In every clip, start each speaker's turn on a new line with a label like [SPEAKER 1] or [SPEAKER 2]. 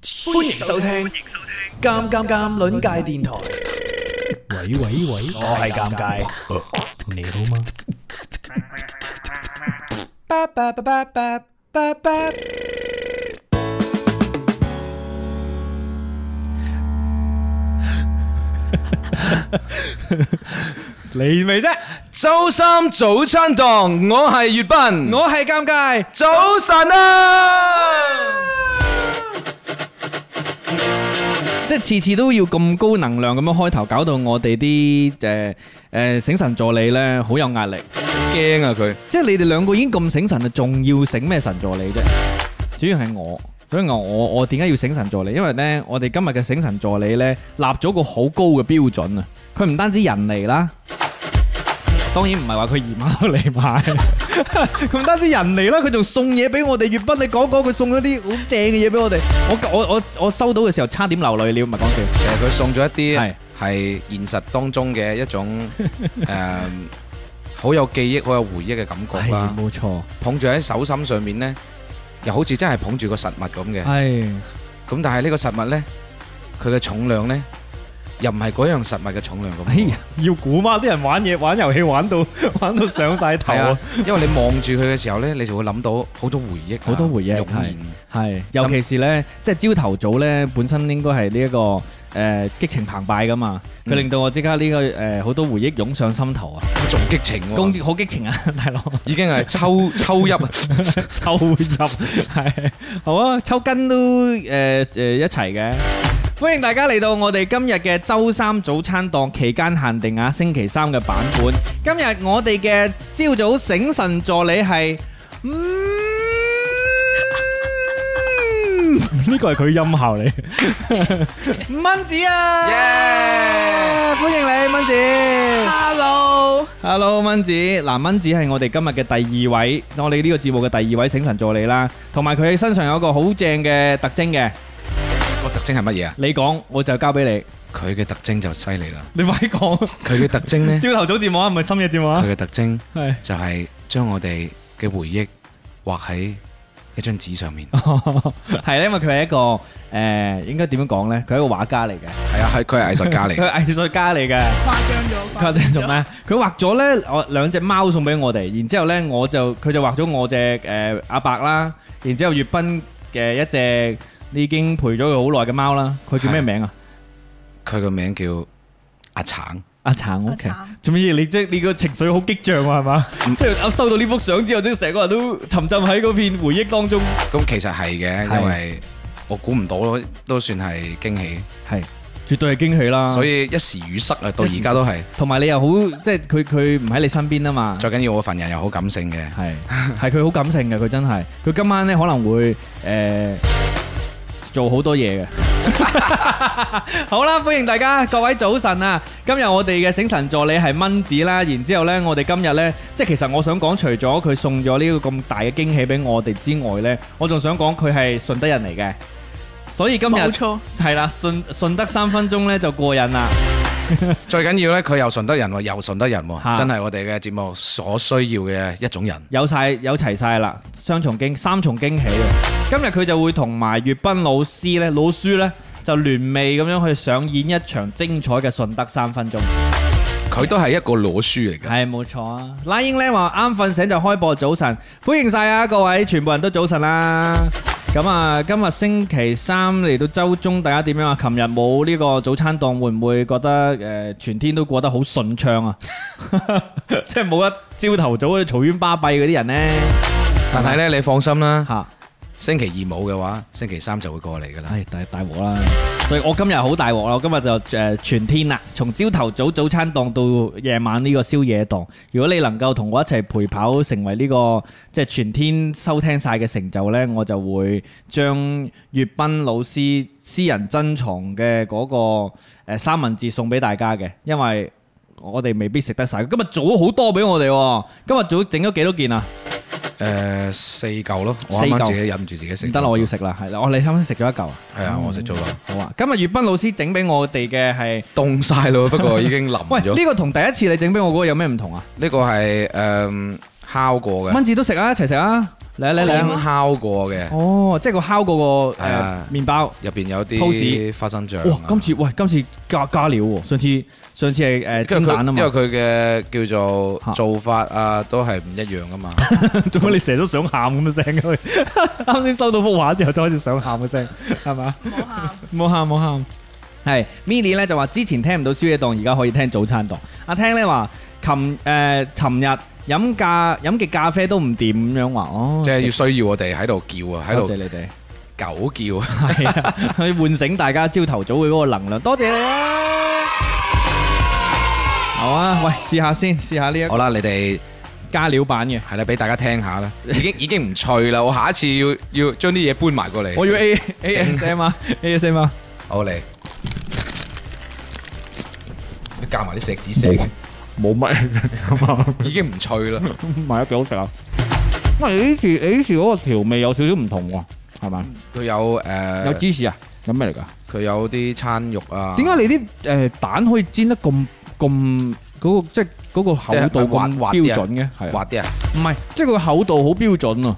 [SPEAKER 1] 歡迎收聽《尷尷尷》鄰界電台。
[SPEAKER 2] 喂喂喂，
[SPEAKER 1] 我係尷尬，
[SPEAKER 2] 你好嗎？
[SPEAKER 1] 巴巴巴巴巴巴巴。
[SPEAKER 2] 嚟未啫？
[SPEAKER 3] 周三早餐檔，我係粵斌，
[SPEAKER 2] 我係尷尬，
[SPEAKER 3] 早晨啊！
[SPEAKER 4] 即係次次都要咁高能量咁樣開頭，搞到我哋啲誒誒醒神助理咧好有壓力。
[SPEAKER 3] 驚啊佢，
[SPEAKER 4] 即係你哋兩個已經咁醒神啦，仲要醒咩神助理啫？主要係我，所以我我我點解要醒神助理？因為呢，我哋今日嘅醒神助理呢，立咗個好高嘅標準啊！佢唔單止人嚟啦，當然唔係話佢姨媽都嚟買， 佢唔單止人嚟啦，佢仲送嘢俾我哋。粵斌，你講講佢送咗啲好正嘅嘢俾我哋，我我我我收到嘅時候差點流淚了，唔係講笑。
[SPEAKER 3] 誒呃佢送咗一啲
[SPEAKER 4] 係
[SPEAKER 3] 係現實當中嘅一種 誒，好有記憶、好有回憶嘅感覺啦
[SPEAKER 4] 係，。冇錯，
[SPEAKER 3] 捧住喺手心上面呢，又好似真係捧住個實物咁嘅。
[SPEAKER 4] 係
[SPEAKER 3] 咁但係呢個實物呢，佢嘅重量呢，又唔係嗰樣實物嘅重量咁
[SPEAKER 4] 哎
[SPEAKER 3] 喎
[SPEAKER 4] 呀。，要估嘛？啲人玩嘢玩遊戲玩到 玩到上晒頭
[SPEAKER 3] 係啊
[SPEAKER 4] 啊！，
[SPEAKER 3] 因為你望住佢嘅時候呢，你就會諗到好多回憶啊，
[SPEAKER 4] 好多回憶
[SPEAKER 3] 湧現。
[SPEAKER 4] 係，尤其是咧，即係朝頭早咧，本身應該係呢一個誒、呃激情澎湃噶嘛，佢
[SPEAKER 3] 嗯
[SPEAKER 4] 令到我即刻呢、個呃誒好、多回憶湧上心頭啊！
[SPEAKER 3] 仲激情喎，
[SPEAKER 4] 攻好激情啊， 大佬
[SPEAKER 3] 已經係抽抽泣啊！
[SPEAKER 4] 抽入 係好啊，抽筋都誒誒、呃呃一齊嘅。歡迎大家嚟到我哋今日嘅周三早餐檔期間限定啊，星期三嘅版本。今日我哋嘅朝早醒神助理係，嗯，呢個係佢音效嚟。蚊子啊歡迎你蚊子。
[SPEAKER 5] Hello，
[SPEAKER 4] Hello，蚊子，嗱，蚊子係我哋今日嘅第二位，我哋呢個節目嘅第二位醒神助理啦，同埋佢身上有一個好正嘅特徵嘅，
[SPEAKER 3] 個特徵係乜嘢啊？
[SPEAKER 4] 你講我就交俾你。
[SPEAKER 3] 佢嘅特徵就犀利啦！
[SPEAKER 4] 你快講，
[SPEAKER 3] 佢嘅特徵 呢，
[SPEAKER 4] 朝頭早節目啊，唔係深夜節目啊
[SPEAKER 3] 佢。嘅特徵
[SPEAKER 4] 係
[SPEAKER 3] 就係將我哋嘅回憶畫喺一張紙上面。
[SPEAKER 4] 係咧，因為佢係一個誒、呃，應該點樣講咧？佢係一個畫家嚟嘅，
[SPEAKER 3] 係啊，係佢係藝術家嚟
[SPEAKER 4] 佢。係藝術家嚟嘅。
[SPEAKER 5] 誇張咗，
[SPEAKER 4] 佢
[SPEAKER 5] 誇
[SPEAKER 4] 畫
[SPEAKER 5] 張
[SPEAKER 4] 做
[SPEAKER 5] 咗。
[SPEAKER 4] 咩？佢畫咗咧，我兩隻貓送俾我哋，然之後咧我就佢就畫咗我隻誒阿伯啦，然之後粵斌嘅一隻已經陪咗佢好耐嘅貓啦，佢叫咩名啊？
[SPEAKER 3] 佢個名叫阿橙，
[SPEAKER 4] 阿橙
[SPEAKER 5] 阿
[SPEAKER 4] OK
[SPEAKER 5] 橙。
[SPEAKER 4] 做乜嘢？你即係你個情緒好激漲啊，係嘛？即係我收到呢幅相之後，即係成個人都沉浸喺嗰片回憶當中。
[SPEAKER 3] 咁其實係嘅，
[SPEAKER 4] 係
[SPEAKER 3] 因為我估唔到咯，都算係驚喜。
[SPEAKER 4] 係，絕對係驚喜啦。
[SPEAKER 3] 所
[SPEAKER 4] 以
[SPEAKER 3] 以一時語塞啊，到而家 都係。
[SPEAKER 4] 同埋你又好，即係佢佢唔喺你身邊啊嘛。
[SPEAKER 3] 最緊要我份人又好感性嘅，
[SPEAKER 4] 係係佢好感性嘅，佢真係佢今晚咧可能會誒、呃做好多嘢嘅。 好啦，歡迎大家各位早晨啊！今日我哋嘅醒神助理係蚊子啦，然之後咧我哋今日咧，即係其實我想講，除咗佢送咗呢個咁大嘅驚喜俾我哋之外咧，我仲想講佢係順德人嚟嘅，所以今日
[SPEAKER 5] 冇錯，
[SPEAKER 4] 係啦，順順德三分鐘咧就過癮啦。
[SPEAKER 3] 最緊要呢，佢又順德人喎，又順德人喎，
[SPEAKER 4] 嚇
[SPEAKER 3] 真係我哋嘅節目所需要嘅一種人。
[SPEAKER 4] 有晒有齊晒啦，雙重驚三重驚喜啊！今日佢就會同埋粵斌老師咧，老師咧就聯袂咁樣去上演一場精彩嘅順德三分鐘。
[SPEAKER 3] 佢都係一個攞書嚟嘅。
[SPEAKER 4] 係冇錯啊！拉英咧話啱瞓醒就開播早晨，歡迎晒啊各位，全部人都早晨啦！咁啊，今日星期三嚟到周中，大家點樣啊？琴日冇呢個早餐檔，會唔會覺得誒、呃全天都過得好順暢啊？ 即係冇一朝頭早嗰啲嘈冤巴閉嗰啲人呢。
[SPEAKER 3] 但係呢，你放心啦，
[SPEAKER 4] 嚇。
[SPEAKER 3] 星期二冇嘅話，星期三就會過嚟噶啦。
[SPEAKER 4] 唉，大大鑊啦！所以我今日好大鑊啦，我今日就誒、呃全天啦，從朝頭早早餐檔到夜晚呢個宵夜檔。如果你能夠同我一齊陪跑，成為呢、個即係全天收聽晒嘅成就呢，我就會將粵斌老師私人珍藏嘅嗰、個、呃、三文治送俾大家嘅，因為我哋未必食得晒。今日做咗好多俾我哋喎，今日早整咗幾多件啊？
[SPEAKER 3] 誒，四嚿咯，我
[SPEAKER 4] 四嚿
[SPEAKER 3] 啱啱自己忍唔住自己食。
[SPEAKER 4] 唔得啦，我要。食啦，係啦，我你啱啱食咗一嚿啊。
[SPEAKER 3] 係啊，我食咗啦，
[SPEAKER 4] 好啊，今日粵斌老師整俾我哋嘅係。
[SPEAKER 3] 凍晒咯，不過已經淋
[SPEAKER 4] 喂，
[SPEAKER 3] 咗。
[SPEAKER 4] 呢個同第一次你整俾我嗰個有咩唔同啊？
[SPEAKER 3] 呢個係誒烤過嘅，
[SPEAKER 4] 蚊子都食啊，一齊食啊！嚟嚟
[SPEAKER 3] 輕
[SPEAKER 4] 嚟，
[SPEAKER 3] 烤過嘅，
[SPEAKER 4] 哦，即係個烤嗰個
[SPEAKER 3] 係
[SPEAKER 4] 誒
[SPEAKER 3] 啊
[SPEAKER 4] 麵包。
[SPEAKER 3] 入邊有
[SPEAKER 4] Toast
[SPEAKER 3] 啲花生醬啊。
[SPEAKER 4] 哇！今次喂，今次加加料喎，上次上次係誒
[SPEAKER 3] 因
[SPEAKER 4] 煎
[SPEAKER 3] 為佢
[SPEAKER 4] 蛋啊
[SPEAKER 3] 因為
[SPEAKER 4] 嘛，
[SPEAKER 3] 佢嘅叫
[SPEAKER 4] 嚇
[SPEAKER 3] 做做法啊，都係唔一樣 噶嘛。
[SPEAKER 2] 做乜你成日都想喊咁嘅聲嘅？ 啱先收到幅畫之後，就開始想喊嘅聲，係嘛？
[SPEAKER 5] 冇喊，
[SPEAKER 2] 冇喊冇喊，
[SPEAKER 4] 係 Mini 咧就話之前聽唔到宵夜檔，而家可以聽早餐檔。阿聽咧話，琴誒尋日飲咖飲嘅咖啡都唔掂咁樣話，哦，
[SPEAKER 3] 即係要需要我哋喺度叫啊，喺
[SPEAKER 4] 多謝
[SPEAKER 3] 度
[SPEAKER 4] 你哋，
[SPEAKER 3] 狗叫 啊。
[SPEAKER 4] 係啊，去喚醒大家朝頭早嘅嗰個能量，多謝你啊！好啊，喂，試下先，試下呢一個
[SPEAKER 3] 好啦，你哋
[SPEAKER 4] 加料版嘅，
[SPEAKER 3] 係啦，俾大家聽下啦。已經已經唔脆啦，我下一次要要將啲嘢搬埋過嚟。
[SPEAKER 4] 我要 A A
[SPEAKER 3] 整
[SPEAKER 4] S M 啊，A S M 啊，
[SPEAKER 3] 好嚟，你夾埋啲石子石嘅，
[SPEAKER 2] 冇乜咁啊，
[SPEAKER 3] 已經唔 脆啦。
[SPEAKER 2] 賣得幾好食啊！喂，你呢次你呢次嗰個調味有少少唔同喎，係嘛？
[SPEAKER 3] 佢有
[SPEAKER 4] 有
[SPEAKER 3] 誒，
[SPEAKER 4] 芝士啊！
[SPEAKER 2] 咁咩嚟㗎？
[SPEAKER 3] 佢有啲餐肉啊。
[SPEAKER 4] 點解你啲誒蛋可以煎得咁咁嗰個即係嗰個厚度
[SPEAKER 3] 即係滑
[SPEAKER 4] 咁
[SPEAKER 3] 滑
[SPEAKER 4] 標
[SPEAKER 3] 啲啊
[SPEAKER 4] 準嘅？係啊
[SPEAKER 3] 滑啲啊？
[SPEAKER 4] 唔係即係佢個厚度好標準啊！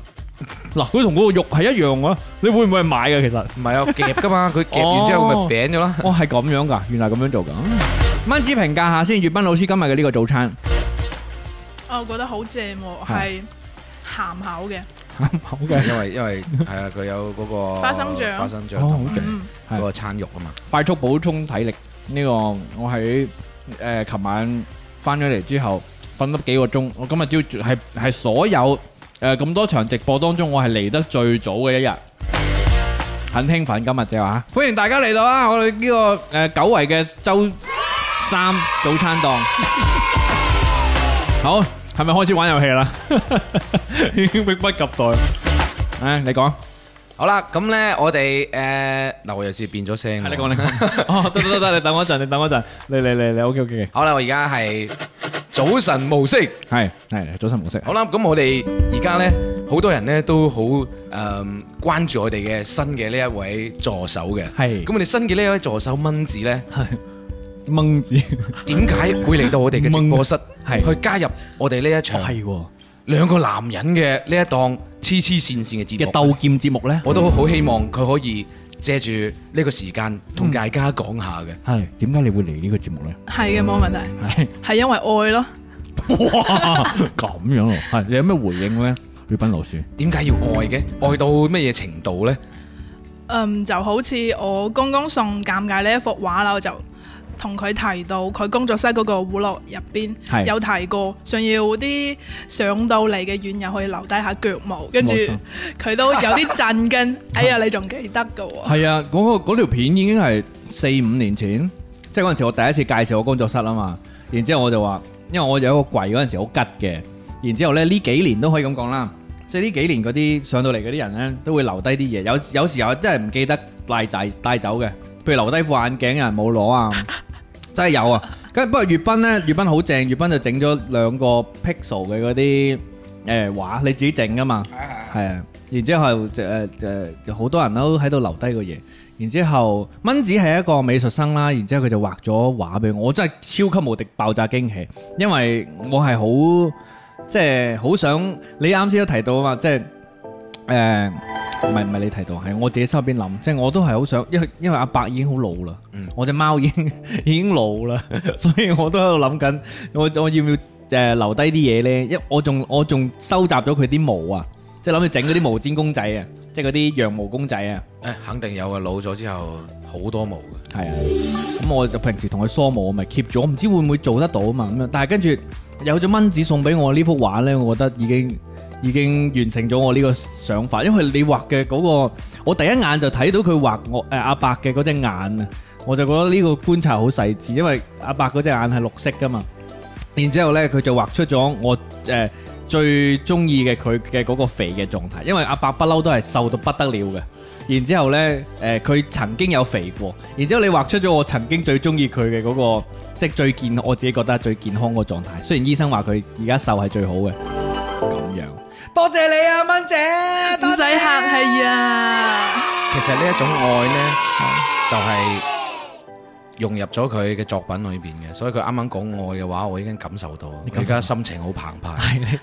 [SPEAKER 4] 嗱，佢同嗰個肉係一樣啊！你會唔會係買嘅其實？
[SPEAKER 3] 唔係啊，夾 噶嘛，佢夾完之後
[SPEAKER 4] 哦
[SPEAKER 3] 佢咪餅 咗啦。
[SPEAKER 4] 哦，係咁樣噶，原來咁樣做噶。嗯蚊子評價下先，粵斌老師今日嘅呢個早餐，
[SPEAKER 5] 我覺得好正喎，係鹹口嘅，
[SPEAKER 4] 好嘅，
[SPEAKER 3] 因為因為係啊，佢有嗰個
[SPEAKER 5] 花生醬
[SPEAKER 3] 花生醬
[SPEAKER 4] 哦
[SPEAKER 3] 同埋
[SPEAKER 4] ，OK
[SPEAKER 5] 嗯，
[SPEAKER 4] 係
[SPEAKER 3] 嗰個餐肉啊嘛。
[SPEAKER 4] 快速補充體力呢個，我喺誒琴晚翻咗嚟之後瞓得幾個鐘，我今日朝係係所有誒咁多場直播當中，我係嚟得最早嘅一日。很興奮今日就話，歡迎大家嚟到啊！我哋呢個誒久違嘅周三早餐 檔，好係咪開始玩遊戲 啦？已經迫不及待。誒，你講，
[SPEAKER 3] 好啦，咁咧我哋誒嗱，我又是變咗聲喎。
[SPEAKER 4] 你講， 你講。哦，得得得，你等我一陣，你等我一陣，嚟嚟嚟嚟，OK OK，
[SPEAKER 3] 好啦，我而家係早晨模式。
[SPEAKER 4] 係係早晨模式。
[SPEAKER 3] 好啦，咁我哋而家咧，好多人咧都好誒、關注我哋嘅新嘅呢一位助手嘅。
[SPEAKER 4] 係
[SPEAKER 3] 咁我哋新嘅呢一位助手蚊子咧，
[SPEAKER 4] 掹子，
[SPEAKER 3] 點解會嚟到我哋嘅直播室，
[SPEAKER 4] 係
[SPEAKER 3] 去加入我哋呢一場
[SPEAKER 4] 哦喎
[SPEAKER 3] 兩個男人嘅呢一檔黐黐線線嘅節
[SPEAKER 4] 嘅
[SPEAKER 3] 目？
[SPEAKER 4] 鬥劍節目咧，
[SPEAKER 3] 我都好希望佢可以借住呢個時間同大家講下嘅。
[SPEAKER 4] 係點解你會嚟呢個節目咧？
[SPEAKER 5] 係嘅冇問題，
[SPEAKER 4] 係
[SPEAKER 5] 係因為愛咯，
[SPEAKER 4] 哇咁樣咯，係你有咩回應咧？粵斌老師，
[SPEAKER 3] 點解要愛嘅？愛到乜嘢程度呢？
[SPEAKER 5] 嗯，就好似我公公送尷尬呢一幅畫啦，我就同佢提到佢工作室嗰個葫蘆入邊
[SPEAKER 4] 係
[SPEAKER 5] 有提過，想要啲上到嚟嘅院友可以留低下腳毛，跟住
[SPEAKER 4] 冇錯
[SPEAKER 5] 佢都有啲震 驚，哎呀你仲記得㗎喎。
[SPEAKER 4] 係啊，嗰個嗰條片已經係四五年前，即係嗰陣時我第一次介紹我工作室啊嘛，然之後我就話，因為我有個櫃嗰陣時好吉嘅，然之後咧呢幾年都可以咁講啦，即係呢幾年嗰啲上到嚟嗰啲人咧都會留低啲嘢，有有時候真係唔記得帶仔帶走嘅，譬如留低副眼鏡有人冇攞 啊，真係有啊。跟不過粵斌咧，粵斌好正，粵斌就整咗兩個 pixel 嘅嗰啲誒畫，你自己整噶嘛。係啊，然之後誒誒好多人都喺度留低個嘢，然之後蚊子係一個美術生啦，然之後佢就畫咗畫俾我，我真係超級無敵爆炸驚喜，因為我係好即係好想你啱先都提到啊嘛，即係誒唔係唔係你提到，係我自己心入邊諗，即係我都係好想，因為因為阿伯已經好老啦，
[SPEAKER 3] 嗯
[SPEAKER 4] 我只貓已經已經老啦， 所以我都喺度諗緊，我我要唔要誒、留低啲嘢呢？因我仲我仲收集咗佢啲毛啊！即係諗住整嗰啲毛氈公仔啊，即係嗰啲羊毛公仔啊，
[SPEAKER 3] 誒，肯定有啊！老咗之後好多毛嘅。
[SPEAKER 4] 係啊。咁我就平時同佢梳毛，我啊咪 keep 咗，我唔知會唔會做得到啊嘛。咁樣，但係跟住有咗蚊子送俾我呢幅畫呢，我覺得已經已經完成咗我呢個想法，因為你畫嘅嗰個，我第一眼就睇到佢畫我誒阿伯嘅嗰隻眼啊，我就覺得呢個觀察好細緻，因為阿伯嗰隻眼係綠色噶嘛。然之後呢，佢就畫出咗我誒、呃最中意嘅佢嘅嗰個肥嘅狀態，因為阿伯不嬲都係瘦到不得了嘅。然之後呢，誒、佢曾經有肥過，然之後你畫出咗我曾經最中意佢嘅嗰個，即係最健，我自己覺得係最健康個狀態。雖然醫生話佢而家瘦係最好嘅，咁樣。多謝你啊，蚊 姐，
[SPEAKER 5] 唔
[SPEAKER 4] 多
[SPEAKER 5] 使客
[SPEAKER 4] 謝
[SPEAKER 5] 氣啊！
[SPEAKER 3] 其實呢一種愛呢，就係融入咗佢嘅作品裏邊嘅，所以佢啱啱講愛嘅話，我已經感受到，我而家心情好澎湃。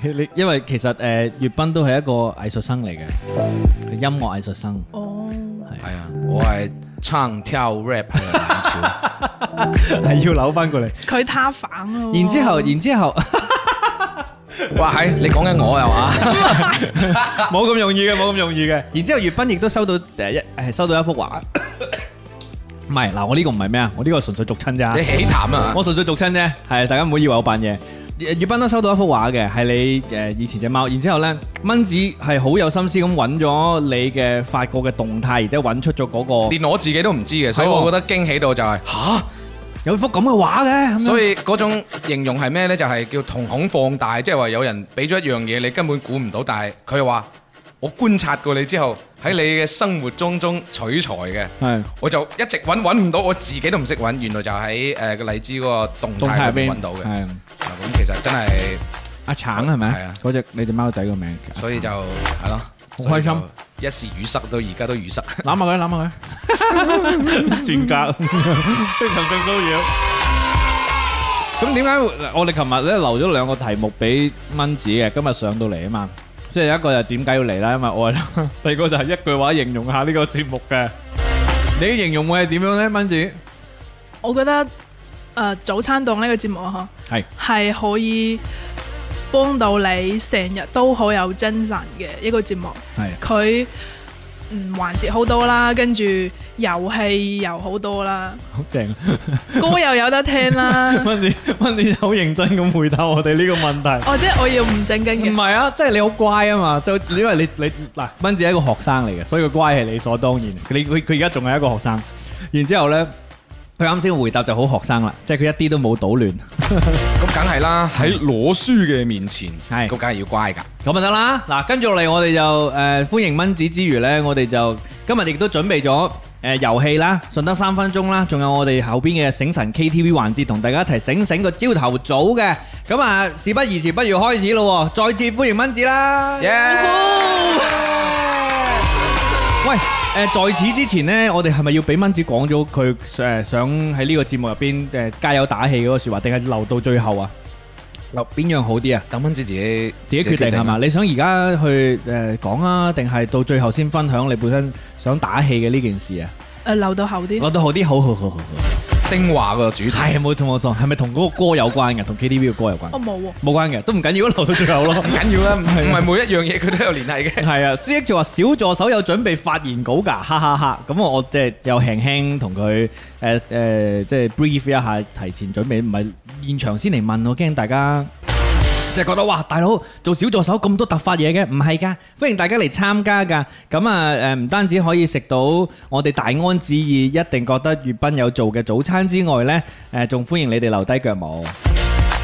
[SPEAKER 4] 係你，因為其實誒粵斌都係一個藝術生嚟嘅，音樂藝術 生。
[SPEAKER 5] 哦，
[SPEAKER 3] 係啊，我係唱跳 rap 嘅冷 潮，
[SPEAKER 2] 系要扭翻過嚟。
[SPEAKER 5] 佢他反咯。
[SPEAKER 4] 然之後，然之後
[SPEAKER 3] 哇係你講緊我係 嘛？
[SPEAKER 4] 冇咁容易嘅，冇咁容易嘅。然之後，粵斌亦都收到誒一誒收到一幅 畫。唔係嗱，我呢個唔係咩啊，我呢個純粹俗親咋
[SPEAKER 3] 你。起談啊？
[SPEAKER 4] 我純粹俗親啫，係大家唔好以為我扮嘢。粵粵斌都收到一幅畫嘅，係你誒以前只貓，然之後呢，蚊子係好有心思咁揾咗你嘅法國嘅動態，然之後揾出咗嗰、個
[SPEAKER 3] 連我自己都唔知嘅，所以
[SPEAKER 4] 係喎
[SPEAKER 3] 我覺得驚喜到就係啊吓。
[SPEAKER 4] 有幅咁嘅畫嘅，咁樣
[SPEAKER 3] 所以嗰種形容係咩呢？就係叫瞳孔放大，即係話有人俾咗一樣嘢，你根本估唔到，但係佢話我觀察過你之後，喺你嘅生活中中取材嘅，
[SPEAKER 4] 係
[SPEAKER 3] 我就一直揾揾唔到，我自己都唔識揾，原來就喺誒個荔枝嗰個動
[SPEAKER 4] 動態
[SPEAKER 3] 態
[SPEAKER 4] 入
[SPEAKER 3] 裏面
[SPEAKER 4] 邊
[SPEAKER 3] 揾到嘅。
[SPEAKER 4] 係
[SPEAKER 3] 咁其實真係，
[SPEAKER 4] 阿橙係咪
[SPEAKER 3] 係啊
[SPEAKER 4] 嗰只你只貓仔個名叫，
[SPEAKER 3] 所以就係咯，
[SPEAKER 4] 好開心，
[SPEAKER 3] 一時語塞到而家都語塞。
[SPEAKER 4] 攬下佢，攬下佢。
[SPEAKER 2] 專家，精神性骚扰。。
[SPEAKER 4] 咁點解我哋琴日咧留咗兩個題目俾蚊子嘅，今日上到嚟啊嘛，即係有一個就點解要嚟啦，因為 我係第二個就係一句話形容下呢個節目嘅。你嘅形容會係點樣咧，蚊子？
[SPEAKER 5] 我覺得誒、呃早餐檔呢個節目啊，
[SPEAKER 4] 係
[SPEAKER 5] 係可以幫到你成日都好有精神嘅一個節目。
[SPEAKER 4] 係
[SPEAKER 5] 佢嗯環節好多啦，跟住遊戲又好多 啦，
[SPEAKER 4] 好正啊！
[SPEAKER 5] 歌又有得聽啦
[SPEAKER 2] 温子温子好認真咁回答我哋呢個問題。
[SPEAKER 5] 或者哦我要唔正經嘅，
[SPEAKER 4] 唔係啊，即係你好乖啊嘛，就因為你你嗱，蚊子係一個學生嚟嘅，所以佢乖係理所當然。你佢佢而家仲係一個學生，然之後咧，佢啱先回答就好學生啦，即係佢一啲都冇搗亂，
[SPEAKER 3] 咁梗係啦，喺攞書嘅面前，
[SPEAKER 4] 係
[SPEAKER 3] 咁梗係要乖㗎。
[SPEAKER 4] 咁咪得啦。嗱，跟住落嚟我哋就誒、呃、歡迎蚊子之餘呢，我哋就今日亦都準備咗。誒遊戲啦，順德三分鐘啦，仲有我哋後邊嘅醒神 KTV 環節，同大家一齊醒醒個朝頭早嘅。咁啊，事不宜遲，不如開始咯喎！再次歡迎蚊子啦！喂，誒、在此之前呢，我哋係咪要俾蚊子講咗佢誒想喺呢個節目入邊誒加油打氣嗰個説話，定係留到最後啊？留邊樣好啲啊？
[SPEAKER 3] 等蚊子自己
[SPEAKER 4] 自己決定啊係嘛？？你想而家去誒講啊，定係到最後先分享你本身想打氣嘅呢件事啊？
[SPEAKER 5] 誒留到後啲。
[SPEAKER 4] 攞得好啲，好好好好好。
[SPEAKER 3] 升華個主題。
[SPEAKER 4] 係冇錯冇錯，係咪同嗰個歌有關嘅？同 KTV 嘅歌有關？
[SPEAKER 5] 我冇喎，
[SPEAKER 4] 冇關嘅，都哦唔緊啊要，留到最後咯。
[SPEAKER 3] 唔緊要啦，唔唔係每一樣嘢佢都有聯繫嘅。
[SPEAKER 4] 係啊，C X 就話小助手有準備發言稿㗎，哈哈哈！咁我即係又輕輕同佢誒誒，即係 brief 一下，提前準備，唔係現場先嚟問，我驚大家。 即係覺得哇，大佬做小助手咁多突發嘢嘅，唔係㗎，歡迎大家嚟參加㗎。咁啊誒，唔單止可以食到我哋大安旨意一定覺得粵賓有做嘅早餐之外呢，誒仲歡迎你哋留低腳毛。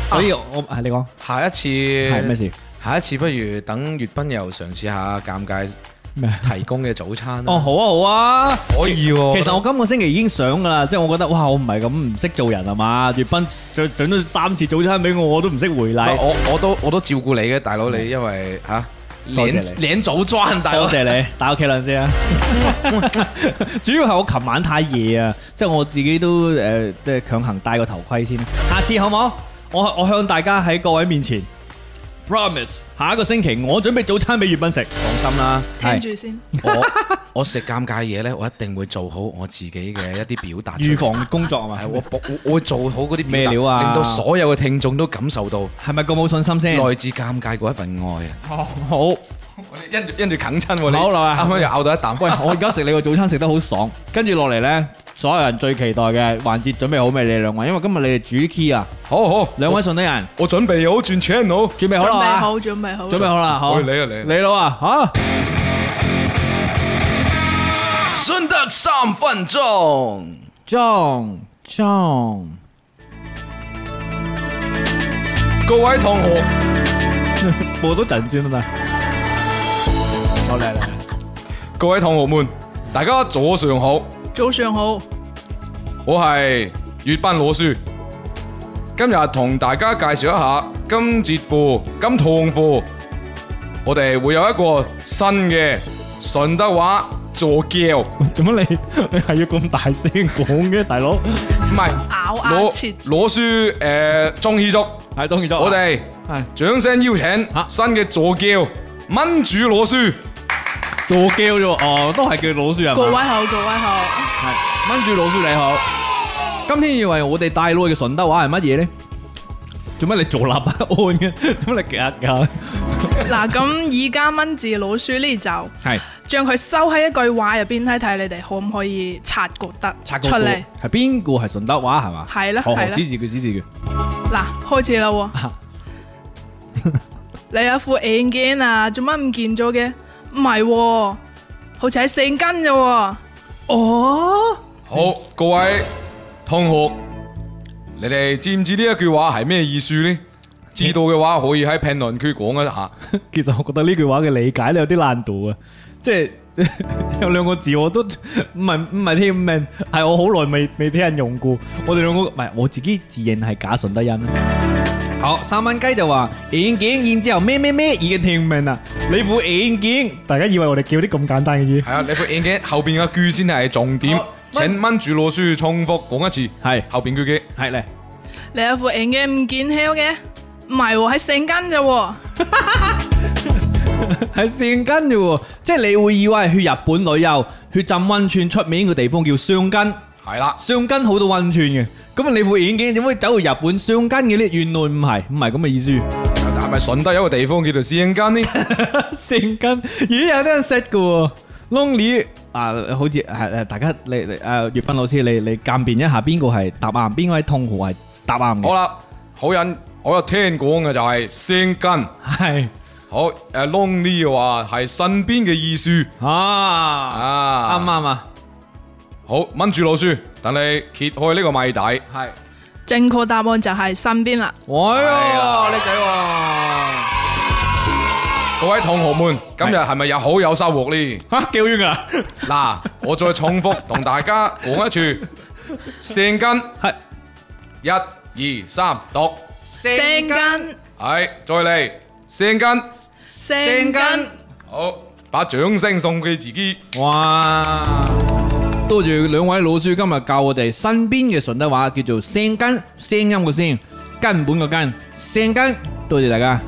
[SPEAKER 4] 所以我係你講
[SPEAKER 3] 下一
[SPEAKER 4] 係咩
[SPEAKER 3] 次，
[SPEAKER 4] 事？
[SPEAKER 3] 下一次不如等粵斌又嘗試下尷尬
[SPEAKER 4] 咩
[SPEAKER 3] 提供嘅早餐啦
[SPEAKER 4] 哦，好啊，好啊。
[SPEAKER 3] 可以喎。
[SPEAKER 4] 其實我今個星期已經想噶啦，即係我覺得哇，我唔係咁唔識做人啊嘛，粵斌整整咗三次早餐俾我，我都唔識回
[SPEAKER 3] 唔係
[SPEAKER 4] 禮。
[SPEAKER 3] 嗯我我都我都照顧你嘅，大佬你因為吓
[SPEAKER 4] 多謝
[SPEAKER 3] 領
[SPEAKER 4] 你
[SPEAKER 3] 領早餐，大佬
[SPEAKER 4] 多謝你，打個 K 輪先啊！主要係我琴晚太夜啊，即係我自己都誒，即係強行戴個頭盔先。下次好冇？我我向大家喺各位面前 promise，下一個星期我準備早餐俾粵斌食。
[SPEAKER 3] 放心啦。
[SPEAKER 5] 聽住先。
[SPEAKER 3] 我我食尷尬嘢呢，我一定會做好我自己嘅 一啲表達出
[SPEAKER 4] 預
[SPEAKER 3] 嚟。
[SPEAKER 4] 防工作啊嘛
[SPEAKER 3] 係，我我我會做好嗰啲
[SPEAKER 4] 咩
[SPEAKER 3] 表達，
[SPEAKER 4] 料啊
[SPEAKER 3] 令到所有嘅聽眾都感受到
[SPEAKER 4] 係咪咁冇信心先？
[SPEAKER 3] 來自尷尬嗰一份愛啊！
[SPEAKER 4] 好，好喂，
[SPEAKER 3] 我哋跟住跟住啃親喎，你
[SPEAKER 4] 好啦
[SPEAKER 3] 啱啱又咬到 一啖。
[SPEAKER 4] 我而家食你個早餐食得好爽，跟住落嚟呢，所有人最期待嘅環節準備好未？你兩位，因為今日你哋主 key 啊，
[SPEAKER 3] 好好，
[SPEAKER 4] 兩位順德人
[SPEAKER 3] 我準備好轉 channel。
[SPEAKER 4] 準備好
[SPEAKER 5] 準
[SPEAKER 4] 啦
[SPEAKER 5] 備
[SPEAKER 4] 嘛
[SPEAKER 5] 好，準備好，
[SPEAKER 4] 準備好啦，好，
[SPEAKER 3] 喂你啊你啊
[SPEAKER 4] 你佬啊，嚇！
[SPEAKER 3] 順德三分鐘，
[SPEAKER 4] John John，
[SPEAKER 3] 各位同學，
[SPEAKER 4] 播多陣先得唔得？好嚟嚟，
[SPEAKER 3] 各位同學們，大家早上好，
[SPEAKER 5] 早上好，
[SPEAKER 3] 我係粵班老師。今日同大家介紹一下今節課、今堂課，我哋會有一個新嘅順德話助教，唔
[SPEAKER 2] 做乜你 你係要咁大聲講嘅，大佬？
[SPEAKER 3] 係
[SPEAKER 5] 咬牙
[SPEAKER 3] 攞
[SPEAKER 5] 切齒
[SPEAKER 3] 攞書誒中意足，
[SPEAKER 4] 係當然咗。
[SPEAKER 3] 我哋
[SPEAKER 4] 係
[SPEAKER 3] 掌聲邀請新嘅助教蚊主攞書，
[SPEAKER 4] 做叫啫喎，哦，都係叫老鼠人。
[SPEAKER 5] 各位好，各位好，
[SPEAKER 4] 係蚊住老鼠你好。今天以為我哋帶路嘅順德話係乜嘢咧？做乜你做立不安嘅？ 做乜你夾㗎？
[SPEAKER 5] 嗱咁而家蚊字老鼠呢就
[SPEAKER 4] 係
[SPEAKER 5] 將佢收喺一句話入邊睇睇，你哋可唔可以察覺得
[SPEAKER 4] 拆
[SPEAKER 5] 出嚟？
[SPEAKER 4] 係邊個係順德話係嘛？
[SPEAKER 5] 係啦
[SPEAKER 4] 好好
[SPEAKER 5] 係啦
[SPEAKER 4] 指示佢指示佢。
[SPEAKER 5] 嗱，開始啦喎！ 你有副眼鏡啊，做乜唔見咗嘅？唔係喎，好似喺四根啫喎。
[SPEAKER 3] 好各位同學，你哋知唔知呢一句話係咩意思呢？知道嘅話可以喺評論區講一下。
[SPEAKER 2] 其實我覺得呢句話嘅理解咧有啲難度 啊，即係有兩個字我都唔係唔係聽唔明，係我好耐未未聽人用過。我哋兩個唔係我自己自認係假順德人啊，
[SPEAKER 4] 好，三蚊雞就話眼鏡，然之後咩咩咩已經聽唔明啦。你副眼鏡
[SPEAKER 2] 大家以為我哋叫啲咁簡單嘅嘢。
[SPEAKER 3] 係啊，你副眼鏡後邊嘅句先係重點
[SPEAKER 4] 好，
[SPEAKER 3] 請蚊主攞書重複講一次，
[SPEAKER 4] 係
[SPEAKER 3] 後邊句嘅。
[SPEAKER 4] 係嚟，
[SPEAKER 5] 你有副眼鏡唔見枵嘅？唔係喎，喺四根啫喎。
[SPEAKER 4] 係善根啫喎，即係你會以為去日本旅遊去浸温泉出名嘅地方叫箱根，
[SPEAKER 3] 係啦，
[SPEAKER 4] 箱根好多温泉嘅。咁你副眼鏡點會走去日本箱根嘅呢？原來唔係，唔係咁嘅意思。
[SPEAKER 3] 係咪順德有個地方叫做師兄間呢？
[SPEAKER 4] 善根咦有啲人識嘅喎，Lonely 啊，好似係係大家你你誒粵斌老師你你鑑別一下邊個係答啱，邊個係痛號係答啱
[SPEAKER 3] 好
[SPEAKER 4] 嘅。
[SPEAKER 3] 啦，好人我有聽講嘅就係師兄間，
[SPEAKER 4] 係
[SPEAKER 3] 好呃誒 lonely 嘅話係身邊嘅意思
[SPEAKER 4] 啊，啱
[SPEAKER 3] 啊。
[SPEAKER 4] 啱啊，
[SPEAKER 3] 好，蚊住老書，等你揭開呢個謎底。
[SPEAKER 4] 係。
[SPEAKER 5] 正確答案就係身邊啦。
[SPEAKER 4] 哎呀，
[SPEAKER 3] 係啦
[SPEAKER 4] 叻仔喎！
[SPEAKER 3] 各位同學們，今日係咪有好有收 穫呢？
[SPEAKER 4] 嚇叫冤啊！
[SPEAKER 3] 嗱，我再重複同大家講一次，師兄
[SPEAKER 4] 係
[SPEAKER 3] 間，一、二、三，讀。
[SPEAKER 5] 四根，
[SPEAKER 3] 係，再嚟，師兄間。
[SPEAKER 5] 四
[SPEAKER 4] 根
[SPEAKER 5] 根，
[SPEAKER 3] 好，把掌聲送俾自己。
[SPEAKER 4] 哇！多謝兩位老師今日教我哋身邊嘅順德話叫做聲根，聲音嘅聲，根本嘅根，聲根。多謝大家。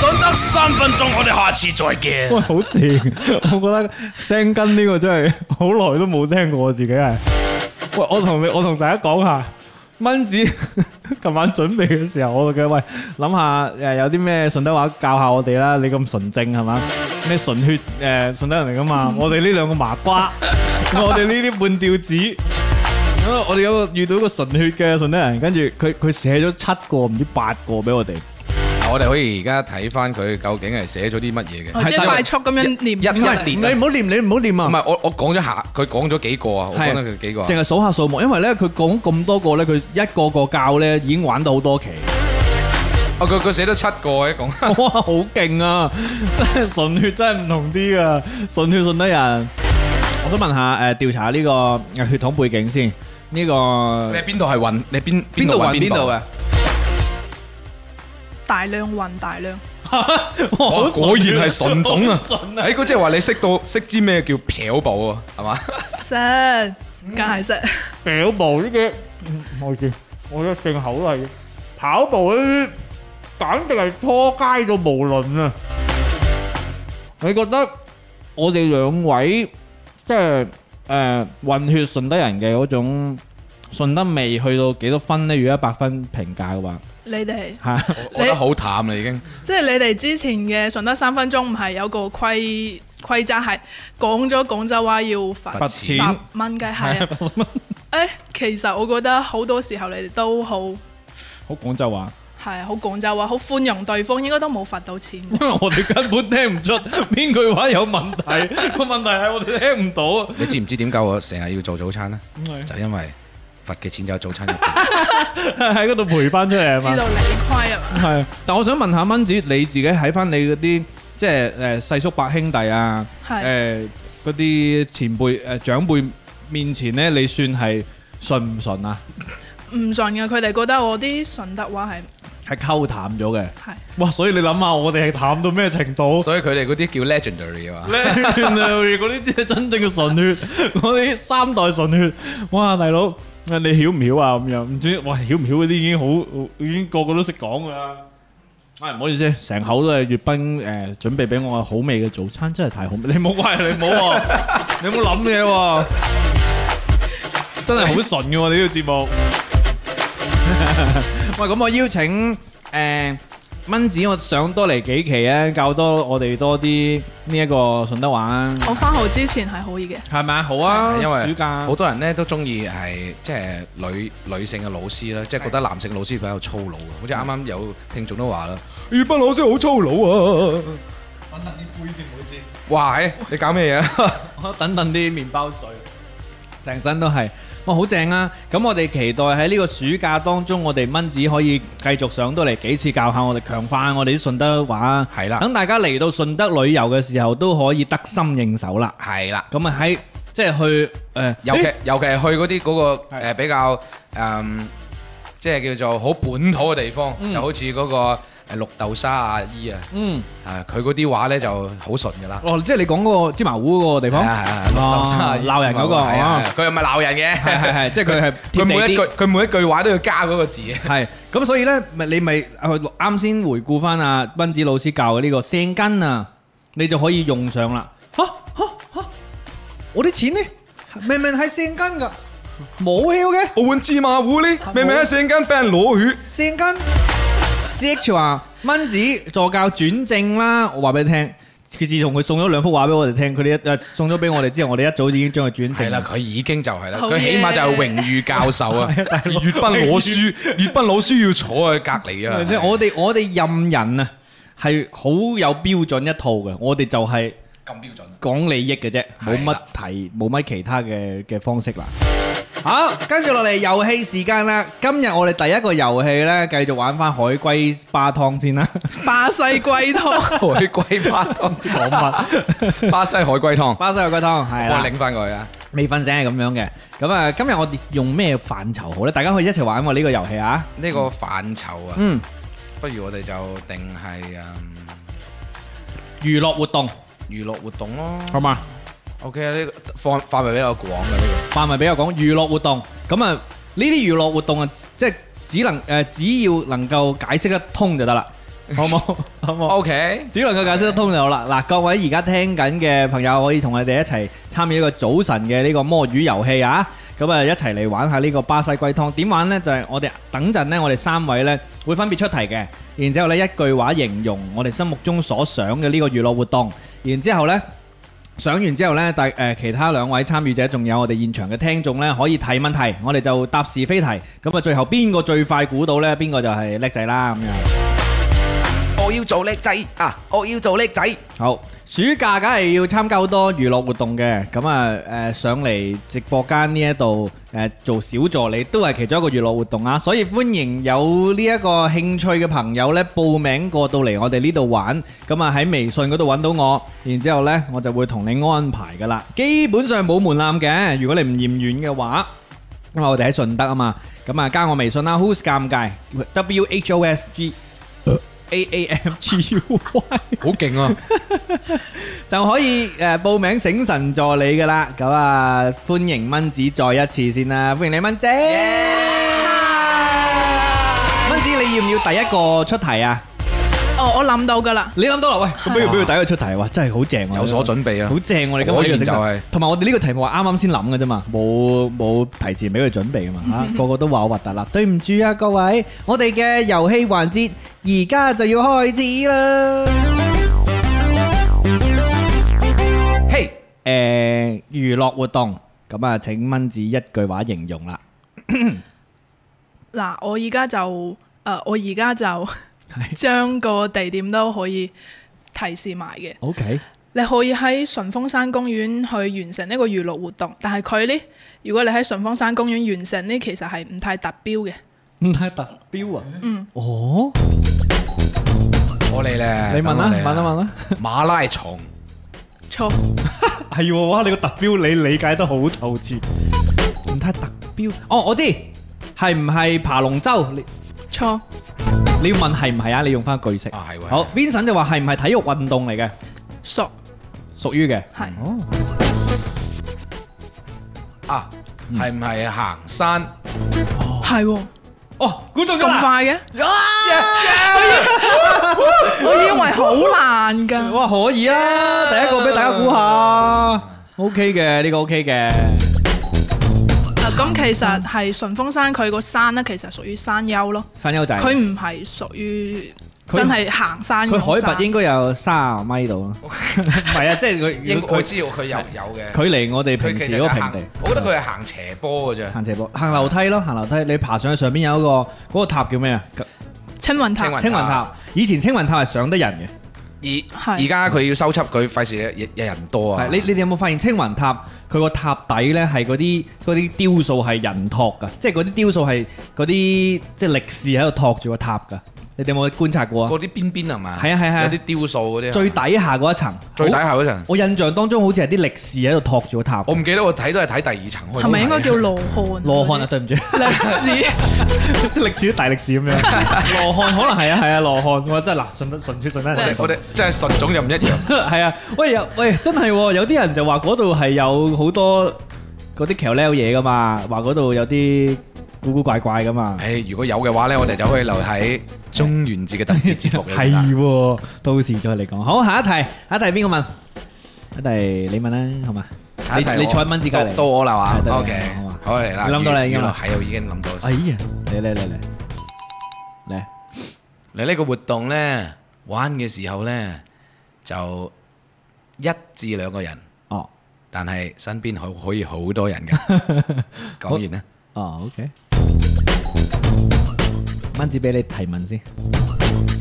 [SPEAKER 6] 順德三分鐘，我哋下次再見。
[SPEAKER 2] 喂，好甜！ 我覺得聲根呢個真係好耐都冇聽過，我自己係。喂，我同你，我同大家講下，蚊子 琴晚準備嘅時候，我嘅喂諗下誒有啲咩順德話教下我哋啦。你咁純正係嘛？咩純血誒、順德人嚟噶 嘛？我哋呢兩個麻瓜， 我哋呢啲半吊子。咁啊我哋有個遇到一個純血嘅順德人，跟住佢佢寫咗七個唔知八個俾我哋。
[SPEAKER 3] 我哋可以而家睇翻佢究竟係寫咗啲乜嘢嘅。
[SPEAKER 5] 哦即係快速咁樣念出
[SPEAKER 3] 一
[SPEAKER 5] 嚟。
[SPEAKER 4] 你唔好念，你唔好念啊！
[SPEAKER 3] 唔係我我講咗下，佢講咗幾個啊？我講咗
[SPEAKER 4] à.
[SPEAKER 3] 佢幾個啊
[SPEAKER 4] 淨係數下數目，因為咧佢講咁多個咧，佢一個個教咧已經玩到好多期，
[SPEAKER 3] 哦，佢佢寫咗七個嘅講。
[SPEAKER 4] 哇，好勁 啊！真係純血真係唔同啲噶，純血順德人。我想問下誒、呃調查呢個血統背景先，呢、個
[SPEAKER 3] 你係邊度係運？你邊
[SPEAKER 4] 邊度啊
[SPEAKER 3] 度啊
[SPEAKER 4] 揾
[SPEAKER 3] 運
[SPEAKER 4] 邊度嘅？
[SPEAKER 5] 大量運大量，
[SPEAKER 3] 哇
[SPEAKER 4] 好啊
[SPEAKER 3] 果然係純種啊！
[SPEAKER 4] 好純啊
[SPEAKER 3] 誒，嗰即係話你識到識知咩叫漂步啊？係嘛？
[SPEAKER 5] 識，梗係識。
[SPEAKER 2] 跑步呢啲，嗯我知，我一定口嚟。跑步呢啲，簡直係拖街到無論啊！
[SPEAKER 4] 你覺得我哋兩位即係誒混血順德人嘅嗰種順德味去到幾多分呢？如果一百分評價嘅話，
[SPEAKER 5] 你哋
[SPEAKER 4] 嚇。
[SPEAKER 3] 我覺得好淡啦已經。
[SPEAKER 5] 即係你哋之前嘅順德三分鐘唔係有個規規則係講咗廣州話要
[SPEAKER 3] 罰
[SPEAKER 5] 罰
[SPEAKER 3] 錢
[SPEAKER 5] 十蚊雞係啊？ 誒，其實我覺得好多時候你哋都好
[SPEAKER 4] 好廣州話，
[SPEAKER 5] 係好廣州話，好寬容對方，應該都冇罰到錢。
[SPEAKER 4] 因為 我哋根本聽唔出邊句話有問題，個問題係我哋聽唔到。
[SPEAKER 3] 你知唔知點解我成日要做早餐呢？就因為罰嘅錢就喺早餐入 邊。
[SPEAKER 2] 喺嗰度培班出嚟係
[SPEAKER 5] 知
[SPEAKER 2] 嘛？
[SPEAKER 5] 道理虧啊嘛？
[SPEAKER 4] 係，但我想問下蚊子，你自己喺翻你嗰啲即係誒細叔伯兄弟啊，
[SPEAKER 5] 係
[SPEAKER 4] 誒嗰啲前輩誒、呃、長輩面前咧，你算係順唔順啊？
[SPEAKER 5] 唔順嘅，佢哋覺得我啲順德話係
[SPEAKER 4] 係溝淡咗嘅。
[SPEAKER 5] 係
[SPEAKER 2] 哇！所以你諗下，我哋係淡到咩程度？
[SPEAKER 3] 所以佢哋嗰啲叫 legendary 啊嘛。
[SPEAKER 2] Legendary 嗰啲真係真正嘅純血，嗰啲三代純血，哇！大佬，你曉唔曉啊？咁樣唔知，哇！曉唔曉嗰啲已經好，已經個個都識講噶啦。
[SPEAKER 4] 唉，唔好意思，成口都係粵賓誒準備俾我嘅好味嘅早餐，真係太好味。你冇怪你冇喎，
[SPEAKER 2] 你有冇諗嘢喎？真係好純嘅喎，你呢個節目。
[SPEAKER 4] 喂，咁我邀請誒蚊子，我上多嚟幾期啊，教多我哋多啲呢一個順德話，啊
[SPEAKER 5] 我翻學之前係可以嘅，
[SPEAKER 4] 係咪啊？好啊，
[SPEAKER 3] 因為
[SPEAKER 4] 暑假
[SPEAKER 3] 好多人咧都中意係即係女女性嘅老師啦，即係覺得男性老師比較粗魯嘅，好似啱啱有聽眾都話啦，葉斌老師好粗魯啊！哇！唉你搞咩嘢啊？
[SPEAKER 4] 等等啲麵包水， 成身都係，哇，好正啊！咁我哋期待喺呢個暑假當中，我哋蚊子可以繼續上到嚟幾次教下我哋，強化我哋啲順德話。啊
[SPEAKER 3] 係啦
[SPEAKER 4] 等大家嚟到順德旅遊嘅時候，都可以得心應手啦。
[SPEAKER 3] 係啦，
[SPEAKER 4] 咁啊喺即係去誒，呃
[SPEAKER 3] 尤
[SPEAKER 4] 咦
[SPEAKER 3] 其尤其係去嗰啲嗰個
[SPEAKER 4] 係
[SPEAKER 3] 誒比較誒，即係叫做好本土嘅地方，就好似嗰個誒綠豆沙阿姨啊，
[SPEAKER 4] 嗯，
[SPEAKER 3] 啊佢嗰啲話咧就好純噶啦。
[SPEAKER 4] 哦，即係你講嗰個芝麻糊嗰個地
[SPEAKER 3] 係
[SPEAKER 4] 方，
[SPEAKER 3] 啊係啊綠豆沙阿姨
[SPEAKER 4] 哦鬧人嗰個
[SPEAKER 3] 係啊
[SPEAKER 4] 哦
[SPEAKER 3] 佢又唔係鬧人嘅，
[SPEAKER 4] 係係係，即係佢係
[SPEAKER 3] 佢
[SPEAKER 4] 貼地
[SPEAKER 3] 每一
[SPEAKER 4] 啲
[SPEAKER 3] 句佢每一句話都要加嗰個字。
[SPEAKER 4] 係，咁所以咧，咪你咪去啱先回顧翻阿温子老師教嘅呢個聲根啊，你就可以用上啦。嚇嚇嚇！我啲錢呢？明明係聲根㗎，冇票嘅
[SPEAKER 3] 我碗芝麻糊呢，明明一瞬間俾人攞血。
[SPEAKER 4] 聲根。C H 話蚊子助教轉正啦，我話俾你聽。佢自從佢送咗兩幅畫俾我哋聽，佢哋一誒送咗俾我哋之後，我哋一早已經將佢轉
[SPEAKER 3] 係
[SPEAKER 4] 正
[SPEAKER 3] 啦，。佢已經就係啦，
[SPEAKER 5] 好
[SPEAKER 3] 佢起碼就係榮譽教授 啊！粵賓老師，粵賓老師要坐喺隔離啊！
[SPEAKER 4] 即係我哋我哋任人啊，係好有標準一套嘅。我哋就係、
[SPEAKER 3] 咁標準，
[SPEAKER 4] 講利益嘅啫，冇
[SPEAKER 3] 係
[SPEAKER 4] 乜
[SPEAKER 3] 啦
[SPEAKER 4] 提，冇乜其他嘅嘅方式啦。好，跟住落嚟遊戲時間啦。今日我哋第一個遊戲呢，繼續玩翻海龜巴湯 先啦。
[SPEAKER 5] 巴西龜湯
[SPEAKER 3] 海龜巴湯講乜？巴西海龜湯，
[SPEAKER 4] 巴西海龜湯係
[SPEAKER 3] 我
[SPEAKER 4] 啦，
[SPEAKER 3] 拎翻佢啊！
[SPEAKER 4] 未瞓醒係咁樣嘅。咁啊，今日我哋用咩範疇好呢？大家可以一齊玩喎呢個遊戲啊。
[SPEAKER 3] 呢個範疇啊，
[SPEAKER 4] 嗯，
[SPEAKER 3] 不如我哋就定係嗯
[SPEAKER 4] 娛樂活動
[SPEAKER 3] 娛樂活動咯。
[SPEAKER 4] 好嘛？
[SPEAKER 3] OK 啊，呢個範範圍比較廣嘅呢個。
[SPEAKER 4] 範圍比較廣，娛樂活動咁啊，呢啲娛樂活動啊，即係只能誒、呃只要能夠解釋得通就得啦，好冇？好冇？
[SPEAKER 3] OK，
[SPEAKER 4] 只能夠解釋得通就好啦。嗱，各位而家聽緊嘅朋友可以同我哋一齊參與呢個早晨嘅呢個摸魚遊戲啊！咁啊，一齊嚟玩下呢個巴西龜湯點玩呢？就係、我哋等陣呢，我哋三位呢會分別出題嘅，然之後呢，一句話形容我哋心目中所想嘅呢個娛樂活動，然之後呢。上完之後呢，大誒、呃其他兩位參與者，仲有我哋現場嘅聽眾呢，可以提問題，我哋就答是非題。咁啊，最後邊個最快估到呢？邊個就係叻仔啦咁樣。
[SPEAKER 3] 我要做叻仔啊！我要做叻仔。
[SPEAKER 4] 好，暑假梗係要參加好多娛樂活動嘅，咁啊誒上嚟直播間呢一度誒做小助理都係其中一個娛樂活動啊，所以歡迎有呢一個興趣嘅朋友呢報名過到嚟我哋呢度玩，咁啊喺微信嗰度揾到我，然之後呢我就會同你安排噶啦，基本上冇門檻嘅，如果你唔嫌遠嘅話。因為我哋喺順德啊嘛，咁啊加我微信啦，Who's 尷尬，W H O S G A A M G U Y。
[SPEAKER 3] 好勁啊！
[SPEAKER 4] 就可以誒報名醒神助理噶啦，咁啊歡迎蚊子再一次先啦，歡迎你蚊姐。蚊子你要唔要第一個出題啊？
[SPEAKER 5] 哦，我諗到㗎啦，
[SPEAKER 4] 你諗到啦，喂，咁不如俾佢第一個出題哇，真係好正喎！
[SPEAKER 3] 有所準備啊！
[SPEAKER 4] 好正我哋今日呢個
[SPEAKER 3] 果然
[SPEAKER 4] 醒
[SPEAKER 3] 就
[SPEAKER 4] 神
[SPEAKER 3] 係
[SPEAKER 4] 同埋我哋呢個題目係啱啱先諗嘅啫嘛，冇冇提前俾佢準 備噶嘛嚇，個個都話我核突啦，對唔住啊各位，我哋嘅遊戲環節而家就要開始啦。
[SPEAKER 3] 嘿，
[SPEAKER 4] 誒娛樂呃活動，咁啊請蚊子一句話形容啦。
[SPEAKER 5] 嗱，我而家就誒、呃我而家就 將個地點都可以提示埋嘅。
[SPEAKER 4] O K，
[SPEAKER 5] 你可以喺順峰山公園去完成呢個娛樂活動，但係佢呢，如果你喺順峰山公園完成呢，其實係唔太達標嘅。
[SPEAKER 4] 唔太特標啊。嗯。哦，
[SPEAKER 3] 我嚟咧，
[SPEAKER 4] 你問啦，問
[SPEAKER 3] 等我嚟啊
[SPEAKER 4] 啦，問啦。
[SPEAKER 3] 馬拉松。
[SPEAKER 5] 錯，
[SPEAKER 2] 係喎，哇！你個特標你理解得好透徹。
[SPEAKER 4] 唔太特標。哦，我知，係唔係爬龍舟？你
[SPEAKER 5] 錯，
[SPEAKER 4] 你要問係唔係啊？你用翻句式。
[SPEAKER 3] 啊係喎
[SPEAKER 4] 好，Vincent 就話係唔係體育運動嚟嘅？
[SPEAKER 5] 索
[SPEAKER 4] 屬於嘅。
[SPEAKER 5] 係
[SPEAKER 3] 啊，係唔係行山？
[SPEAKER 5] 係喎，
[SPEAKER 4] 哦，估到咗
[SPEAKER 5] 咁
[SPEAKER 4] 啦！
[SPEAKER 5] 快嘅， 我以為好難㗎，
[SPEAKER 4] 哇，可以啊！第一個俾大家估下，OK 嘅，呢個 OK 嘅。
[SPEAKER 5] 嗱咁其實係順峰山佢個山咧，其實屬於山丘咯，
[SPEAKER 4] 山丘仔，
[SPEAKER 5] 佢
[SPEAKER 4] 佢
[SPEAKER 5] 唔係屬於
[SPEAKER 4] 佢
[SPEAKER 5] 真係行山嗰種
[SPEAKER 4] 海拔
[SPEAKER 5] 山
[SPEAKER 4] 應該有卅米度 啦。唔係啊，即係
[SPEAKER 3] 應
[SPEAKER 4] 佢
[SPEAKER 3] 我
[SPEAKER 4] 佢
[SPEAKER 3] 知道佢有有嘅。
[SPEAKER 4] 距離我哋
[SPEAKER 3] 佢
[SPEAKER 4] 平
[SPEAKER 3] 其
[SPEAKER 4] 時
[SPEAKER 3] 實
[SPEAKER 4] 嗰個
[SPEAKER 3] 就
[SPEAKER 4] 平
[SPEAKER 3] 行
[SPEAKER 4] 地。，
[SPEAKER 3] 我覺得佢係行斜坡嘅啫。
[SPEAKER 4] 行斜坡，行樓梯咯，行樓梯。你爬上去上邊有一個嗰個塔叫咩啊？
[SPEAKER 5] 青雲
[SPEAKER 3] 青
[SPEAKER 5] 塔
[SPEAKER 3] 雲塔
[SPEAKER 4] 青雲塔。以前青雲塔係上得人嘅。
[SPEAKER 3] 而
[SPEAKER 5] 係
[SPEAKER 3] 而家佢要收葺佢，費事有有人多啊。
[SPEAKER 4] 係你你哋有冇發現青雲塔佢個塔底咧係嗰啲嗰啲雕塑係人托㗎，即係嗰啲雕塑係嗰啲即係力士喺度托住個塔㗎。你哋有冇觀察過啊？
[SPEAKER 3] 嗰啲邊邊係嘛？
[SPEAKER 4] 係啊係啊
[SPEAKER 3] 有啲雕塑嗰啲。
[SPEAKER 4] 最底下嗰一層，
[SPEAKER 3] 最底
[SPEAKER 4] 好。
[SPEAKER 3] 下嗰層，
[SPEAKER 4] 我印象當中好似係啲力士喺度托住個塔。
[SPEAKER 3] 我唔記得我睇都係睇第二層開始。
[SPEAKER 5] 係咪應該叫羅漢？
[SPEAKER 4] 羅漢啊，對唔住，
[SPEAKER 5] 歷 史
[SPEAKER 2] 歷史大歷史咁樣。
[SPEAKER 4] 羅漢可能係啊係啊羅漢，我真係嗱信得信出信得
[SPEAKER 3] 我
[SPEAKER 4] 人
[SPEAKER 3] 哋我哋真係純種又唔一樣。
[SPEAKER 4] 係啊，喂有喂真係喎，有啲人就話嗰度係有好多嗰啲橋撩嘢噶嘛，話嗰度有啲古古怪怪噶嘛。
[SPEAKER 3] 唉，如果有嘅話咧，我哋就可以留喺中元節嘅特別節目 裏
[SPEAKER 4] 係
[SPEAKER 3] 面啦。
[SPEAKER 4] 喎，到時再嚟講。好，下一題，下一題邊個問？下一題你問啦，好嘛？
[SPEAKER 3] 下一題
[SPEAKER 4] 你你
[SPEAKER 3] 我
[SPEAKER 4] 坐喺蚊子隔離
[SPEAKER 3] 到到我啦嘛
[SPEAKER 4] 係到你啦
[SPEAKER 3] ？OK，
[SPEAKER 4] 好嘛
[SPEAKER 3] 好嚟啦。
[SPEAKER 4] 你諗到啦已經
[SPEAKER 3] 原來
[SPEAKER 4] 啦
[SPEAKER 3] 係我已經諗到。
[SPEAKER 4] 哎呀，嚟嚟嚟嚟嚟，
[SPEAKER 3] 你呢個活動呢，玩嘅時候呢，就一至兩個人，
[SPEAKER 4] 哦
[SPEAKER 3] 但係身邊可可以好 多人嘅。講完啦，
[SPEAKER 4] 哦，OK。蚊子俾你提問先。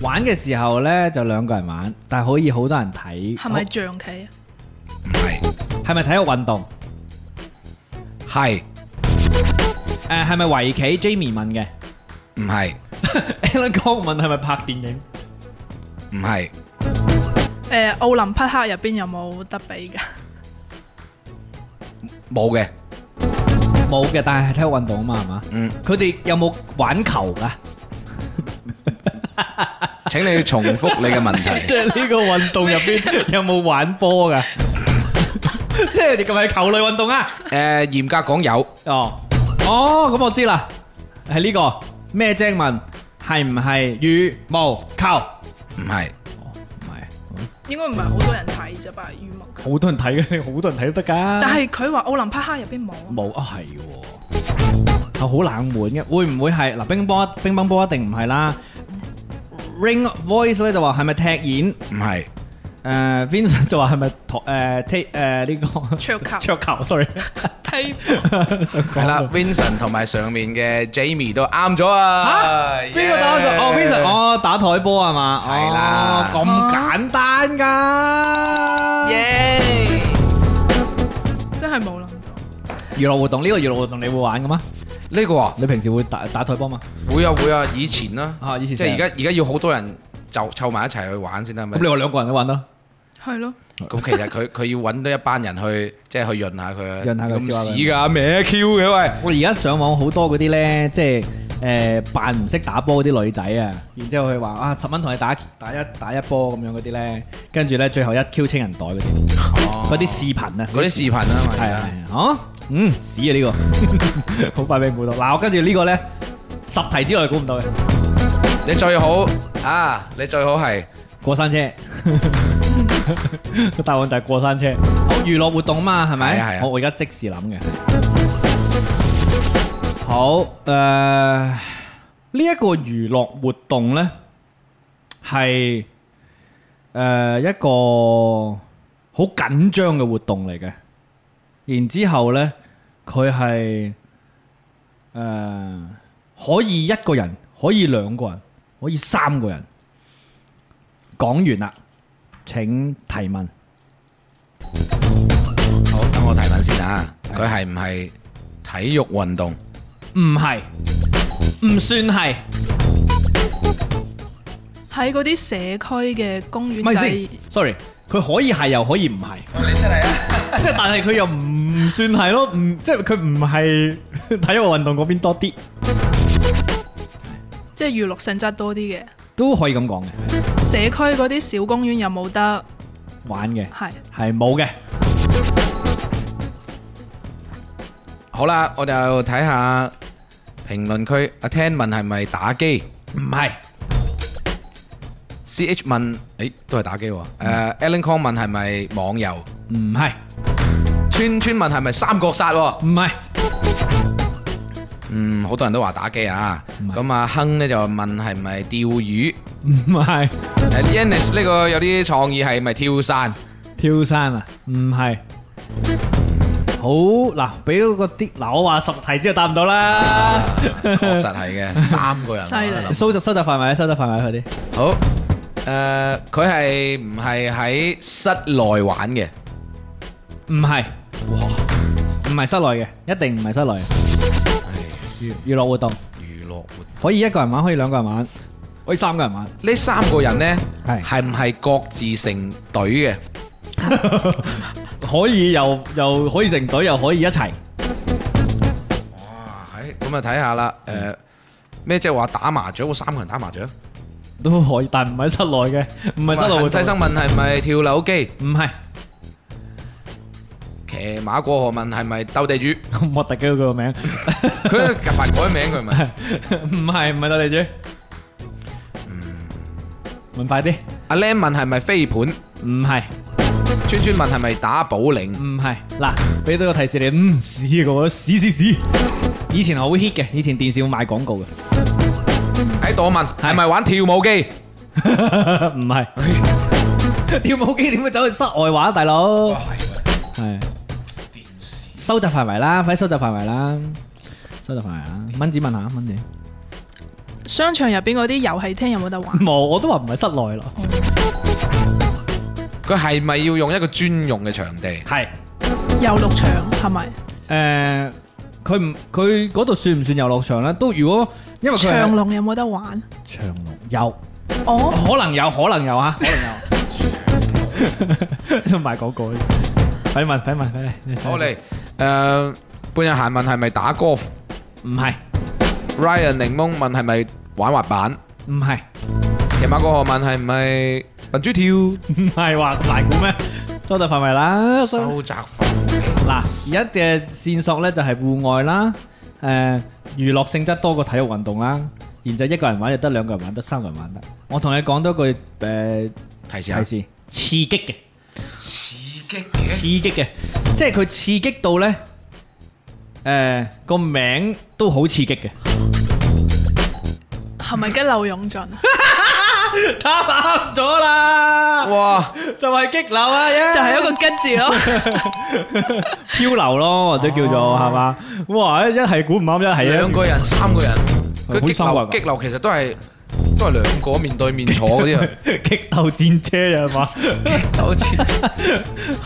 [SPEAKER 4] 玩嘅時候呢，就兩個人玩，但係可以好多人睇。
[SPEAKER 5] 係咪象棋啊？
[SPEAKER 3] 唔係
[SPEAKER 4] 好係咪體育運動？
[SPEAKER 3] 係
[SPEAKER 4] 誒係咪圍棋？Jamie 問嘅
[SPEAKER 3] 唔係
[SPEAKER 4] Alan 江問係咪拍電影？
[SPEAKER 3] 唔係
[SPEAKER 5] 誒奧林匹克入邊有冇得比㗎？
[SPEAKER 3] 冇嘅，
[SPEAKER 4] 冇嘅，但係係體育運動啊嘛，係嘛？
[SPEAKER 3] 嗯，
[SPEAKER 4] 佢哋有冇玩球㗎？
[SPEAKER 3] 請你重複你嘅問
[SPEAKER 4] 即
[SPEAKER 3] 題。
[SPEAKER 4] 係呢個運動入邊 有冇玩波 㗎？即係你咁係球類運動啊？
[SPEAKER 3] 誒，嚴格講有
[SPEAKER 4] 哦，哦，咁我知啦，係呢個咩精問係唔係羽毛球？
[SPEAKER 3] 唔係
[SPEAKER 4] 唔係，
[SPEAKER 5] 應該唔係好多人睇啫吧？羽毛
[SPEAKER 4] 啊
[SPEAKER 5] 球。
[SPEAKER 2] 好多人睇嘅， 好多人睇都得噶。
[SPEAKER 5] 但係佢話奧林匹克入邊冇啊。
[SPEAKER 4] 冇啊，係喎，係好冷門嘅，會唔會係嗱乒乓波？乒乓波一定唔係啦。Ring of Voice 咧就話係咪踢毽？
[SPEAKER 3] 唔係
[SPEAKER 4] 誒 Vincent 就話係咪托誒 take 誒呢個
[SPEAKER 5] 桌球
[SPEAKER 4] 桌球？sorry，
[SPEAKER 5] 踢
[SPEAKER 3] 係啦，Vincent
[SPEAKER 4] 哦
[SPEAKER 3] 同埋上面嘅 Jamie 都啱咗啊！
[SPEAKER 4] 邊個打咗？哦，Vincent，哦打台波係嘛？
[SPEAKER 3] 係啦
[SPEAKER 4] 哦咁簡單㗎。
[SPEAKER 5] 真係冇諗到。
[SPEAKER 4] 娛樂活動呢個娛樂活動你會玩嘅嗎？
[SPEAKER 3] 呢個啊
[SPEAKER 4] 你平時會打打台波嘛？
[SPEAKER 3] 會啊會啊，以前啦，
[SPEAKER 4] 啊以前
[SPEAKER 3] 即係而家而家要好多人就湊埋一齊去玩先得咪
[SPEAKER 4] 咁你話兩個人都玩咯，
[SPEAKER 5] 係咯，
[SPEAKER 3] 咁其實佢佢要揾到一班人去，即係去潤下佢啊。
[SPEAKER 4] 潤下佢
[SPEAKER 3] 咁
[SPEAKER 4] 燒下佢
[SPEAKER 3] 屎㗎，咩 Q 嘅喂！
[SPEAKER 4] 我而家上網好多嗰啲咧，即係誒扮唔識打波嗰啲女仔啊，然之後佢話啊十蚊同你打打一打一波咁樣嗰啲咧，跟住咧最後一 Q 清人袋嗰啲，嗰啲視頻啊，
[SPEAKER 3] 哦嗰啲視頻啊嘛，
[SPEAKER 4] 係啊
[SPEAKER 3] 而家，
[SPEAKER 4] 係啊，啊嗯屎啊呢個， 好快俾人估到。嗱，我跟住呢個咧十題之內估唔到嘅，
[SPEAKER 3] 你最好啊，你最好係
[SPEAKER 4] 過 山車。個答案就係過山車。好娛樂活動嘛，係咪？
[SPEAKER 3] 係啊係啊
[SPEAKER 4] 我我而家即時諗嘅。好，誒呢一個娛樂活動咧係誒呃一個好緊張嘅活動嚟嘅。然之後呢，佢係誒可以一個人，可以兩個人，可以三個人。講完啦，請提問。
[SPEAKER 3] 好，等我提問先啊。佢係唔係體育運動？
[SPEAKER 4] 唔係，唔算係。
[SPEAKER 5] 喺嗰啲社區嘅公園
[SPEAKER 4] 咪
[SPEAKER 5] 仔
[SPEAKER 4] 先。，sorry，佢可以係又可以唔係。你出嚟啊！ 即係但係佢又唔算係咯， 唔即係佢唔係體育運動嗰邊多啲。
[SPEAKER 5] 即係娛樂性質多啲嘅。
[SPEAKER 4] 都可以咁講嘅，
[SPEAKER 5] 社區嗰啲小公園有冇得
[SPEAKER 4] 玩嘅
[SPEAKER 5] 係？
[SPEAKER 4] 係冇嘅。
[SPEAKER 7] 好啦，我就睇下評論區，阿 Ten 問係咪打機？CH 問，誒都係打機喎。誒 Alan Kong 問係咪網遊？川川問係咪三國殺喎？嗯，好多人都話打機啊。咁啊，亨呢就問係咪釣魚？誒 Yannis 呢個有啲創意係咪跳傘？
[SPEAKER 4] 跳山啊？唔係。好嗱，俾嗰個啲嗱，我話十題之後答唔到啦。
[SPEAKER 7] 確實係嘅，三個人
[SPEAKER 5] 犀利
[SPEAKER 7] 我諗
[SPEAKER 4] 收集收集範圍，收集範圍快啲。
[SPEAKER 7] 好，誒佢係唔係喺室內玩嘅？
[SPEAKER 4] 唔係，唔係室內嘅，一定唔係室內嘅娛樂活動，
[SPEAKER 7] 娛樂活
[SPEAKER 4] 可以一個人玩，可以兩個人玩，可以三個人玩。
[SPEAKER 7] 呢三個人呢，
[SPEAKER 4] 係
[SPEAKER 7] 係唔係各自成隊嘅？
[SPEAKER 4] 可以又又可以成隊，又可以一齊。
[SPEAKER 7] 哇，係咁啊睇下啦，誒咩即係話打麻雀？三個人打麻雀？
[SPEAKER 4] 都可以，但唔係室內嘅，唔係室內活
[SPEAKER 7] 陳
[SPEAKER 4] 動
[SPEAKER 7] 世，生問係咪跳樓機？
[SPEAKER 4] 唔係嗯
[SPEAKER 7] 騎馬過河問係咪鬥地主？
[SPEAKER 4] 咁核突嘅佢個名，
[SPEAKER 7] 佢近排改名 佢咪？
[SPEAKER 4] 唔係唔係鬥地主。問快啲，
[SPEAKER 7] 阿 Lam 問係咪飛盤？
[SPEAKER 4] 唔係
[SPEAKER 7] 川川問係咪打保齡？
[SPEAKER 4] 唔係，嗱，俾到個提示你，嗯，屎個屎屎屎，以前好 hit 嘅，以前電視會賣廣告嘅，
[SPEAKER 7] 喺度問係咪玩跳舞機？
[SPEAKER 4] 唔係跳舞機點會走去室外玩，大佬係收集範圍啦，快啲收集範圍啦，收集範圍啦，蚊子問下蚊子，
[SPEAKER 5] 商場入邊嗰啲遊戲廳有冇得玩？
[SPEAKER 4] 冇，我都話唔係室內咯，
[SPEAKER 7] 佢係咪要用一個專用嘅場地？
[SPEAKER 4] 係。
[SPEAKER 5] 遊樂場係咪？
[SPEAKER 4] 誒，佢唔佢嗰度算唔算遊樂場咧？都如果因為佢係
[SPEAKER 5] 長隆有冇得玩？
[SPEAKER 4] 長隆有，
[SPEAKER 5] 哦，
[SPEAKER 4] 可能有，可能有啊，可能有。都賣廣告，快問快問快問，
[SPEAKER 7] 好嚟，誒、呃半日閒問係咪打 golf？Ryan
[SPEAKER 4] 唔係
[SPEAKER 7] 檸檬問係咪玩滑板？
[SPEAKER 4] 唔係
[SPEAKER 7] 騎馬過河問係咪笨豬跳？
[SPEAKER 4] 唔係話咁大股咩？收集範圍啦，收
[SPEAKER 7] 收窄範
[SPEAKER 4] 嗱，而家嘅線索咧就係戶外啦，誒、娛樂性質多過體育運動啦，然之後一個人玩就得，兩個人玩得，三個人玩得。我同你講多句誒、
[SPEAKER 7] 提示
[SPEAKER 4] 提
[SPEAKER 7] 下
[SPEAKER 4] 示，刺激嘅。
[SPEAKER 7] 刺激嘅，
[SPEAKER 4] 刺激嘅，即係佢刺激到呢，誒、個名都好刺激嘅。
[SPEAKER 5] 係咪激流勇進？
[SPEAKER 4] 答啱咗啦，
[SPEAKER 7] 哇！
[SPEAKER 4] 就係激流啊，
[SPEAKER 5] 就係一個吉字咯。
[SPEAKER 4] 漂流咯，或者叫做係嘛？哇，一係估唔啱，一係
[SPEAKER 7] 兩
[SPEAKER 4] 一
[SPEAKER 7] 個人、三個人，佢
[SPEAKER 4] 啊好
[SPEAKER 7] 激
[SPEAKER 4] 三個人
[SPEAKER 7] 流
[SPEAKER 4] 㗎
[SPEAKER 7] 激流其實都係都係兩個面對面坐嗰啲啊，
[SPEAKER 4] 激鬥戰車係嘛？
[SPEAKER 7] 好似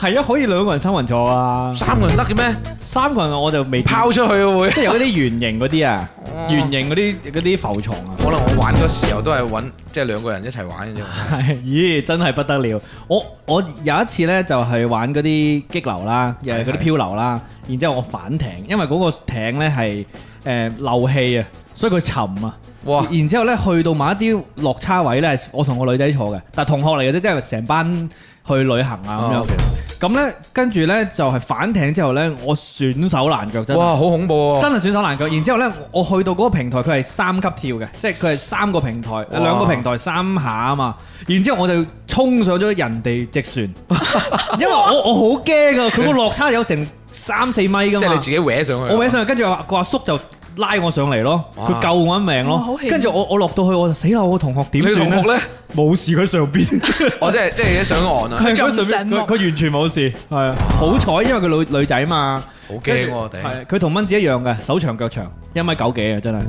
[SPEAKER 4] 係啊，可以兩個人三個人坐啊，
[SPEAKER 7] 三個人得嘅咩？
[SPEAKER 4] 三個人我就未見
[SPEAKER 7] 拋出去會，
[SPEAKER 4] 即係有嗰啲圓形嗰啲啊
[SPEAKER 7] 哦，
[SPEAKER 4] 圓形嗰啲嗰啲浮床啊。
[SPEAKER 7] 可能我玩嗰時候都係揾即係兩個人一齊玩嘅啫。
[SPEAKER 4] 係，咦，真係不得了！我我有一次呢，就係玩嗰啲激流啦，又係嗰啲漂流啦，然之後我反艇，因為嗰個艇呢係誒漏氣啊，所以佢沉啊。
[SPEAKER 7] 哇！
[SPEAKER 4] 然之後呢，去到某一啲落差位呢，我同個女仔坐嘅，但係同學嚟嘅啫，即係成班去旅行啊咁
[SPEAKER 7] 啊
[SPEAKER 4] 樣。咁呢，跟住呢，就係反艇之後呢，我損手爛腳真係。
[SPEAKER 7] 哇，好恐怖
[SPEAKER 4] 真
[SPEAKER 7] 喎！
[SPEAKER 4] 係損手爛腳，然之後呢，我我去到嗰個平台，佢係三級跳嘅，即係佢係三個平台，兩個平台三下啊嘛。然之後我就衝上咗人哋隻船， 因為我我好驚噶，佢個落差有成三四米噶
[SPEAKER 7] 即係你
[SPEAKER 4] 嘛
[SPEAKER 7] 自。己搲上去。啊
[SPEAKER 4] 我搿上去，跟住話個阿叔就拉我上嚟咯，
[SPEAKER 7] 哇
[SPEAKER 4] 佢救我一命
[SPEAKER 5] 哇
[SPEAKER 4] 咯
[SPEAKER 5] 好。險
[SPEAKER 4] 跟住我我落到去，我就死啦！我同學點
[SPEAKER 7] 你
[SPEAKER 4] 算
[SPEAKER 7] 同學
[SPEAKER 4] 呢？
[SPEAKER 7] 咧？
[SPEAKER 4] 冇事，佢上邊，佢
[SPEAKER 7] 哦我即係即係一上岸啊，
[SPEAKER 4] 喺
[SPEAKER 5] 仲
[SPEAKER 4] 上邊
[SPEAKER 5] 醒目
[SPEAKER 4] 佢佢完全冇事，係啊，好彩，因為佢女女仔嘛。
[SPEAKER 7] 好驚喎！頂
[SPEAKER 4] 係佢同蚊子一樣嘅，手長腳長，一米九幾啊，真係，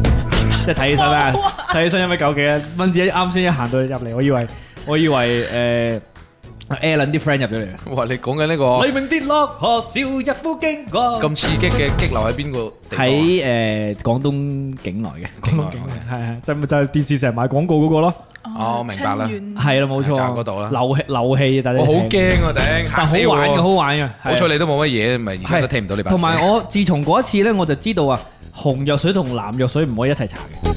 [SPEAKER 4] 即係睇起身啊，睇起身一米九幾啊，蚊子一啱先一行到入嚟，我以為我以為誒 Alan 啲 friend 入咗嚟，
[SPEAKER 7] 哇！你講緊呢個
[SPEAKER 4] 黎明跌落河，小日夫經過，
[SPEAKER 7] 咁刺激嘅激流喺邊個地方啊？
[SPEAKER 4] 喺誒廣東境內嘅，
[SPEAKER 7] 境外嘅
[SPEAKER 4] 係係就咪就係電視成日賣廣告嗰個咯，
[SPEAKER 7] 哦明白啦
[SPEAKER 5] 清遠
[SPEAKER 4] 係啦冇錯，
[SPEAKER 7] 就係嗰度啦
[SPEAKER 4] 漏氣漏氣，但係
[SPEAKER 7] 我好驚啊！頂嚇
[SPEAKER 4] 但
[SPEAKER 7] 死
[SPEAKER 4] 係好玩嘅，好
[SPEAKER 7] 我！
[SPEAKER 4] 玩嘅，
[SPEAKER 7] 好彩你都冇乜嘢，咪而家都聽唔到你把聲。
[SPEAKER 4] 同 à. 埋我自從嗰一次呢，我就知道啊，紅藥水同藍藥水唔可以一齊搽嘅。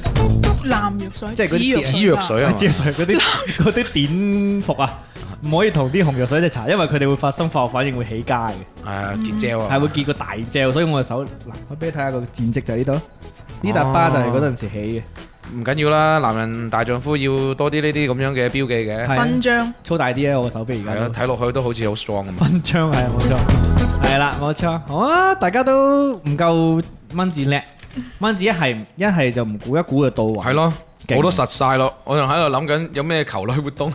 [SPEAKER 5] 藍藥水、
[SPEAKER 4] 即係嗰
[SPEAKER 5] 紫
[SPEAKER 4] 啲
[SPEAKER 5] 藥
[SPEAKER 7] 紫藥水啊嘛，
[SPEAKER 2] 借水嗰 啲嗰啲碘伏啊，唔可以同啲紅藥水一齊搽，因為佢哋會發生化學反應會起家嘅，
[SPEAKER 7] 啊結焦啊，
[SPEAKER 8] 係
[SPEAKER 7] 係
[SPEAKER 8] 會結個大隻，所以我嘅手嗱，
[SPEAKER 4] 我俾你睇下個戰績就係呢度，哦呢笪疤就係嗰陣時起嘅，
[SPEAKER 7] 唔緊要啦，男人大丈夫要多啲呢啲咁樣嘅標記嘅，
[SPEAKER 4] 係啊
[SPEAKER 5] 勳章。
[SPEAKER 4] 粗大啲啊！我個手臂而
[SPEAKER 7] 係
[SPEAKER 4] 家
[SPEAKER 7] 啊，
[SPEAKER 4] 都。
[SPEAKER 7] 睇落去都好似好 strong 咁啊。
[SPEAKER 2] 分槍係啊冇錯。
[SPEAKER 4] 係啦，冇錯。好啊，大家都唔夠蚊子叻，蚊子一係一係就唔估一估就到位。
[SPEAKER 7] 係咯，
[SPEAKER 4] 勁
[SPEAKER 7] 我都實晒咯，我仲喺度諗緊有咩球類活動。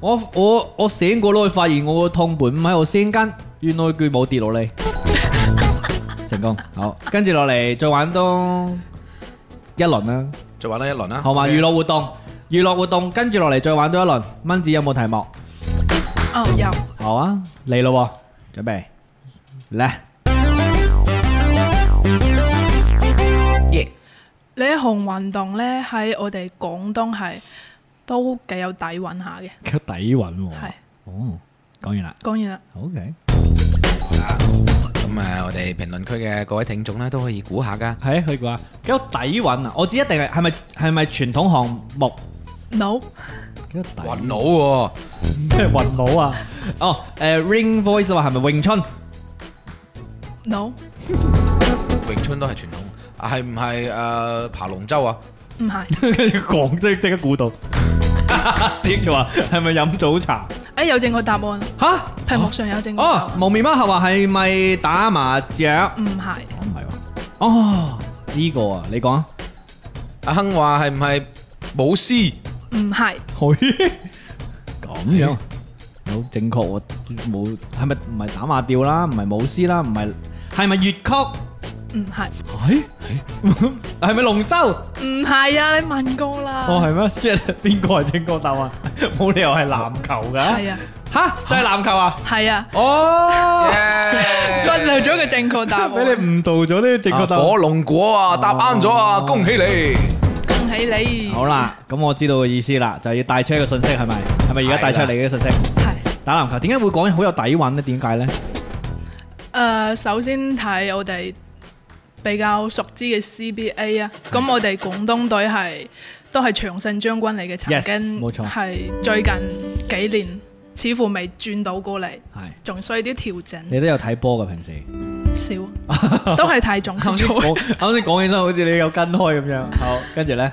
[SPEAKER 4] 我我我醒過咯，發現我個痛本唔喺我先間，原來佢冇跌 落嚟，成功。好，跟住落嚟再玩多一輪啦，
[SPEAKER 7] 再玩多一輪啦，
[SPEAKER 4] 好嘛？
[SPEAKER 7] OK
[SPEAKER 4] 娛樂活動，娛樂活動，跟住落嚟再玩多一輪。蚊子有冇題目？
[SPEAKER 5] 哦，有
[SPEAKER 4] 好啊，嚟咯喎，準備嚟。
[SPEAKER 5] 呢一項運動呢，喺我哋廣東係都幾有底韻下嘅。
[SPEAKER 8] 佢底韻喎。
[SPEAKER 5] 係
[SPEAKER 8] 哦，講完啦
[SPEAKER 5] 講完啦，
[SPEAKER 8] ，OK。
[SPEAKER 7] 咁啊，我哋評論區嘅各位聽眾咧都可以估下噶。
[SPEAKER 8] 係啊，佢話幾有底韻啊！我知一定係係咪係咪傳統項目？
[SPEAKER 5] no
[SPEAKER 8] 幾有底韻
[SPEAKER 7] 暈佬喎，
[SPEAKER 2] 咩雲佬啊？
[SPEAKER 8] 哦，誒 Ring Voice 話係咪詠 春？
[SPEAKER 5] no
[SPEAKER 7] 詠春都係傳統，啊係唔係誒爬龍舟啊？
[SPEAKER 5] 唔係。
[SPEAKER 2] 跟住講即即刻估到，
[SPEAKER 8] 小玉 話係咪飲早茶？
[SPEAKER 5] 誒有正確答案，
[SPEAKER 4] 吓
[SPEAKER 5] 屏幕上有正確答
[SPEAKER 4] 哦
[SPEAKER 5] 案，，
[SPEAKER 4] 無面貓俠話係咪打麻雀？
[SPEAKER 5] 唔係
[SPEAKER 4] 唔
[SPEAKER 2] 啊
[SPEAKER 4] 係喎。哦，呢個啊，你講 啊。
[SPEAKER 7] 阿亨話係唔係舞獅？
[SPEAKER 5] 唔係
[SPEAKER 4] 咁樣好正確，我冇係咪唔係打馬吊啦，唔係舞獅啦，唔係係咪粵曲？
[SPEAKER 5] 唔係
[SPEAKER 4] 係係咪龍舟？
[SPEAKER 5] 唔係啊！你問過啦，
[SPEAKER 2] 哦係咩？shit，邊個係正確答案？冇理由係籃球㗎。
[SPEAKER 5] 係啊
[SPEAKER 4] 吓，就係籃球 啊！
[SPEAKER 5] 係啊，
[SPEAKER 4] 哦，
[SPEAKER 5] 忽略咗個正確答案，
[SPEAKER 2] 俾你誤導咗呢個正確答案。
[SPEAKER 7] 火龍果啊，答啱咗啊，恭喜你！
[SPEAKER 5] 恭喜你。
[SPEAKER 4] 好啦，咁我知道個意思啦，就係要帶出一個信息係咪？係咪而家帶出嚟嘅信息？
[SPEAKER 5] 係
[SPEAKER 4] 打籃球點解會講好有底韻呢？點解呢？
[SPEAKER 5] 誒、呃首先睇我哋比較熟知嘅 CBA 啊，咁我哋廣東隊係都係長勝將軍嚟嘅，曾
[SPEAKER 4] Yes，
[SPEAKER 5] 經
[SPEAKER 4] 冇錯
[SPEAKER 5] 係最近幾年似乎未轉到過嚟，
[SPEAKER 4] 係
[SPEAKER 5] 仲需要啲調整
[SPEAKER 4] 你都有睇波㗎平時？
[SPEAKER 5] 少，都係睇 總決賽。
[SPEAKER 2] 講啱先講起身，好似你有跟開咁樣。
[SPEAKER 4] 好，跟住呢，
[SPEAKER 5] 誒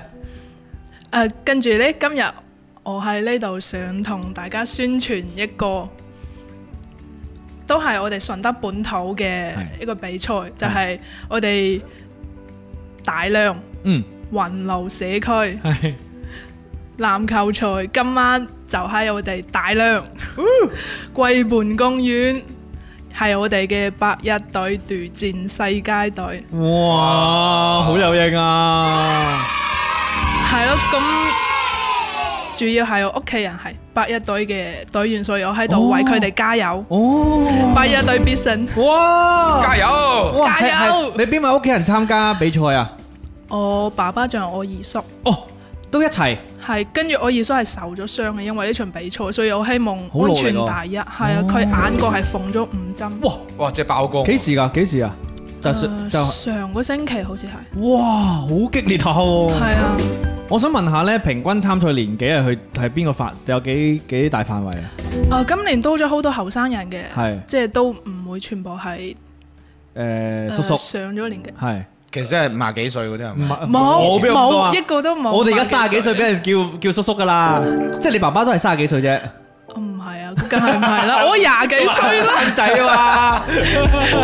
[SPEAKER 5] 呃跟住呢，今日我喺呢度想同大家宣傳一個，都係我哋順德本土嘅
[SPEAKER 4] 係
[SPEAKER 5] 一個比賽，就係我哋大量
[SPEAKER 4] 嗯
[SPEAKER 5] 雲路社區籃球賽，今晚就喺我哋大量 桂畔公園，係我哋嘅八一隊對戰世界隊。
[SPEAKER 2] 哇，好有型啊！
[SPEAKER 5] 係咯，咁主要係我屋企人係八一隊嘅隊員，所以我喺度為佢哋加油。
[SPEAKER 4] 哦，
[SPEAKER 5] 八一隊必勝，
[SPEAKER 4] 哇，
[SPEAKER 7] 加油！
[SPEAKER 4] 哇係
[SPEAKER 5] 加油
[SPEAKER 4] 係你邊位屋企人參加比賽啊？
[SPEAKER 5] 我爸爸仲有我二叔，
[SPEAKER 4] 哦，都一齊。
[SPEAKER 5] 係跟住我二叔係受咗傷嘅，因為呢場比賽，所以我希望
[SPEAKER 4] 好努力哦
[SPEAKER 5] 安全第一。係啊，佢眼角係縫咗五針。
[SPEAKER 4] 哇！
[SPEAKER 7] 哇，只爆光！
[SPEAKER 4] 幾時㗎？幾時啊？就
[SPEAKER 5] 呃
[SPEAKER 4] 上就
[SPEAKER 5] 上個星期好似係，
[SPEAKER 4] 哇，好激烈下喎！
[SPEAKER 5] 係啊，
[SPEAKER 4] 我想問下咧，平均參賽年紀係去係邊個範？有幾幾大範圍啊？
[SPEAKER 5] 啊今年多咗好多後生人嘅，
[SPEAKER 4] 係
[SPEAKER 5] 即係都唔會全部係
[SPEAKER 4] 誒，
[SPEAKER 5] 呃
[SPEAKER 4] 叔叔
[SPEAKER 5] 上咗年嘅，
[SPEAKER 4] 係
[SPEAKER 7] 其實真係五廿幾歲嗰
[SPEAKER 2] 嗯
[SPEAKER 7] 啲係啊咪？
[SPEAKER 5] 冇
[SPEAKER 2] 我邊有咁多啊
[SPEAKER 5] 冇一個都冇。
[SPEAKER 4] 我哋而家三十幾歲
[SPEAKER 5] 嘅
[SPEAKER 4] 俾人叫叫叔叔㗎啦，即係你爸爸都係三十幾歲啫，
[SPEAKER 5] 唔係啊，梗係唔係啦， 我廿幾歲 啦，
[SPEAKER 4] 仔啊嘛，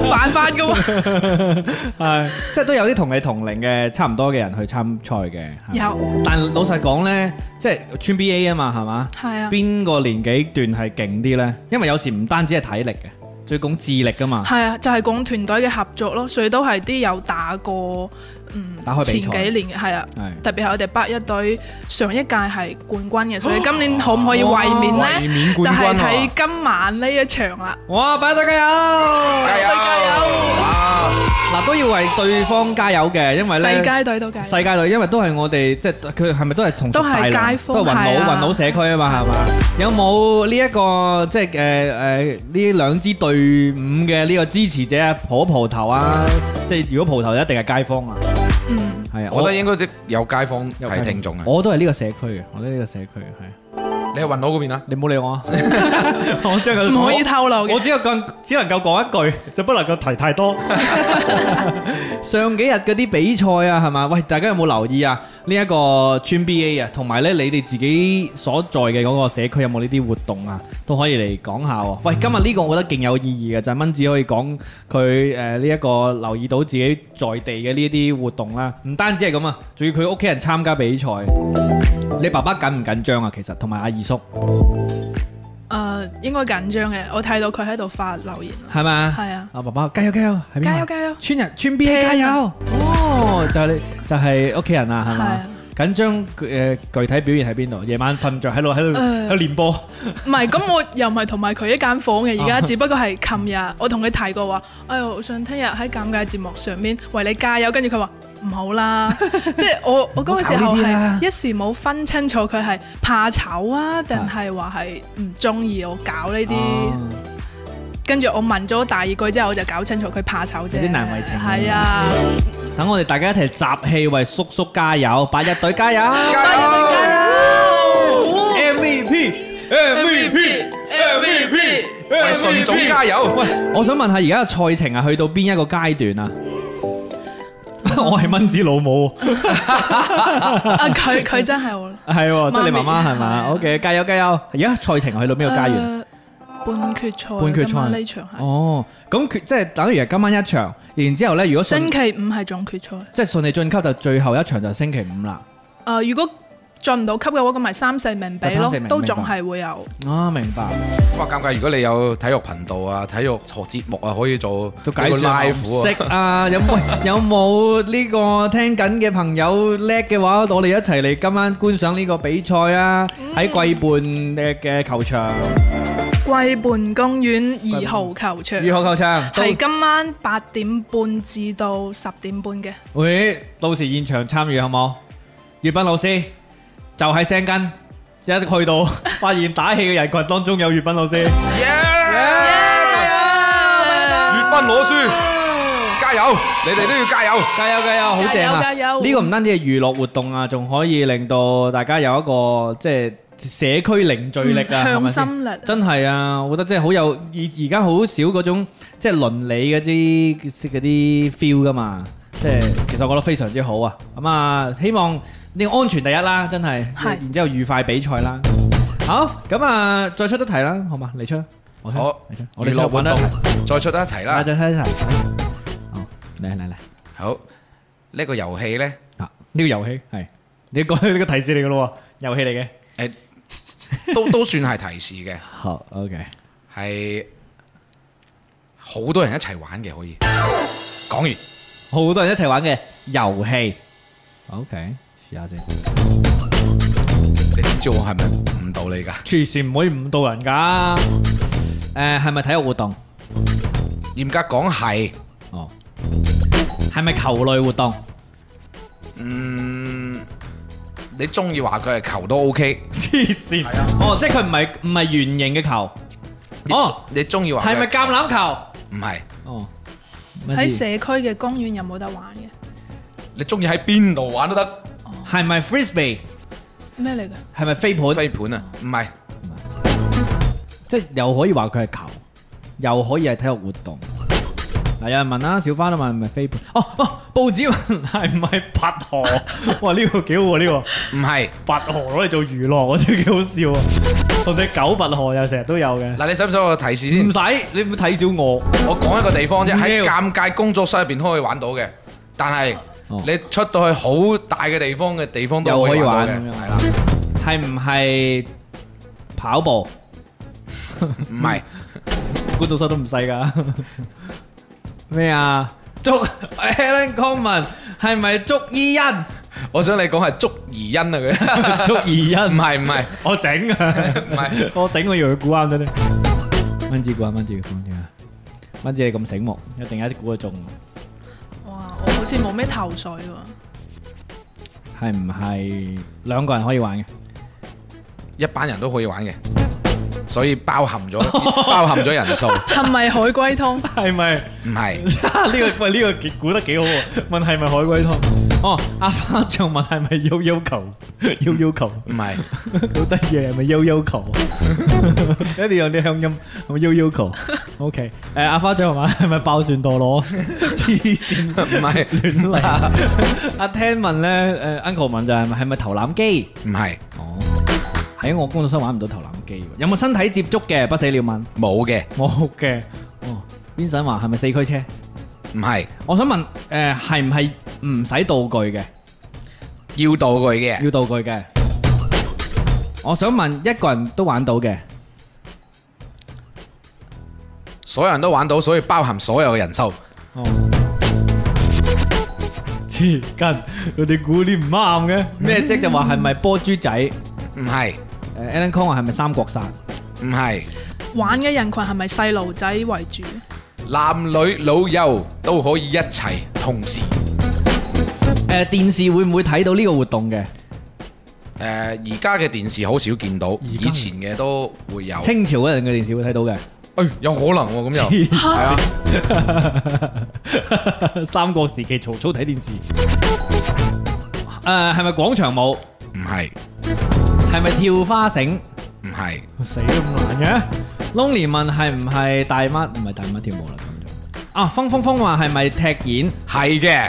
[SPEAKER 5] 犯法噶 喎，
[SPEAKER 4] 係即係都有啲同你同齡嘅差唔多嘅人去參賽嘅。係
[SPEAKER 5] 有
[SPEAKER 4] 但老實講咧，即係穿 BA 啊嘛，係嘛？
[SPEAKER 5] 係啊，
[SPEAKER 4] 邊個年紀段係勁啲呢？因為有時唔單止係體力嘅，最講智力 噶嘛。
[SPEAKER 5] 係啊，就係講團隊嘅合作咯，所以都係啲有打過嗯
[SPEAKER 4] 打開
[SPEAKER 5] 前
[SPEAKER 4] 比賽
[SPEAKER 5] 幾年嘅係啊，
[SPEAKER 4] 係
[SPEAKER 5] 特別係我哋八一隊上一屆係冠軍嘅，
[SPEAKER 4] 哦
[SPEAKER 5] 所以今年可唔可以衛冕
[SPEAKER 7] 衛
[SPEAKER 5] 呢？
[SPEAKER 7] 冕
[SPEAKER 5] 就
[SPEAKER 7] 冠
[SPEAKER 5] 係
[SPEAKER 7] 軍
[SPEAKER 5] 睇
[SPEAKER 7] 啊！
[SPEAKER 5] 今晚呢一場啦，
[SPEAKER 4] 哇！擺隊加油！
[SPEAKER 7] 加油！啊
[SPEAKER 4] 嗱，都要為對方加油嘅，因為呢
[SPEAKER 5] 世界隊都計，
[SPEAKER 4] 世界隊，因為都係我哋即係佢係咪都係同屬
[SPEAKER 5] 都係
[SPEAKER 4] 大量
[SPEAKER 5] 街坊
[SPEAKER 4] 都係雲
[SPEAKER 5] 係
[SPEAKER 4] 佬
[SPEAKER 5] 啊
[SPEAKER 4] 雲佬社區啊嘛，係嘛？有冇呢一個即係誒誒呢兩支隊伍嘅呢個支持者啊？蒲一蒲頭啊！即係如果蒲頭一定係街坊啊！
[SPEAKER 5] 嗯，
[SPEAKER 2] 係啊，
[SPEAKER 7] 我覺得應該啲有街坊
[SPEAKER 2] 有
[SPEAKER 7] 係聽眾啊。
[SPEAKER 2] 我都係呢個社區嘅，我都係呢個社區嘅，係
[SPEAKER 7] 你係雲佬嗰邊啊？
[SPEAKER 2] 你唔好理我 啊，我將
[SPEAKER 4] 嗯
[SPEAKER 2] 佢
[SPEAKER 5] 唔可以透露
[SPEAKER 2] 我
[SPEAKER 5] 嘅。
[SPEAKER 2] 只有講，只能夠講一句，就不能夠提太多。
[SPEAKER 4] 上幾日嗰啲比賽啊，係嘛？喂，大家有冇留意啊？呢、一個村 BA 啊，同埋咧你哋自己所在嘅嗰個社區有冇呢啲活動啊？都可以嚟講下喎、喂，今日呢個我覺得勁有意義嘅，就係、蚊子可以講佢誒呃呢一個留意到自己在地嘅呢啲活動啦。唔單止係咁啊，仲要佢屋企人參加比賽。你爸爸緊唔緊張啊？其實同埋阿二叔
[SPEAKER 5] 誒，呃應該緊張嘅，我睇到佢喺度發留言啦。
[SPEAKER 4] 係咪啊？
[SPEAKER 5] 係啊，
[SPEAKER 4] 阿爸爸加油加油，喺邊啊
[SPEAKER 5] 加油加油！
[SPEAKER 4] 村人村 BA 加油！哦，就係你就係屋企人啊，係
[SPEAKER 5] 係
[SPEAKER 4] 嘛
[SPEAKER 5] 啊？
[SPEAKER 4] 緊張誒呃具體表現喺邊度？夜晚瞓唔着喺度喺度
[SPEAKER 5] 誒
[SPEAKER 4] 喺度練波，
[SPEAKER 5] 唔係，咁我又唔係同埋佢一間房嘅，而
[SPEAKER 4] 哦
[SPEAKER 5] 家只不過係琴日我同佢提過話，哎呀，我想聽日喺尷尬節目上面為你加油，跟住佢話唔好 啦，即係我我嗰個時候
[SPEAKER 4] 唔好搞呢啲啦
[SPEAKER 5] 係一時冇分清楚佢係怕醜啊，定係話係唔中意我搞呢
[SPEAKER 4] 哦啊
[SPEAKER 5] 啲，跟住我問咗第二句之後，我就搞清楚佢怕醜啫，
[SPEAKER 4] 有啲難為情啊
[SPEAKER 5] 係啊，
[SPEAKER 4] 等我哋大家一齊集氣為叔叔加油，八一隊加油！MVP MVP。
[SPEAKER 5] MVP
[SPEAKER 7] 喂，順總加油！
[SPEAKER 4] 喂，我想問下而家嘅賽程係去到邊一個階段啊？ 我係蚊子老母，
[SPEAKER 5] 啊，佢佢真係我。
[SPEAKER 4] 係喎，即係你媽
[SPEAKER 5] 媽
[SPEAKER 4] 媽係
[SPEAKER 5] 咪
[SPEAKER 4] 嘛
[SPEAKER 5] 係
[SPEAKER 4] ？OK，加油加油！而家賽程係去到邊個階段？
[SPEAKER 5] 誒呃半決賽，
[SPEAKER 4] 半決賽
[SPEAKER 5] 今晚呢場係
[SPEAKER 4] 哦，咁決即係等於係今晚一場，然之後咧，如果
[SPEAKER 5] 星
[SPEAKER 4] 順
[SPEAKER 5] 期五係總決賽。
[SPEAKER 4] 即係順利晉級，就最後一場就星期五啦。
[SPEAKER 5] 誒，如果進唔到級嘅話，咁咪三四名比
[SPEAKER 4] 就三
[SPEAKER 5] 咯
[SPEAKER 4] 四名，
[SPEAKER 5] 都仲係會有。
[SPEAKER 4] 啊，明白。
[SPEAKER 7] 哇，尷尬！如果你有體育頻道啊、體育學節目啊，可以做
[SPEAKER 4] 做
[SPEAKER 7] 呢
[SPEAKER 4] 解
[SPEAKER 7] 個
[SPEAKER 4] 説啊
[SPEAKER 7] live
[SPEAKER 4] 唔
[SPEAKER 7] 啊
[SPEAKER 4] 識。啊，有冇喂有冇呢個聽緊嘅朋友叻嘅話，我哋一齊嚟今晚觀賞呢個比賽啊！
[SPEAKER 5] Ừ.
[SPEAKER 4] 喺桂畔嘅嘅球場，
[SPEAKER 5] 桂畔公園二號球場
[SPEAKER 4] 如何球場？
[SPEAKER 5] 係
[SPEAKER 4] 到
[SPEAKER 5] 今晚八點半至到十點半嘅。
[SPEAKER 4] 喂，到時現場參與好冇？粵斌老師就喺聲根，一 去到發現打氣嘅人群當中有粵斌老
[SPEAKER 5] Ừ.
[SPEAKER 4] 師。嗯
[SPEAKER 7] 粵賓攞書，加油！你哋都要加油！
[SPEAKER 4] 加油加油，好正啊！
[SPEAKER 5] 加油加油
[SPEAKER 4] 呢個唔單止係娛樂活動啊，仲可以令到大家有一個即係社區凝聚力啊，
[SPEAKER 5] 嗯
[SPEAKER 4] 係咪 先
[SPEAKER 5] 向心力
[SPEAKER 4] 真係啊！我覺得真係好有而而家好少嗰種即係倫理嗰啲嗰啲 feel 噶嘛，即係其實我覺得非常之好啊！咁啊，希望你安全第一啦，真係，
[SPEAKER 5] 係
[SPEAKER 4] 然之後愉快比賽啦。好，咁啊，再出一題啦，好嘛？你出，我出，
[SPEAKER 7] 好
[SPEAKER 4] 你出，我哋
[SPEAKER 7] 娛
[SPEAKER 4] 再
[SPEAKER 7] 樂活
[SPEAKER 4] 玩一
[SPEAKER 7] 動
[SPEAKER 4] 題，
[SPEAKER 7] 再出一題
[SPEAKER 4] 啊
[SPEAKER 7] 啦。
[SPEAKER 4] 再出一題。好，嚟嚟嚟。
[SPEAKER 7] 好，呢個遊戲呢，
[SPEAKER 4] 啊！呢個遊戲係你講呢個 提示嚟嘅咯喎，遊戲嚟嘅。
[SPEAKER 7] 誒都都算係提示嘅，
[SPEAKER 4] 好，OK。
[SPEAKER 7] 係好多人一齊玩嘅，可以。講完，
[SPEAKER 4] 好多人一齊玩嘅遊戲。OK，試下先。
[SPEAKER 7] 你點知我係咪誤導你㗎？
[SPEAKER 4] 隨時唔可以誤導人㗎。誒，係咪體育活動？
[SPEAKER 7] 嚴格講係，
[SPEAKER 4] 哦，係咪球類活動？
[SPEAKER 7] 嗯，你中意話佢係球都 OK，
[SPEAKER 4] 黐線！哦，即係佢唔係唔係圓形嘅球。
[SPEAKER 7] 你
[SPEAKER 4] 哦，
[SPEAKER 7] 你中意話佢
[SPEAKER 4] 係咪橄欖球？
[SPEAKER 7] 唔係，
[SPEAKER 4] 哦，
[SPEAKER 5] 喺社區嘅公園有冇得玩嘅？
[SPEAKER 7] 你中意喺邊度玩都得。
[SPEAKER 4] 係咪 frisbee？
[SPEAKER 5] 咩嚟嘅？
[SPEAKER 4] 係咪飛盤？
[SPEAKER 7] 飛盤啊，唔係，
[SPEAKER 4] 即係又可以話佢係球，又可以係體育活動。嗱，有人問啦，小花都問係咪飛盤？哦哦，報紙問係唔係拔河？哇，呢、個幾好喎、呢、個
[SPEAKER 7] 唔係。
[SPEAKER 4] 拔河攞嚟做娛樂，我覺得幾好笑啊！ 同只狗拔河又成日都有嘅。
[SPEAKER 7] 嗱，你使唔使我提示先
[SPEAKER 4] 唔？使，你唔好睇小我。
[SPEAKER 7] 我講一個地方啫，
[SPEAKER 4] 唔
[SPEAKER 7] 喺
[SPEAKER 4] 要
[SPEAKER 7] 尷尬工作室入邊可以玩到嘅，但係
[SPEAKER 4] 哦
[SPEAKER 7] 你出到去好大嘅地方嘅地方
[SPEAKER 4] Dạ,
[SPEAKER 7] 都可以玩到
[SPEAKER 4] 又可以
[SPEAKER 7] 嘅，
[SPEAKER 4] 玩
[SPEAKER 7] 係啦，
[SPEAKER 4] 係唔係跑步？
[SPEAKER 7] 唔係
[SPEAKER 4] 觀眾室都唔細 㗎。咩啊？祝 Alan Coleman 係咪祝伊恩？
[SPEAKER 7] 我想你講係捉怡欣啊佢，
[SPEAKER 4] 祝伊
[SPEAKER 7] 唔
[SPEAKER 4] 恩？
[SPEAKER 7] 係唔係
[SPEAKER 4] 我整 啊！
[SPEAKER 7] 唔係，
[SPEAKER 4] 我整我以為佢估啱咗咧。蚊子估啱，蚊子估啱啊！蚊子你咁醒目，一定一估得中。
[SPEAKER 5] 哇！我好似冇咩頭緒喎。
[SPEAKER 4] 係唔係兩個人可以玩嘅？
[SPEAKER 7] 一班人都可以玩嘅，所以包含咗 包含咗人數，唔
[SPEAKER 5] 係咪海龜湯？
[SPEAKER 4] 係咪？
[SPEAKER 7] 係
[SPEAKER 2] 啊
[SPEAKER 4] 呢個喂呢個估得幾好喎？問係咪海龜湯？
[SPEAKER 2] 哦，阿
[SPEAKER 4] à,
[SPEAKER 2] 花仲問係咪悠悠球？ 悠悠球
[SPEAKER 7] 唔係，
[SPEAKER 2] 好得意，啊係咪悠悠球？ 一定有啲鄉音，係咪悠悠球？OK，誒
[SPEAKER 4] à,
[SPEAKER 2] 阿花 長話係咪爆旋陀螺？黐線
[SPEAKER 7] 唔係，
[SPEAKER 2] 亂嚟！ 阿聽問
[SPEAKER 4] ờ,
[SPEAKER 2] 咧，誒 Uncle 問就係咪係咪投籃機？
[SPEAKER 7] 唔係，
[SPEAKER 2] 哦，
[SPEAKER 4] 喺我工作室玩唔到投籃機喎，有冇身體接觸嘅？不死鳥問。
[SPEAKER 7] 冇嘅，
[SPEAKER 2] 冇嘅，
[SPEAKER 4] 哦，Vincent 話係咪四驅車？
[SPEAKER 7] 唔係，
[SPEAKER 4] 我想問誒係唔係唔使道具嘅？
[SPEAKER 7] 要道具嘅，
[SPEAKER 4] 要道具嘅。我想問一個人都玩到嘅，
[SPEAKER 7] 所有人都玩到，所以包含所有嘅人數。
[SPEAKER 2] 黐筋，佢哋估啲唔啱嘅。
[SPEAKER 4] 咩即就話係咪波豬仔？誒
[SPEAKER 7] 唔係，
[SPEAKER 4] Alan Kong 話係咪三國殺？
[SPEAKER 7] 唔係，
[SPEAKER 5] 玩嘅人群係咪細路仔為主？
[SPEAKER 7] 男女老幼都可以一齊同時。
[SPEAKER 4] 誒電視會唔會睇到呢個活動嘅？
[SPEAKER 7] 誒，而家嘅電視好少見到，以前嘅都會有。
[SPEAKER 4] 清朝嗰陣嘅電視會睇到嘅。
[SPEAKER 7] 誒，有可能喎，咁又係啊，
[SPEAKER 2] 三國時期曹操睇電視，
[SPEAKER 4] 誒係咪廣場舞？
[SPEAKER 7] 唔係，
[SPEAKER 4] 係咪跳花繩
[SPEAKER 7] 唔係，
[SPEAKER 2] 死都咁難
[SPEAKER 4] ？Lonely 問係唔係大媽？唔係大媽跳舞啦咁就。啊，風風風話係咪踢毽？
[SPEAKER 7] 係嘅。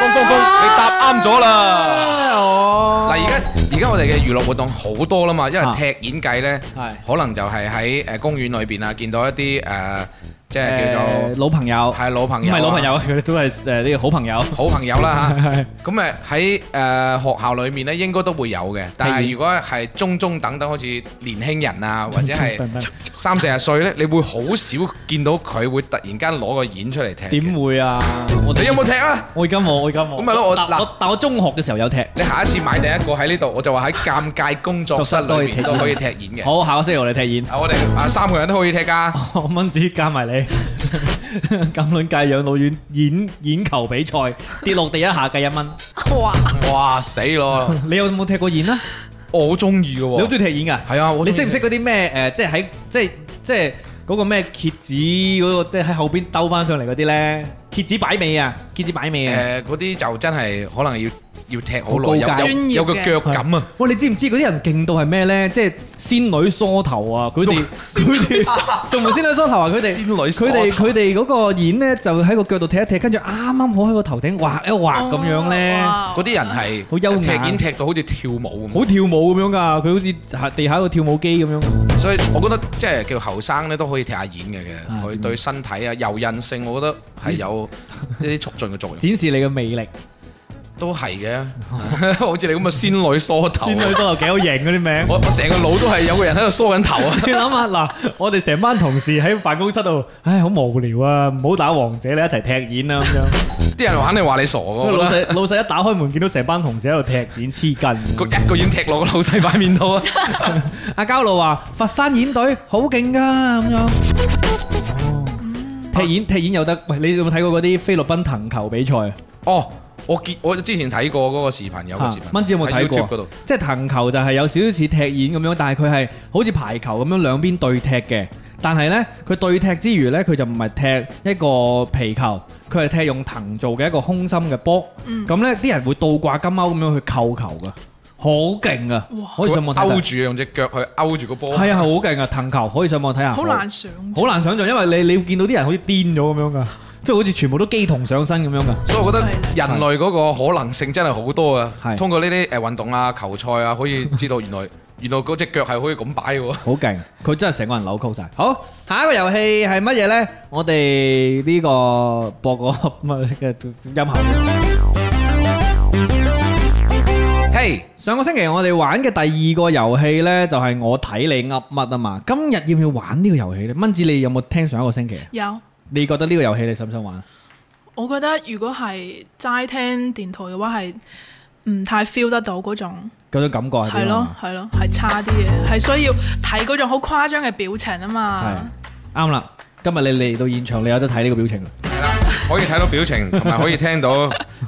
[SPEAKER 7] 公公公，你答啱咗啦！嗱，而家而家我哋嘅娛樂活動好多啦嘛，因為
[SPEAKER 4] 啊
[SPEAKER 7] 踢演計呢，
[SPEAKER 4] 係
[SPEAKER 7] 可能就係喺誒公園裏邊啊，見到一啲誒，即係叫做
[SPEAKER 4] 誒老朋友，
[SPEAKER 7] 係老朋
[SPEAKER 4] 唔
[SPEAKER 7] 友啊，
[SPEAKER 4] 係老朋友，佢哋都係誒呢個好朋友。
[SPEAKER 7] 好朋友 啦嚇。咁誒喺誒學校裏面咧，應該都會有嘅。但係如果係中中等等，好似年 輕人啊，或者係
[SPEAKER 2] 嘅，
[SPEAKER 7] 三四十歲咧，你會好少見到佢會突然間攞個演出 嚟踢。
[SPEAKER 2] 點？會啊？我
[SPEAKER 7] 你有冇踢啊？
[SPEAKER 2] 我而家冇，我而家冇。
[SPEAKER 7] 咁咪咯，我
[SPEAKER 4] 但
[SPEAKER 7] 嗱。
[SPEAKER 4] 我但我中學嘅時候有踢。
[SPEAKER 7] 你下一次買第一個喺呢度，我就話喺尷尬工作室裏面
[SPEAKER 4] 作室
[SPEAKER 7] 都
[SPEAKER 4] 都
[SPEAKER 7] 可
[SPEAKER 4] 可
[SPEAKER 7] 以
[SPEAKER 4] 以
[SPEAKER 7] 踢演嘅。
[SPEAKER 4] 好，下個星期我哋踢毽。
[SPEAKER 7] 啊，我哋啊三個人都可以踢噶。
[SPEAKER 2] 我蚊子加埋你，咁卵界養老院演演球比賽，跌落地一下計一蚊。
[SPEAKER 5] 哇！
[SPEAKER 7] 哇，死 咯！
[SPEAKER 4] 你有冇踢過毽啊？
[SPEAKER 7] 我好中意嘅
[SPEAKER 4] 你好
[SPEAKER 7] 喎。
[SPEAKER 4] 中意踢毽㗎？
[SPEAKER 7] 係啊，我
[SPEAKER 4] 你
[SPEAKER 7] 中意
[SPEAKER 4] 識唔識？嗰啲咩誒？即係喺即係即係嗰個咩蝎子嗰個，即係喺後邊兜翻上嚟嗰啲咧？蝎子擺尾啊！蝎子擺尾啊！
[SPEAKER 7] 誒，嗰啲就真係可能要要踢好耐，
[SPEAKER 4] 好高
[SPEAKER 7] 有
[SPEAKER 4] 階
[SPEAKER 5] 專業
[SPEAKER 7] 有有個
[SPEAKER 5] 嘅
[SPEAKER 7] 腳感啊！
[SPEAKER 4] 喂，你知唔知嗰啲人勁到係咩咧？即係仙女梳頭啊！佢 哋佢哋仲唔係仙女梳頭啊！佢哋
[SPEAKER 7] 仙女梳
[SPEAKER 4] 佢
[SPEAKER 7] 頭
[SPEAKER 4] 哋佢哋嗰個毽咧，就喺個腳度踢一踢，跟住啱啱好喺個頭頂畫一
[SPEAKER 7] 哦
[SPEAKER 4] 畫咁樣咧。
[SPEAKER 5] 哦哇
[SPEAKER 7] 嗰啲人係
[SPEAKER 4] 好優雅
[SPEAKER 7] 踢演踢到好似跳舞
[SPEAKER 2] 好跳舞咁樣㗎，佢好似下地下個跳舞機咁樣。
[SPEAKER 7] 咁，所以我覺得即係叫後生咧都可以踢下演嘅嘅，佢對身體啊柔韌性，我覺得係有一啲促進嘅 作用，
[SPEAKER 2] 展示你嘅魅力，
[SPEAKER 7] 都係嘅。 好似你咁嘅仙女梳頭
[SPEAKER 2] 仙女
[SPEAKER 7] 啊，
[SPEAKER 2] 都有幾有型嗰啲名。
[SPEAKER 7] 我我成個腦都係有個人喺度梳緊頭啊！
[SPEAKER 2] 你諗下嗱，我哋成班同事喺辦公室度，唉，好無聊啊，唔好打王者，你一齊踢毽啦咁樣。
[SPEAKER 7] 啲人肯定話你傻噶，
[SPEAKER 2] 老
[SPEAKER 7] 我覺得
[SPEAKER 2] 細老細一打開門，見到成班同事喺度踢毽黐筋。
[SPEAKER 7] 個一個已經踢落個老細塊面度啊！
[SPEAKER 4] 阿交路話：佛山演隊好勁噶咁樣。踢毽踢毽有得，喂你有冇睇過嗰啲菲律賓藤球比賽啊？
[SPEAKER 7] 哦，我見我之前睇過嗰個視頻，有個視頻，
[SPEAKER 4] 蚊子有冇睇
[SPEAKER 7] 喺 YouTube
[SPEAKER 4] 過
[SPEAKER 7] 嗰度？
[SPEAKER 4] 即係藤球就係有少少似踢毽咁樣，但係佢係好似排球咁樣兩邊對踢嘅。但係呢，佢對踢之餘呢，佢就唔係踢一個皮球，佢係踢用藤做嘅一個空心嘅波。
[SPEAKER 5] 嗯
[SPEAKER 4] 咁呢啲人會倒掛金鈎咁樣去扣球噶，好勁啊！可以上網睇
[SPEAKER 7] 勾
[SPEAKER 4] 睇。
[SPEAKER 7] 住用隻腳去勾住個波，
[SPEAKER 4] 係啊，係好勁啊！藤球可以上網睇下。
[SPEAKER 5] 好難想像。
[SPEAKER 4] 好難想像，因為你你會見到啲人好似癲咗咁樣噶，即係好似全部都機童上身咁樣噶。
[SPEAKER 7] 所以我覺得人類嗰個可能性真係好多啊！
[SPEAKER 4] 係
[SPEAKER 7] 通過呢啲誒運動啊、球賽啊，可以知道 原來原來嗰隻腳係可以咁擺嘅喎。
[SPEAKER 4] 好勁！佢真係成個人扭曲晒。好，下一個遊戲係乜嘢呢？我哋呢個播個乜嘅音效。
[SPEAKER 7] 嘿，
[SPEAKER 4] 上個星期我哋玩嘅第二個遊戲呢，就係我睇你噏乜啊嘛。今日要唔要玩呢個遊戲呢？蚊子，你有冇聽上一個 星期啊？
[SPEAKER 5] 有，
[SPEAKER 4] 你覺得呢個遊戲你想唔想玩？
[SPEAKER 5] 我覺得如果係齋聽電台嘅話，係唔太 feel 得到嗰種，
[SPEAKER 4] 嗰種感覺係
[SPEAKER 5] 係
[SPEAKER 4] 點
[SPEAKER 5] 咯
[SPEAKER 4] 啊？
[SPEAKER 5] 係咯，係差啲嘅，係需要睇嗰種好誇張嘅表情啊嘛。
[SPEAKER 4] 啱啦，今日你嚟到現場，你有得睇呢個表情啦。
[SPEAKER 7] 係啦，可以睇到表情，同埋可以聽到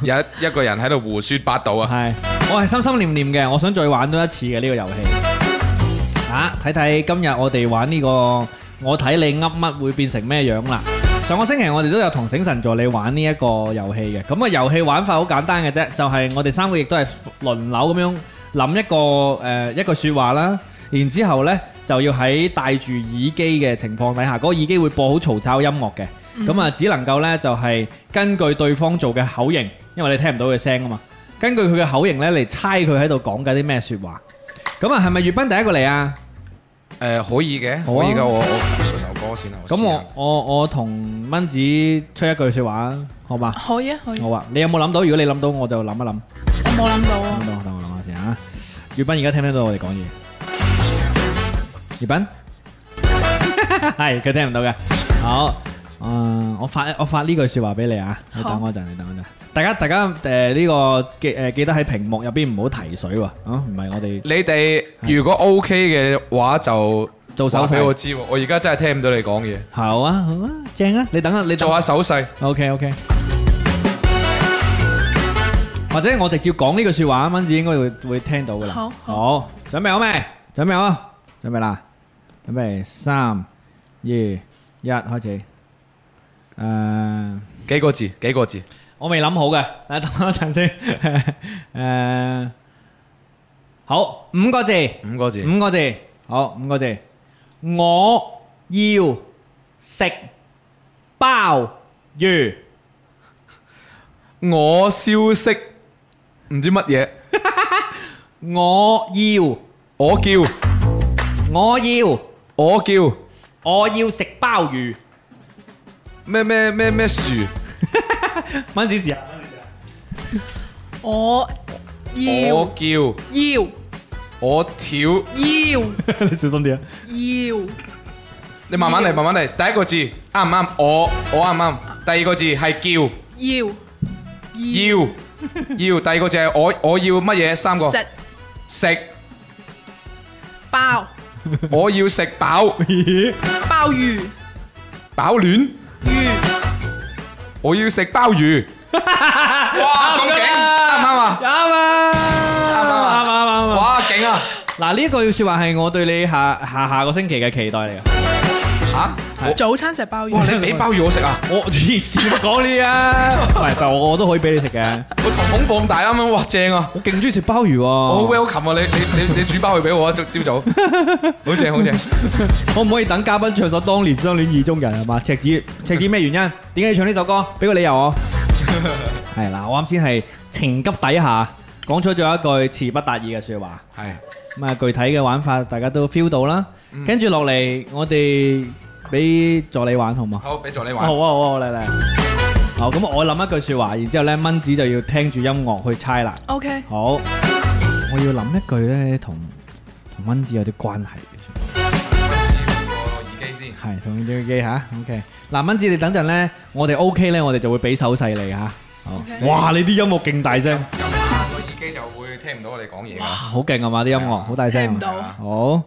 [SPEAKER 7] 有一一個人喺度胡說八道啊！
[SPEAKER 4] 系，我係心心念念嘅，我想再玩多一次嘅呢、個遊戲。啊，睇睇今日我哋玩呢、個，我睇你噏乜會變成咩樣啦？上個星期我哋都有同醒神助理玩呢一個遊戲嘅，咁啊遊戲玩法好簡單嘅啫，就係、我哋三個亦都係輪流咁樣諗一個誒、呃一個説話啦，然之後呢，就要喺戴住耳機嘅情況底下，嗰、個耳機會播好嘈吵音樂嘅，咁啊、只能夠呢，就係、根據對方做嘅口型，因為你聽唔到佢聲啊嘛，根據佢嘅口型呢嚟猜佢喺度講緊啲咩説話。咁啊，係咪粵斌第一個嚟啊？
[SPEAKER 7] 诶，可以嘅，
[SPEAKER 4] 好啊
[SPEAKER 7] 可以嘅，我我首歌先啊。
[SPEAKER 4] 咁
[SPEAKER 7] 試
[SPEAKER 4] 我
[SPEAKER 7] 下
[SPEAKER 4] 我我同蚊子吹一句説話啊，好嘛？
[SPEAKER 5] 可以啊，可以。
[SPEAKER 4] 好啊，你有冇諗到？如果你諗到，我就諗一諗。
[SPEAKER 5] 我冇諗到啊
[SPEAKER 4] 等，我等我諗下先啊。粵斌而家聽唔聽到我哋講嘢？粵斌係佢聽唔到嘅。好，嗯，我發我發呢句説話俾你啊，你
[SPEAKER 5] 好
[SPEAKER 4] 等我陣，你等我陣。大家大家誒呢個記誒記得喺屏幕入邊唔好提水喎，啊唔係我哋
[SPEAKER 7] 你哋如果 OK 嘅話就
[SPEAKER 4] 做手
[SPEAKER 7] 話俾
[SPEAKER 4] 勢。
[SPEAKER 7] 我知喎，我而家真係聽唔到你講嘢。
[SPEAKER 4] 好啊好啊，正啊！你等啊，你等
[SPEAKER 7] 做下手勢，
[SPEAKER 4] OK OK，或者我直接講呢句说話，蚊子應該會会听到噶啦。
[SPEAKER 5] 好
[SPEAKER 4] 好，準備好未？準備好，準備啦，準備三、二、一，開始。诶、À.
[SPEAKER 7] 幾個字，幾個字。
[SPEAKER 4] 我未諗好嘅，等等我一陣 先。诶、À. 好，五個字，
[SPEAKER 7] 五個字，
[SPEAKER 4] 五個字，好，五個字。我要食鮑魚。
[SPEAKER 7] 我消息唔知乜嘢，
[SPEAKER 4] 我要，
[SPEAKER 7] 我叫
[SPEAKER 4] 我要，
[SPEAKER 7] 我叫
[SPEAKER 4] 我要食鮑魚。
[SPEAKER 7] 咩咩咩咩樹，
[SPEAKER 4] 蚊子時啊，
[SPEAKER 5] 我
[SPEAKER 7] 我
[SPEAKER 5] 要
[SPEAKER 7] 叫
[SPEAKER 5] 要
[SPEAKER 7] 我跳，
[SPEAKER 5] 要
[SPEAKER 2] 你小心啲啊！
[SPEAKER 5] 要
[SPEAKER 7] 你慢慢嚟，慢慢嚟。第一個字啱唔啱？我我啱唔啱？第二個字係
[SPEAKER 5] 要要
[SPEAKER 7] 叫要要，第二個字係我我要乜嘢？三個
[SPEAKER 5] 食
[SPEAKER 7] 食，
[SPEAKER 5] 包
[SPEAKER 7] 我要食飽
[SPEAKER 5] 鮑魚
[SPEAKER 7] 飽暖，
[SPEAKER 5] 魚
[SPEAKER 7] 我要食鮑 魚。哇，咁勁啱唔啱啊？
[SPEAKER 4] 啱啊，啱
[SPEAKER 7] 啊
[SPEAKER 4] 啱啊啱啊！
[SPEAKER 7] 哇，勁啊！
[SPEAKER 4] 嗱，呢一句说話係我對你下下下個星期嘅期待嚟嘅。
[SPEAKER 7] 吓，
[SPEAKER 5] 早餐食鮑
[SPEAKER 7] 哇！
[SPEAKER 5] 魚
[SPEAKER 7] 你俾鮑魚我食啊？
[SPEAKER 4] 我 黐線講呢啊，唔係，但我我都可以俾你食嘅。
[SPEAKER 7] 我瞳孔放大啱啱，哇，正啊！
[SPEAKER 4] 我勁中意食鮑魚喎。
[SPEAKER 7] 我好 welcome 啊！你你你你煮包去俾我啊！朝朝早，好正 好正。
[SPEAKER 4] 可唔可以等嘉賓唱首《當年相戀意中人》係 嘛？赤子赤子咩原因？點解要唱呢首歌？俾個理由 我。係嗱，我啱先係情急底下講出咗一句詞不達意嘅说話。
[SPEAKER 7] 係
[SPEAKER 4] 咁啊，具體嘅玩法大家都 feel 到啦。跟住落嚟，我哋俾助理玩好嘛？
[SPEAKER 7] 好，俾助你
[SPEAKER 4] 好啊，
[SPEAKER 7] 玩。
[SPEAKER 4] 好啊，好啊嚟嚟。好，咁我諗一句说話，然之後咧，蚊子就要聽住音樂去猜啦。
[SPEAKER 5] ，OK
[SPEAKER 4] 好，我要諗一句咧，同同蚊子有啲關係嘅說話。
[SPEAKER 7] 我耳機先。
[SPEAKER 4] 係同哦耳機吓，OK。嗱，蚊子你等陣咧，我哋 OK 咧，我哋就會俾手勢你吓。好
[SPEAKER 5] OK
[SPEAKER 2] 哇！你啲音樂勁大聲，
[SPEAKER 7] 有啊，個耳機就會聽唔到我哋講嘢㗎。
[SPEAKER 4] 好勁啊嘛啲音樂，好大
[SPEAKER 5] 聽
[SPEAKER 4] 聲
[SPEAKER 5] 唔。到
[SPEAKER 7] 啊
[SPEAKER 4] 好，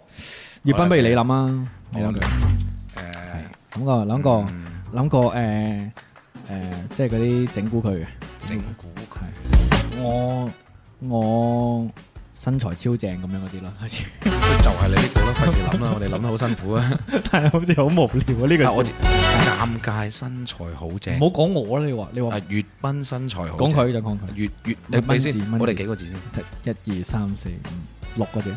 [SPEAKER 4] 月斌不如你諗啊，
[SPEAKER 7] 你諗
[SPEAKER 4] 我
[SPEAKER 7] 佢啊
[SPEAKER 4] 諗個諗個
[SPEAKER 7] 嗯
[SPEAKER 4] 諗個誒誒，即係嗰啲整蠱佢嘅。
[SPEAKER 7] 誒，整蠱佢。
[SPEAKER 4] 我我身材超正咁樣嗰啲咯， 開始。
[SPEAKER 7] 就係你呢個啦，費事 諗啦，我哋諗得好辛苦啊。
[SPEAKER 2] 但係好似好無聊啊！呢
[SPEAKER 7] 啊我
[SPEAKER 2] 個
[SPEAKER 7] 知尷尬身材好正
[SPEAKER 4] 唔好。講我啦，你話你話
[SPEAKER 7] 啊，粵斌身材好。
[SPEAKER 4] 講。佢就講佢。
[SPEAKER 7] 粵粵，你俾
[SPEAKER 4] 蚊子
[SPEAKER 7] 先，
[SPEAKER 4] 蚊
[SPEAKER 7] 我哋
[SPEAKER 4] 子
[SPEAKER 7] 幾個字先。
[SPEAKER 4] 一二三四五六個字。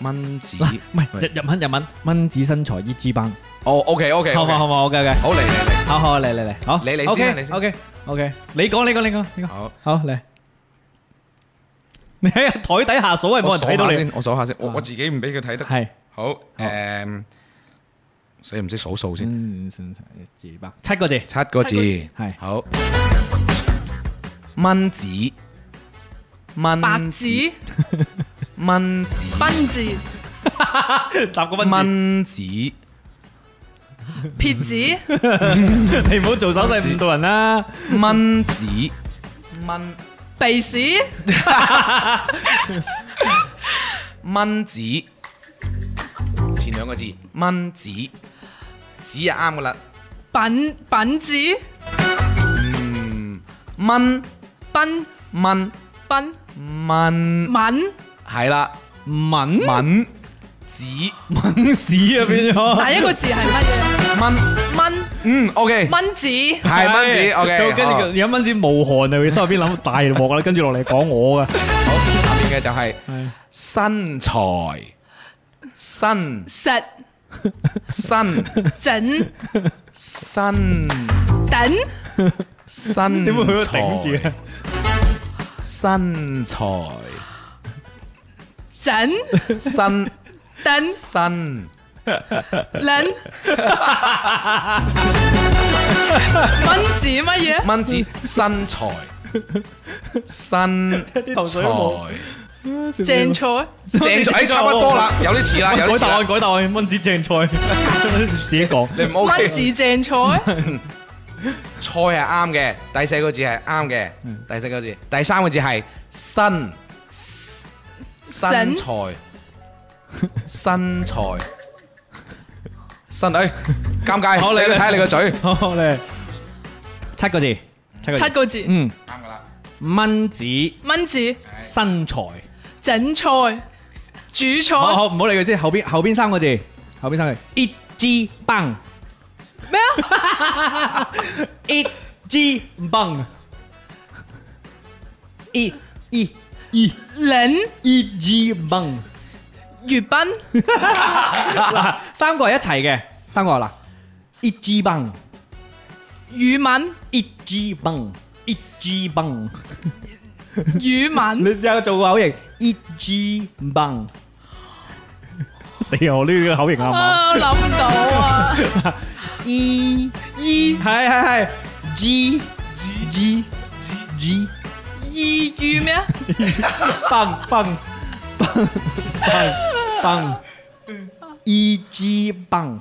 [SPEAKER 7] 蚊子。
[SPEAKER 4] 嗱，唔係
[SPEAKER 7] 喂
[SPEAKER 4] 日日文日文蚊子身材一支棒，
[SPEAKER 7] 哦，OK OK
[SPEAKER 4] 好嘛好
[SPEAKER 7] OK。
[SPEAKER 4] 嘛好嘅嘅。
[SPEAKER 7] 好嚟嚟嚟。
[SPEAKER 4] 好好嚟嚟嚟，好，
[SPEAKER 7] 你你先啊你先
[SPEAKER 4] O K O K，你講你講你講你講，
[SPEAKER 7] 好。
[SPEAKER 4] 好嚟， 你喺台底下數係
[SPEAKER 7] 我
[SPEAKER 4] 冇
[SPEAKER 7] 數
[SPEAKER 4] 人睇到
[SPEAKER 7] 下
[SPEAKER 4] 你，
[SPEAKER 7] 先，我數下先，我
[SPEAKER 4] 啊
[SPEAKER 7] 我自己唔俾佢睇得。
[SPEAKER 4] 係，
[SPEAKER 7] 好，誒，死唔識數數先，
[SPEAKER 4] 嗯，算算一字吧，七個字，
[SPEAKER 7] 七個字，
[SPEAKER 5] 七
[SPEAKER 4] 個字係
[SPEAKER 7] 好。蚊子，蚊
[SPEAKER 5] 白紙
[SPEAKER 7] 嗯蚊子，
[SPEAKER 5] 賓字
[SPEAKER 4] 十個蚊字，
[SPEAKER 7] 蚊子，
[SPEAKER 5] 撇紙
[SPEAKER 4] 你唔好做手勢誤導人啦，
[SPEAKER 7] 蚊子，蚊
[SPEAKER 5] 鼻屎
[SPEAKER 7] 蚊子，前兩個字，蚊子，子就啱噶啦。
[SPEAKER 5] 品品字
[SPEAKER 7] 嗯，蚊
[SPEAKER 5] 賓
[SPEAKER 7] 蚊
[SPEAKER 5] 賓
[SPEAKER 7] 蚊，
[SPEAKER 5] 敏
[SPEAKER 7] 係啦，
[SPEAKER 4] 文
[SPEAKER 7] 蚊子
[SPEAKER 4] 文屎啊變咗，
[SPEAKER 5] 第一個字係乜嘢？
[SPEAKER 7] 蚊。
[SPEAKER 5] 蚊
[SPEAKER 3] 嗯，OK，
[SPEAKER 5] 蚊子
[SPEAKER 3] 系蚊子，OK，
[SPEAKER 2] 跟住
[SPEAKER 3] 好
[SPEAKER 2] 佢有蚊子無汗就會心入邊諗大鑊啦，跟住落嚟講我噶，
[SPEAKER 3] 好，下面嘅就係身材，身
[SPEAKER 5] 实
[SPEAKER 3] 身
[SPEAKER 5] 整
[SPEAKER 3] 身
[SPEAKER 5] 等
[SPEAKER 3] 身，
[SPEAKER 2] 點會佢頂住
[SPEAKER 3] 材
[SPEAKER 2] 啊？
[SPEAKER 3] 身材
[SPEAKER 5] 整
[SPEAKER 3] 身
[SPEAKER 5] 等
[SPEAKER 3] 身
[SPEAKER 5] 捻蚊子乜嘢？
[SPEAKER 3] 蚊子身材身
[SPEAKER 2] 頭水都冇
[SPEAKER 3] 材。啊
[SPEAKER 5] 正菜
[SPEAKER 3] 正咗，哎，差不多啦，有啲似啦，有
[SPEAKER 2] 改
[SPEAKER 3] 啲似
[SPEAKER 2] 答
[SPEAKER 3] 啦
[SPEAKER 2] 案，，改答案，蚊子正菜， 自己講。
[SPEAKER 3] 你唔 OK。
[SPEAKER 5] 蚊子正菜。
[SPEAKER 3] 菜係啱嘅，第四個字係啱嘅，第四個字，第三個字係身身材身材身，哎，尷尬，
[SPEAKER 2] 好
[SPEAKER 3] 你
[SPEAKER 2] 你
[SPEAKER 3] 睇下
[SPEAKER 2] 你
[SPEAKER 3] 你個嘴，啱
[SPEAKER 2] 好咧，
[SPEAKER 4] 七個字，七個字
[SPEAKER 5] 七，個字，
[SPEAKER 7] Ừ.
[SPEAKER 4] 嗯，
[SPEAKER 3] 噶啦，
[SPEAKER 4] 蚊子
[SPEAKER 5] 蚊子
[SPEAKER 4] 身材，
[SPEAKER 5] 整菜煮
[SPEAKER 4] 好
[SPEAKER 5] 菜
[SPEAKER 4] 好唔好理佢先，後邊後邊三個字，後邊三個字，一支棒，
[SPEAKER 5] 咩啊？
[SPEAKER 4] 一支棒，一一一
[SPEAKER 5] 撚
[SPEAKER 4] 一支棒，
[SPEAKER 5] 粵賓
[SPEAKER 4] 嗱，三個係一齊嘅，三個嗱，一支棒，
[SPEAKER 5] 語文
[SPEAKER 4] 一支棒，一支棒，
[SPEAKER 5] 語
[SPEAKER 4] 你
[SPEAKER 5] 文
[SPEAKER 4] 試下做個口型，一支棒。
[SPEAKER 2] 死啊！我呢個口型啱唔啱？
[SPEAKER 5] 啊，我諗唔到啊！
[SPEAKER 4] E
[SPEAKER 5] 意
[SPEAKER 4] 係係係 G G G G
[SPEAKER 5] 意語咩啊？
[SPEAKER 4] 棒棒棒棒棒 E G 棒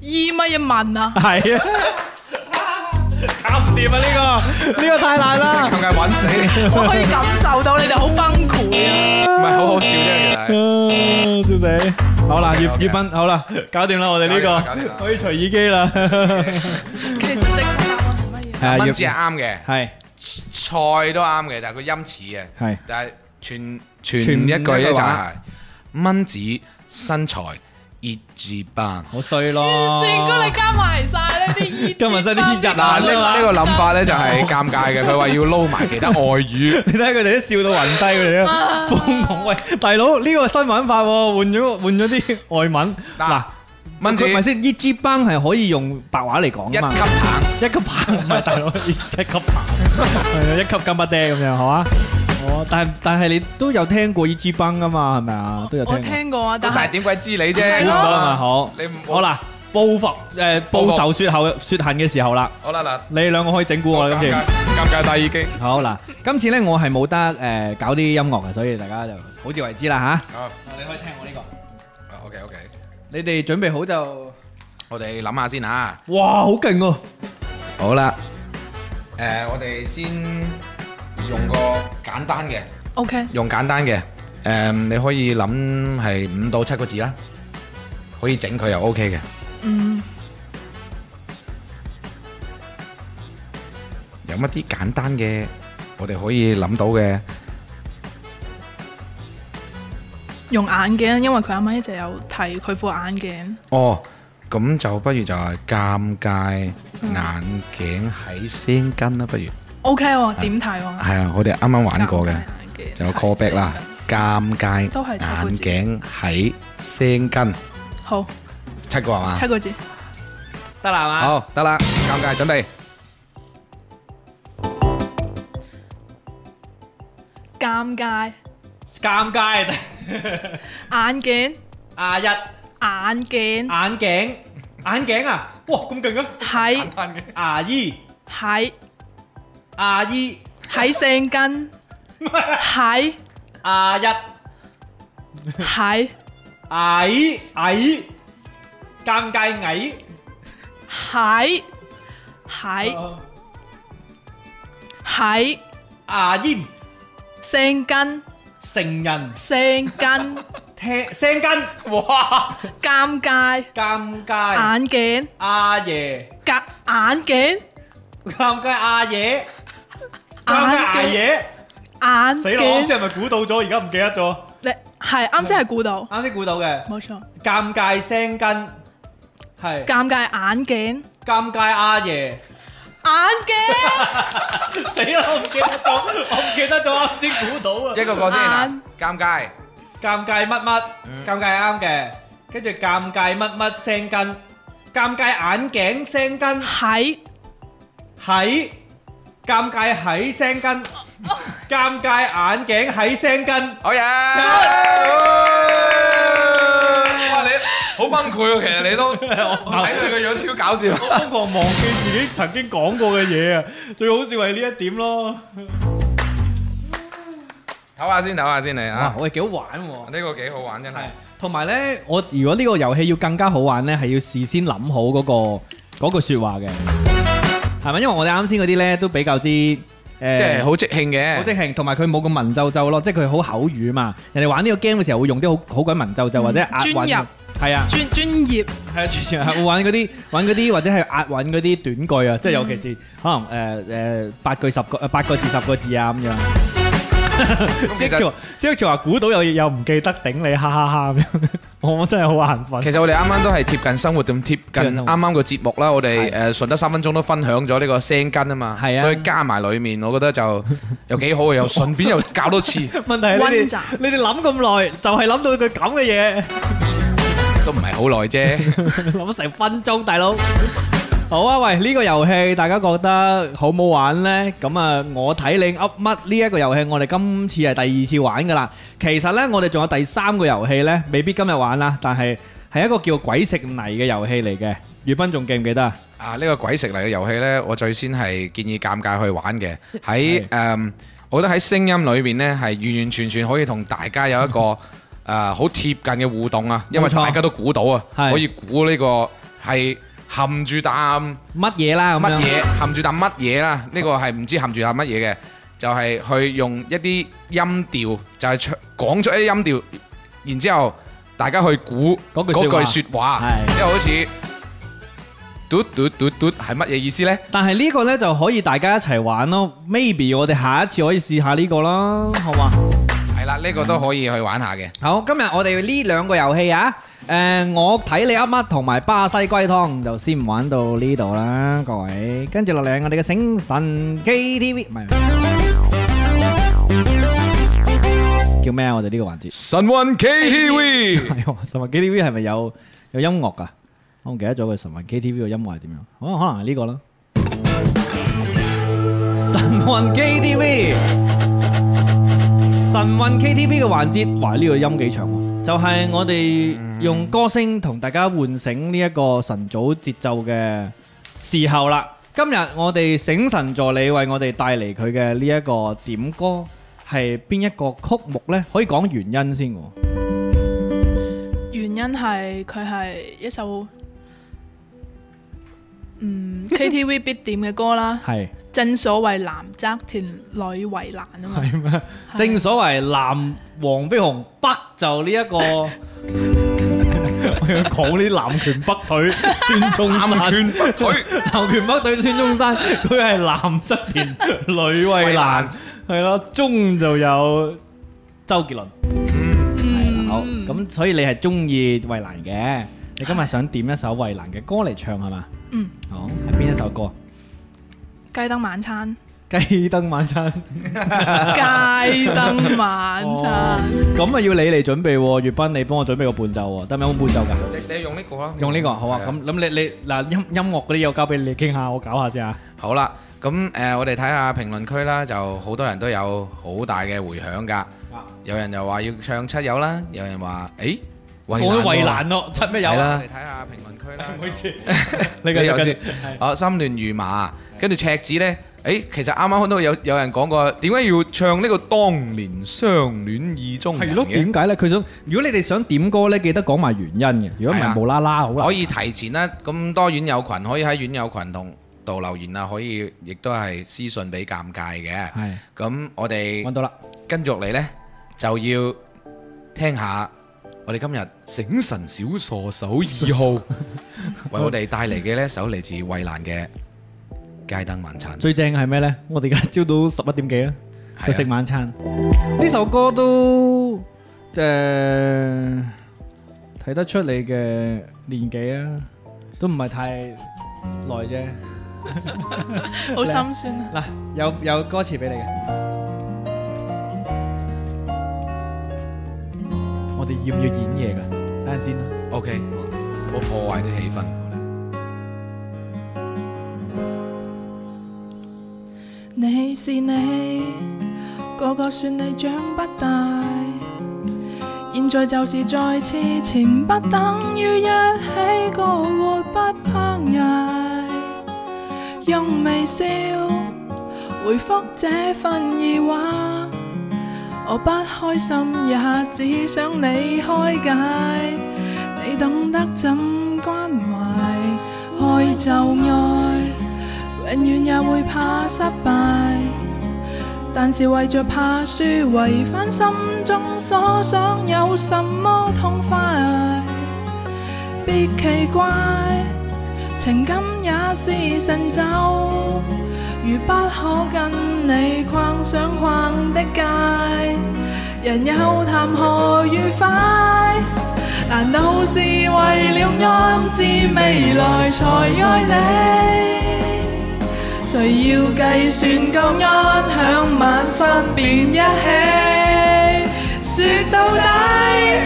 [SPEAKER 5] 意乜嘢文啊？
[SPEAKER 2] 係啊，搞唔掂啊！呢個呢個太難啦。
[SPEAKER 3] 尷尬揾死你，
[SPEAKER 5] 我可以感受到你哋好崩潰啊！
[SPEAKER 3] 唔係好好笑啫，其實
[SPEAKER 2] 啊笑死！好啦，粵
[SPEAKER 3] OK，OK
[SPEAKER 2] 粵斌，好啦，搞掂啦，我哋呢
[SPEAKER 3] 搞掂啦搞掂啦
[SPEAKER 2] 個可以除耳 機啦。
[SPEAKER 5] 其實正確答案係乜嘢？
[SPEAKER 4] À,
[SPEAKER 3] 蚊子係啱嘅，
[SPEAKER 4] 係
[SPEAKER 3] 菜都啱嘅，但係個音似嘅，
[SPEAKER 4] 係
[SPEAKER 3] 但係全全一句咧就係蚊子身材熱字棒。
[SPEAKER 4] 好衰咯，
[SPEAKER 5] 成哥，你加埋晒呢啲意
[SPEAKER 4] 加埋晒啲意日
[SPEAKER 3] 嗱，呢呢個諗法咧就係
[SPEAKER 5] 係
[SPEAKER 3] 尷尬嘅，佢話要撈埋其他外語，
[SPEAKER 2] 你睇下佢哋都笑到暈低，佢
[SPEAKER 4] 啊
[SPEAKER 2] 哋都瘋狂。喂，大佬呢個新玩法喎，換咗換咗啲外文。
[SPEAKER 3] 嗱
[SPEAKER 2] 嗱，
[SPEAKER 3] 蚊子
[SPEAKER 4] 佢咪
[SPEAKER 3] 一
[SPEAKER 4] 先 E G 棒係可以用白話嚟講
[SPEAKER 3] 級
[SPEAKER 2] Dạ.
[SPEAKER 4] 啊嘛，
[SPEAKER 3] 棒，
[SPEAKER 2] 一級棒唔係大佬，一級棒係啊，一級金不爹咁樣係嘛？
[SPEAKER 4] 哦，但係但係你都有聽過 E G 棒噶嘛，係咪啊？都有
[SPEAKER 2] Dạ,
[SPEAKER 5] 我
[SPEAKER 4] 聽過。
[SPEAKER 5] 聽過啊，但
[SPEAKER 3] 但係
[SPEAKER 5] 係
[SPEAKER 3] 點鬼知你
[SPEAKER 5] 係
[SPEAKER 3] 啫？
[SPEAKER 5] 咯
[SPEAKER 4] 好
[SPEAKER 2] vâng.
[SPEAKER 4] 啊，好，
[SPEAKER 3] 你唔
[SPEAKER 4] 好啦，報復誒報仇雪後雪恨嘅時候啦，
[SPEAKER 3] 好啦嗱，
[SPEAKER 4] 你兩個可以整蠱我啦，今
[SPEAKER 3] 尷
[SPEAKER 4] 次
[SPEAKER 3] 尬。尷尬大耳機，
[SPEAKER 4] 好嗱，今次咧我係冇得誒搞啲音樂嘅，所以大家就好自為之啦
[SPEAKER 3] 好
[SPEAKER 4] 嚇。你可以聽我呢個，
[SPEAKER 3] ，OK OK，
[SPEAKER 4] 你哋準備好就。
[SPEAKER 3] 我哋諗下先嚇，
[SPEAKER 4] 哇，好勁喎！
[SPEAKER 3] 好啦，誒我哋先用個簡單嘅，
[SPEAKER 5] OK，
[SPEAKER 3] 用簡單嘅，誒你可以諗係五到七個字啦，可以整佢又 OK 嘅，
[SPEAKER 5] 嗯，
[SPEAKER 3] 有乜啲簡單嘅我哋可以諗到嘅？
[SPEAKER 5] 用眼鏡，因為佢啱啱一直有提佢副眼鏡。
[SPEAKER 3] 哦，咁就不如就係尷尬眼鏡喺聲根啦，不如
[SPEAKER 5] O K 喎，
[SPEAKER 3] À.
[SPEAKER 5] 點睇喎？
[SPEAKER 3] 係啊，我哋啱啱玩過嘅，就有 call back 啦，
[SPEAKER 5] Dạ.
[SPEAKER 3] 尷尬
[SPEAKER 5] 啊都係七個字
[SPEAKER 3] 眼鏡喺聲根，
[SPEAKER 5] 好，
[SPEAKER 3] 七個係嘛
[SPEAKER 5] 七？個字，
[SPEAKER 4] 得啦係嘛，
[SPEAKER 3] 好，得啦，尷尬準備，
[SPEAKER 5] 尷尬，
[SPEAKER 4] 尷尬
[SPEAKER 5] 眼鏡，
[SPEAKER 4] 啊！日
[SPEAKER 5] 眼鏡，
[SPEAKER 4] 眼鏡眼鏡啊！哇，咁勁啊！
[SPEAKER 5] 喺
[SPEAKER 4] 牙醫
[SPEAKER 5] 喺
[SPEAKER 4] 牙醫
[SPEAKER 5] 喺聲根，喺
[SPEAKER 4] 牙日
[SPEAKER 5] 喺
[SPEAKER 4] 牙醫牙醫尷尬矮
[SPEAKER 5] 喺喺喺
[SPEAKER 4] 牙煙
[SPEAKER 5] 聲根
[SPEAKER 4] 成人
[SPEAKER 5] 聲根，
[SPEAKER 4] 聽聲根 哇！
[SPEAKER 5] 尷尬
[SPEAKER 4] 尷尬
[SPEAKER 5] 眼鏡，
[SPEAKER 4] 阿爺
[SPEAKER 5] 隔眼鏡，
[SPEAKER 4] 尷尬阿爺尷尬阿
[SPEAKER 5] 眼鏡，
[SPEAKER 2] 嘢
[SPEAKER 5] 眼
[SPEAKER 2] 死啦！我啱
[SPEAKER 5] 鏡，
[SPEAKER 2] 先係咪估到咗？而家唔記得咗。
[SPEAKER 5] 你係啱先係估到，
[SPEAKER 4] 啱先估到嘅
[SPEAKER 5] 冇錯，
[SPEAKER 4] 尷尬聲根。係
[SPEAKER 5] 尷尬眼鏡，眼
[SPEAKER 4] 尷尬阿 爺，
[SPEAKER 5] 鏡，
[SPEAKER 4] 死啦！我唔記得咗，我唔記得咗啱先估到啊！
[SPEAKER 3] Dạ
[SPEAKER 7] 一個個先嗱
[SPEAKER 5] 眼，
[SPEAKER 7] 尷尬，
[SPEAKER 4] 尷尬乜乜，尷尬係啱嘅，跟住尷尬乜乜聲根，尷尬眼鏡聲根
[SPEAKER 5] 喺
[SPEAKER 4] 喺，尷尬喺聲根，尷尬眼鏡喺聲 根，
[SPEAKER 7] 好嘢！哇，你好崩潰喎，其實你都睇佢個樣超搞笑。
[SPEAKER 2] 瘋狂忘記自己曾經講過嘅嘢啊！最好笑係呢一點咯。
[SPEAKER 7] 唞下先，唞下先你
[SPEAKER 4] 啊
[SPEAKER 7] 啊，，
[SPEAKER 4] 我哋幾好玩喎！
[SPEAKER 7] 呢個幾好玩真係。
[SPEAKER 4] 同埋咧，我如果呢個遊戲要更加好玩咧，係要事先諗好嗰、個嗰句説話嘅，係咪？因為我哋啱先嗰啲咧都比較之誒，
[SPEAKER 7] 即係好即興
[SPEAKER 4] 好即
[SPEAKER 7] 嘅，
[SPEAKER 4] 興，同埋佢冇咁文縐縐咯，即係佢好口語嘛。人哋玩呢個 game 嘅時候會用啲好好鬼文
[SPEAKER 7] 嗯
[SPEAKER 4] 縐縐或者押韻
[SPEAKER 5] 專
[SPEAKER 4] 嘅
[SPEAKER 5] 入，
[SPEAKER 4] 係啊。
[SPEAKER 5] 專專業，
[SPEAKER 4] 係啊，全場係會玩嗰啲玩嗰啲或者係押韻嗰啲短句
[SPEAKER 7] 嗯
[SPEAKER 4] 啊，即係尤其是可能誒誒八句十個誒八個字十個字啊咁樣。
[SPEAKER 7] 其
[SPEAKER 4] Dạ.
[SPEAKER 7] 實
[SPEAKER 2] Sir 話估到有嘢又唔記得頂你，哈哈 哈咁樣。我真係好眼
[SPEAKER 7] 其
[SPEAKER 2] 瞓。
[SPEAKER 7] 實我哋啱啱都係貼近生活咁貼
[SPEAKER 4] 近
[SPEAKER 7] 近
[SPEAKER 4] 生
[SPEAKER 7] 啱
[SPEAKER 4] 活
[SPEAKER 7] 啱個節目啦，我哋誒順德三分鐘都分享咗呢個聲根啊嘛，
[SPEAKER 4] 係啊
[SPEAKER 7] 所以加埋裡面，我覺得就又幾好嘅，又順便又教 多次，
[SPEAKER 2] 問題係你
[SPEAKER 5] 溫習
[SPEAKER 2] 哋你哋諗咁耐，就係諗到佢咁嘅嘢。
[SPEAKER 7] 都唔係好耐啫。
[SPEAKER 4] 谂成 分鐘，大佬。好啊，喂，呢、個遊戲大家覺得好唔好玩呢？咁啊，我睇你噏乜呢一個遊戲，我哋今次係第二次玩噶啦。其實呢，我哋仲有第三個遊戲呢，未必今日玩啦，但係係一個叫鬼食泥嘅遊戲嚟嘅。宇斌仲記唔記得啊？
[SPEAKER 7] 啊！呢、個鬼食泥嘅遊戲呢，我最先係建議尷尬去玩嘅。喺誒、嗯我覺得喺聲音裏面呢，係完完全全可以同大家有一個 誒好貼近嘅互動啊，因為
[SPEAKER 4] 冇錯
[SPEAKER 7] 大家都估到啊，
[SPEAKER 4] 係
[SPEAKER 7] 可以估呢個係含住啖
[SPEAKER 4] 乜嘢啦？咁
[SPEAKER 7] 乜
[SPEAKER 4] 樣
[SPEAKER 7] 嘢，含住啖乜嘢啦？呢、個係唔知含住啖乜嘢嘅，就係、去用一啲音調，就係、唱講出一啲音調，然之後大家去估
[SPEAKER 4] 嗰句
[SPEAKER 7] 嗰句
[SPEAKER 4] 說
[SPEAKER 7] 説話
[SPEAKER 4] 係，
[SPEAKER 7] 即係好似嘟嘟嘟嘟係乜嘢意思呢？
[SPEAKER 4] 但係呢個呢，就可以大家一齊玩咯。Maybe 我哋下一次可以試下呢個啦，好嘛？
[SPEAKER 7] 係啦，呢個都可以去玩下嘅。
[SPEAKER 4] 好，今日我哋呢兩個遊戲啊，誒、我睇你噏乜同埋巴西龜湯就先玩到呢度啦，各位。跟住落嚟，我哋嘅醒神 KTV 唔係叫咩啊？我哋呢個環節
[SPEAKER 7] 神韻 KTV
[SPEAKER 4] 係喎，神魂 KTV 係咪有有音樂噶？我唔記得咗佢神魂 KTV 嘅音樂係點樣，可哦能可能係呢個啦。神魂 KTV，神魂 KTV 嘅環節，哇！呢、個音幾長喎，就係、我哋用歌聲同大家喚醒呢一個晨早節奏嘅時候啦。今日我哋醒神助理為我哋帶嚟佢嘅呢一個點歌係邊一個曲目呢？可以講原因先喎。
[SPEAKER 5] 原因係佢係一首嗯 KTV 必點嘅歌啦。
[SPEAKER 4] 係。
[SPEAKER 5] 正所謂男則田，女為難啊嘛。係咩？
[SPEAKER 4] 正所謂南黃飛鴻，北就呢、一 個
[SPEAKER 2] 我要講啲南拳北腿孫中山，
[SPEAKER 7] 南拳北腿，
[SPEAKER 4] 南拳北對孫中山，
[SPEAKER 2] 佢係南側田，女為難，係咯，中就有
[SPEAKER 4] 周杰倫係
[SPEAKER 5] 嗯
[SPEAKER 4] 啦。好，咁所以你係中意衛蘭嘅，你今日想點一首衛蘭嘅歌嚟唱係嘛？
[SPEAKER 5] 嗯，
[SPEAKER 4] 好，係邊一首歌？
[SPEAKER 5] 雞燈晚餐，
[SPEAKER 4] 雞燈晚餐，
[SPEAKER 5] 雞燈晚餐。
[SPEAKER 4] 咁啊要你嚟準備喎，月斌你幫我準備個伴奏喎，得唔得？有冇伴奏㗎？
[SPEAKER 7] 你你用呢個啦，
[SPEAKER 4] 用呢個好啊，
[SPEAKER 7] 係
[SPEAKER 4] 咁咁你你嗱音音樂嗰啲又交俾你傾下，我搞下先啊。
[SPEAKER 7] 好啦，咁誒、呃我哋睇下評論區啦，就好多人都有好大嘅迴響㗎。有人又話要唱七友啦，有人話誒
[SPEAKER 4] 我
[SPEAKER 7] 圍
[SPEAKER 4] 都
[SPEAKER 7] 欄
[SPEAKER 4] 衛
[SPEAKER 7] 喎
[SPEAKER 4] 蘭咯，出咩有
[SPEAKER 7] 係
[SPEAKER 4] 啊？
[SPEAKER 7] 啦，你睇下評論區啦。
[SPEAKER 4] 唔好意思，
[SPEAKER 7] 你
[SPEAKER 4] 你繼續
[SPEAKER 7] 有
[SPEAKER 4] 繼
[SPEAKER 7] 先
[SPEAKER 4] 續。
[SPEAKER 7] 哦，心亂如麻，跟住赤子呢，誒，其實啱啱都有有人講過，點解要唱呢個當年相戀意中人
[SPEAKER 4] 係咯，
[SPEAKER 7] 嘅？
[SPEAKER 4] 點解咧？佢想，如果你哋想點歌咧，記得講埋原因嘅。如果唔
[SPEAKER 7] 係啊
[SPEAKER 4] 係無啦啦，好啦。
[SPEAKER 7] 可以提前啦，咁多院友群可以喺院友群同度留言啊，可以亦都係私信俾尷尬嘅。
[SPEAKER 4] 係
[SPEAKER 7] 咁我哋
[SPEAKER 4] 揾到啦。
[SPEAKER 7] 跟住落嚟呢，就要聽下我哋今日醒神小傻手二 號為我哋帶嚟嘅呢一首嚟自衛蘭嘅《街燈晚餐》。
[SPEAKER 4] 最正係咩咧？我 哋而家朝到十一點幾啦，
[SPEAKER 7] 係
[SPEAKER 4] 就
[SPEAKER 7] 啊
[SPEAKER 4] 食晚餐。呢首歌都誒睇得出你嘅年紀啊，都唔係太耐啫。
[SPEAKER 5] 好心酸啊！
[SPEAKER 4] 嗱，有有歌詞俾你嘅。我哋要唔要演嘢㗎？等陣先啦。
[SPEAKER 3] OK，我破壞啲氣氛。
[SPEAKER 5] 你是你，個個說你長不大，現在就是再次前不等於一起過活不攀崖，用微笑回覆這份疑惑，我不開心也只想你開解，你懂得怎關懷，愛就愛。永遠也會怕失敗，但是為着怕輸，違反心中所想，有什麼痛快？別奇怪，情感也是神咒，如不可跟你逛想逛的街，人又談何愉快？難道是為了安置未來才愛你？誰要計算夠安享晚餐便一起？說到底，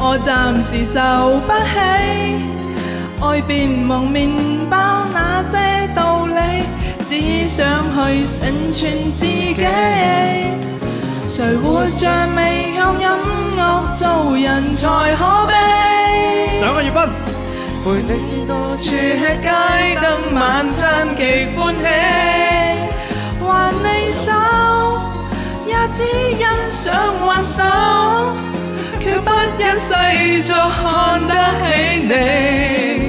[SPEAKER 5] 我暫時受不起，愛變夢麵包那些道理，只想去成全自己。誰活着未靠音樂做人才可悲？陪你到處吃街燈，晚餐極歡喜。還你手，也只欣賞還手，卻不因世俗看得起你。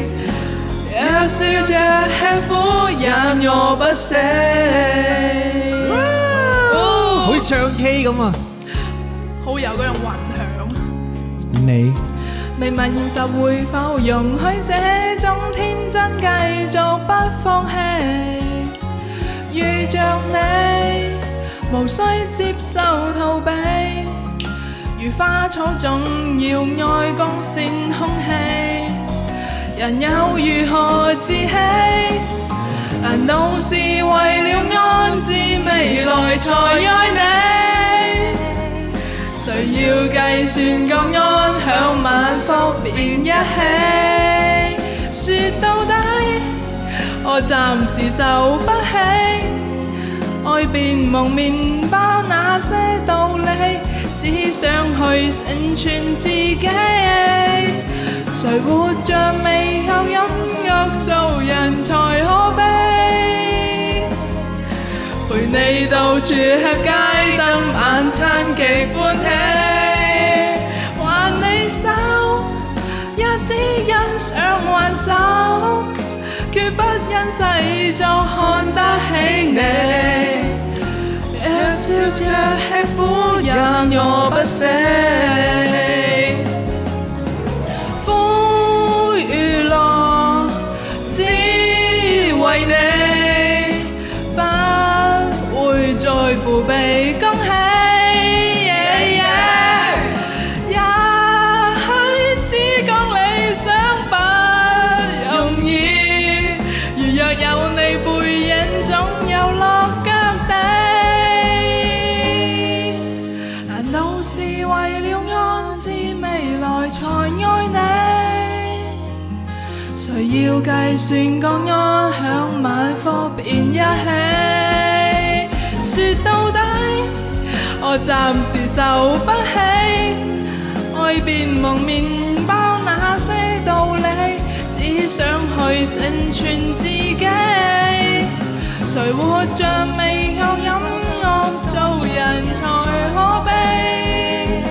[SPEAKER 5] 若笑着吃苦，也餓不死。好似唱 K 咁啊！好有嗰種混響。未問現實會否容許這種天真繼續不放棄，遇着你無需接受逃避，如花草總要愛光線空氣，人又如何自欺？難道是為了安置未來才愛你？誰要計算個安享晚福便一起？說到底，我暫時受不起，愛變夢麵包那些道理，只想去成全自己。誰活着未靠音樂做人才可悲？陪你到處吃街燈，晚餐極歡喜。還你手，一只欣賞還手，決不因世俗看得起你。若笑着吃苦，也餓不死。苦與樂，只為你。不會在乎被恭喜。Yeah, yeah 也許只講理想不容易，如若有你背影，總有落腳地。難道是為了安置未來才愛你？誰要計算個安享晚福便一起？說到底，我暫時受不起，愛變夢麵包那些道理，只想去成全自己。誰活着未靠音樂做人才可悲？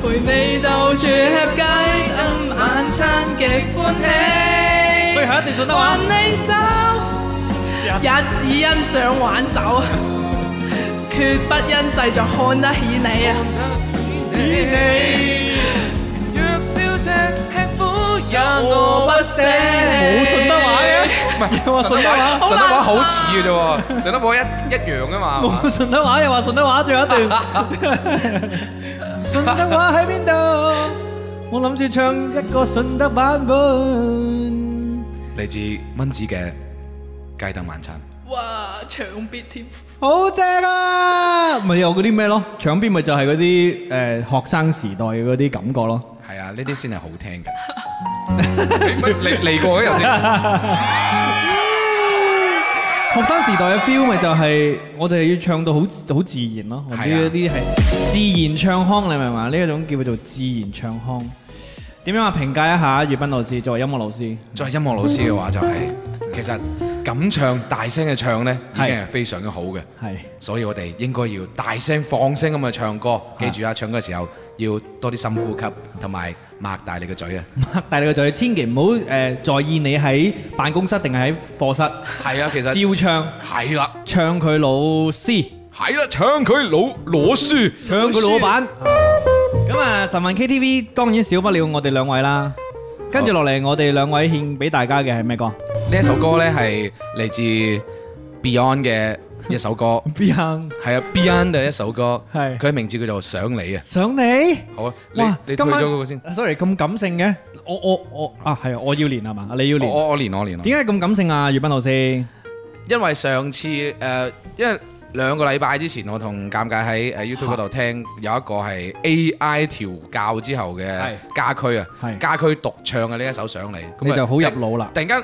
[SPEAKER 5] 陪你到處吃街，嗯，晚餐極歡喜。最後一段仲得玩你手，也只欣賞挽手，決不因世俗看得起你啊！若笑着吃苦，也餓不死。冇順德話嘅，
[SPEAKER 3] 順德話，順德話好似嘅啫喎，順德話一一樣噶嘛。係嘛
[SPEAKER 4] 順德 話又話順德話，最後一段。順德話喺邊度？我諗住唱一個順德版本。
[SPEAKER 7] 嚟自蚊子嘅街燈晚餐。
[SPEAKER 5] 哇，長必添，
[SPEAKER 4] 好正啊！咪有嗰啲咩咯？搶邊咪就係嗰啲
[SPEAKER 2] ờ,
[SPEAKER 4] 誒學生時代嗰啲感覺咯。
[SPEAKER 7] 係啊，呢啲先係好 聽嘅。你你嚟過嘅頭先，
[SPEAKER 4] 學生時代嘅 feel 咪就係我哋要唱到好好自然咯。我
[SPEAKER 7] 係啊
[SPEAKER 4] 呢一啲係自然唱腔，你明唔明啊？呢一種叫做自然唱腔。點樣啊？評價一下粵斌老師作為音樂老師，
[SPEAKER 7] 作為音樂老師嘅話就係，其實敢唱大聲嘅唱呢，已經係非常之好嘅。
[SPEAKER 4] 係
[SPEAKER 7] 所以我哋應該要大聲放聲咁去唱歌，記住啊！唱歌嘅時候要多啲深呼吸，同埋擘大你嘅嘴啊！
[SPEAKER 4] 但係你個嘴千祈唔好誒在意你喺辦公室定係喺課室，
[SPEAKER 7] 係啊，其實
[SPEAKER 4] 照唱
[SPEAKER 7] 係啦，
[SPEAKER 4] 唱佢老師。
[SPEAKER 7] 係啦，唱佢老攞書，
[SPEAKER 4] 唱佢老闆。咁啊，神韻 KTV 當然少不了我哋兩位啦。跟住落嚟，我哋兩位獻俾大家嘅係咩歌
[SPEAKER 7] 呢一首歌呢，係嚟自 Beyond 嘅一首歌，
[SPEAKER 4] ？Beyond
[SPEAKER 7] 係啊 Beyond 嘅一首歌，
[SPEAKER 4] 係
[SPEAKER 7] 佢嘅名字叫做《想你》啊。
[SPEAKER 4] 想你。
[SPEAKER 7] 好啊，你
[SPEAKER 4] 哇！
[SPEAKER 7] 你退
[SPEAKER 4] 今
[SPEAKER 7] 咗
[SPEAKER 4] 晚
[SPEAKER 7] 嗰個先，
[SPEAKER 4] À, Sorry，咁感性嘅，我我我啊係啊，我要練係嘛？你要
[SPEAKER 7] 我
[SPEAKER 4] 練。
[SPEAKER 7] 我我連我連我，
[SPEAKER 4] 點解咁感性啊？粵斌老師
[SPEAKER 7] 因為上次誒、呃因為兩個禮拜之前我同尷尬喺誒 YouTube 嗰度聽有一個係 AI 調教之後嘅
[SPEAKER 4] 係
[SPEAKER 7] 家區啊，
[SPEAKER 4] 係
[SPEAKER 7] 家區獨唱嘅呢一首上嚟，咁
[SPEAKER 4] 你
[SPEAKER 7] 啊
[SPEAKER 4] 就好入
[SPEAKER 7] 突
[SPEAKER 4] 腦啦。
[SPEAKER 7] 然間。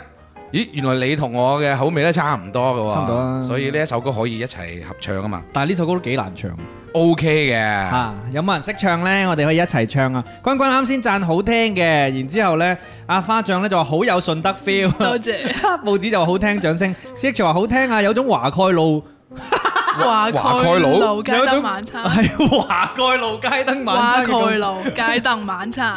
[SPEAKER 7] 咦，原來你同我嘅口味都差唔多嘅喎，
[SPEAKER 4] 差唔多啊
[SPEAKER 7] 所以呢一首歌可以一齊合唱啊嘛
[SPEAKER 4] 但係呢首歌都幾難唱
[SPEAKER 7] ，OK
[SPEAKER 3] À.
[SPEAKER 7] 嘅，
[SPEAKER 4] 啊！有冇人識唱呢？我哋可以一齊唱啊！君君啱先讚好聽嘅，然之後呢，阿花醬呢就話好有順德 feel。
[SPEAKER 5] 多 謝
[SPEAKER 4] 報紙就話好聽，掌聲。C H 話好聽啊，有種華蓋路，
[SPEAKER 5] 華
[SPEAKER 7] 華
[SPEAKER 5] 蓋
[SPEAKER 7] 蓋佬
[SPEAKER 5] 路街
[SPEAKER 4] 有種
[SPEAKER 5] 燈晚 餐，
[SPEAKER 4] 係華蓋路街燈
[SPEAKER 5] 華
[SPEAKER 4] 晚餐
[SPEAKER 5] 蓋
[SPEAKER 4] 嘅
[SPEAKER 5] 路街燈晚餐，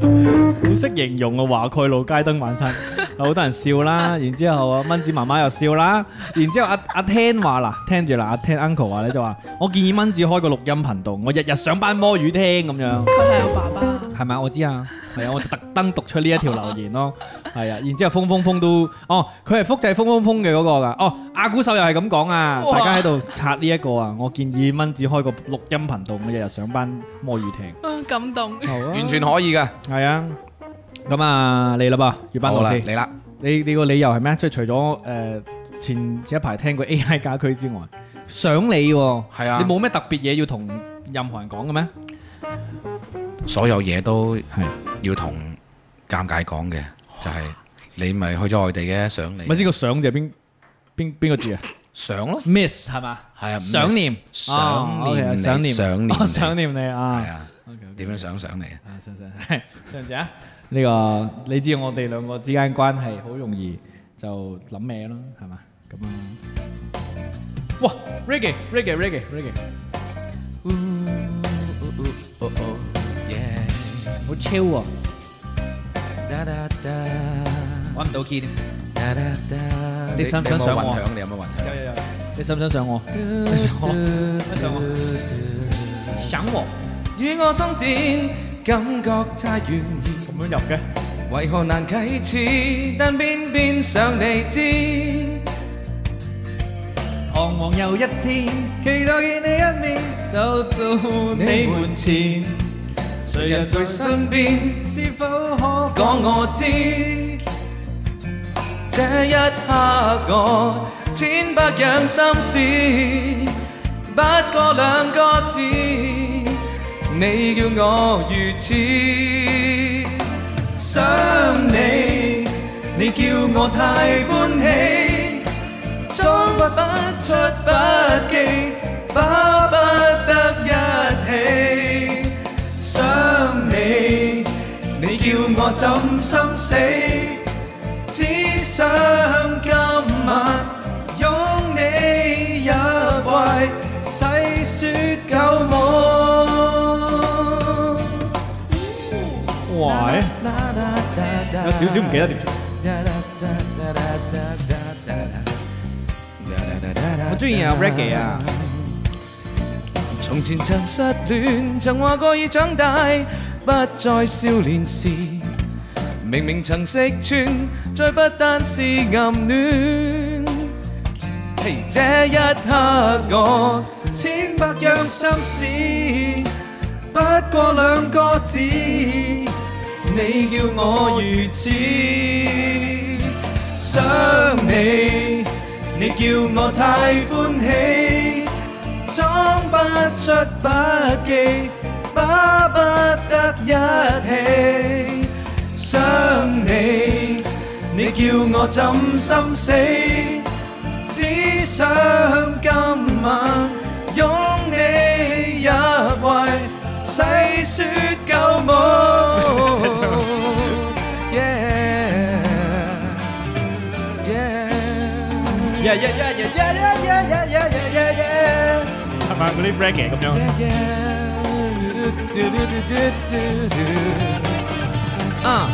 [SPEAKER 4] 咁，好識形容啊！華蓋路街燈晚餐， 有好多人笑啦。然之後啊，蚊子媽媽又笑啦。然之後阿阿 Ten 話嗱，聽住啦，阿 Ten Uncle 話咧就話，我建議蚊子開個錄音頻道，我日日上班摸魚聽咁
[SPEAKER 5] 佢
[SPEAKER 4] 樣。
[SPEAKER 5] 係我爸爸。
[SPEAKER 4] 係咪？我知啊，係啊，我特登讀出呢一條留言咯，係啊，然之後風風風都，哦，佢係複製風風風嘅嗰個㗎，哦，阿古手又係咁講啊，
[SPEAKER 5] 哇
[SPEAKER 4] 大家喺度刷呢一個啊，我建議蚊子開個錄音頻道，我日日上班摸魚聽，
[SPEAKER 5] 啊感動，
[SPEAKER 4] 好啊
[SPEAKER 7] 完全可以嘅。
[SPEAKER 4] 係啊，咁啊，你啦噃，粵斌
[SPEAKER 7] 好
[SPEAKER 4] 老
[SPEAKER 7] 啦，
[SPEAKER 4] 師，
[SPEAKER 7] 你啦，
[SPEAKER 4] 你你個理由係咩？即係除咗誒前前一排聽 過 AI 家居之外，想你喎，
[SPEAKER 7] 係啊
[SPEAKER 4] 你冇咩特別嘢要同任何人講嘅咩？
[SPEAKER 7] 所有嘢都
[SPEAKER 4] 係
[SPEAKER 7] 要同尷尬講嘅，就係你咪去咗外地嘅，想你
[SPEAKER 4] 咪先個想字係邊邊邊個字啊
[SPEAKER 7] 想咯，
[SPEAKER 4] ？Miss 係嘛？
[SPEAKER 7] 係啊，
[SPEAKER 4] 想念，
[SPEAKER 7] 想
[SPEAKER 4] 哦
[SPEAKER 7] 念
[SPEAKER 4] À, ，OK，
[SPEAKER 7] 你
[SPEAKER 4] 想念，
[SPEAKER 7] 想念
[SPEAKER 4] 哦
[SPEAKER 7] 你
[SPEAKER 4] 想念你
[SPEAKER 7] 係
[SPEAKER 4] 啊，
[SPEAKER 7] 啊，點樣想想你啊？
[SPEAKER 4] 啊想想係想唔想啊？呢個你知我哋兩個之間關係好容易就諗咩咯，係嘛？咁啊，哇，Reggae，Reggae，Reggae，Reggae，好超喎，揾唔到 key 添。你想唔想上我啊
[SPEAKER 7] 你有冇混響？你有冇混響？
[SPEAKER 4] 有有有，你想唔想上我？你想我？你想我？想我？
[SPEAKER 7] 與我爭戰，感覺太懸疑，
[SPEAKER 4] 咁樣入嘅？
[SPEAKER 7] 為何難啟齒？但偏偏想你知。
[SPEAKER 4] 彷徨又一天，期待見你一面，走到你門前，誰人在身邊？是否可
[SPEAKER 7] 講我知，這一刻我千百樣心事，不過兩個字，你叫我如此想你，你叫我太歡喜，裝不出不羈，巴不得一起想你。你叫我怎心死？只想今晚擁你入懷，細說舊夢。
[SPEAKER 2] 哇！有少少唔記得點唱。
[SPEAKER 4] 我中意啊 reggae 啊，
[SPEAKER 7] 從前曾失戀，曾話過已長大，不再少年時。明明曾識穿，再不單是暗戀。嘿這一刻我千百樣心事，不過兩個字，你叫我如此想你，你叫我太歡喜，裝不出不記，巴不得一起想你，你叫我怎心死？只想今晚擁你入懷，細説舊夢。Yeah, yeah, yeah, yeah, yeah, yeah, yeah, yeah, yeah, yeah, yeah, yeah, yeah.
[SPEAKER 2] 係咪嗰啲 reggae 咁樣？
[SPEAKER 7] 啊！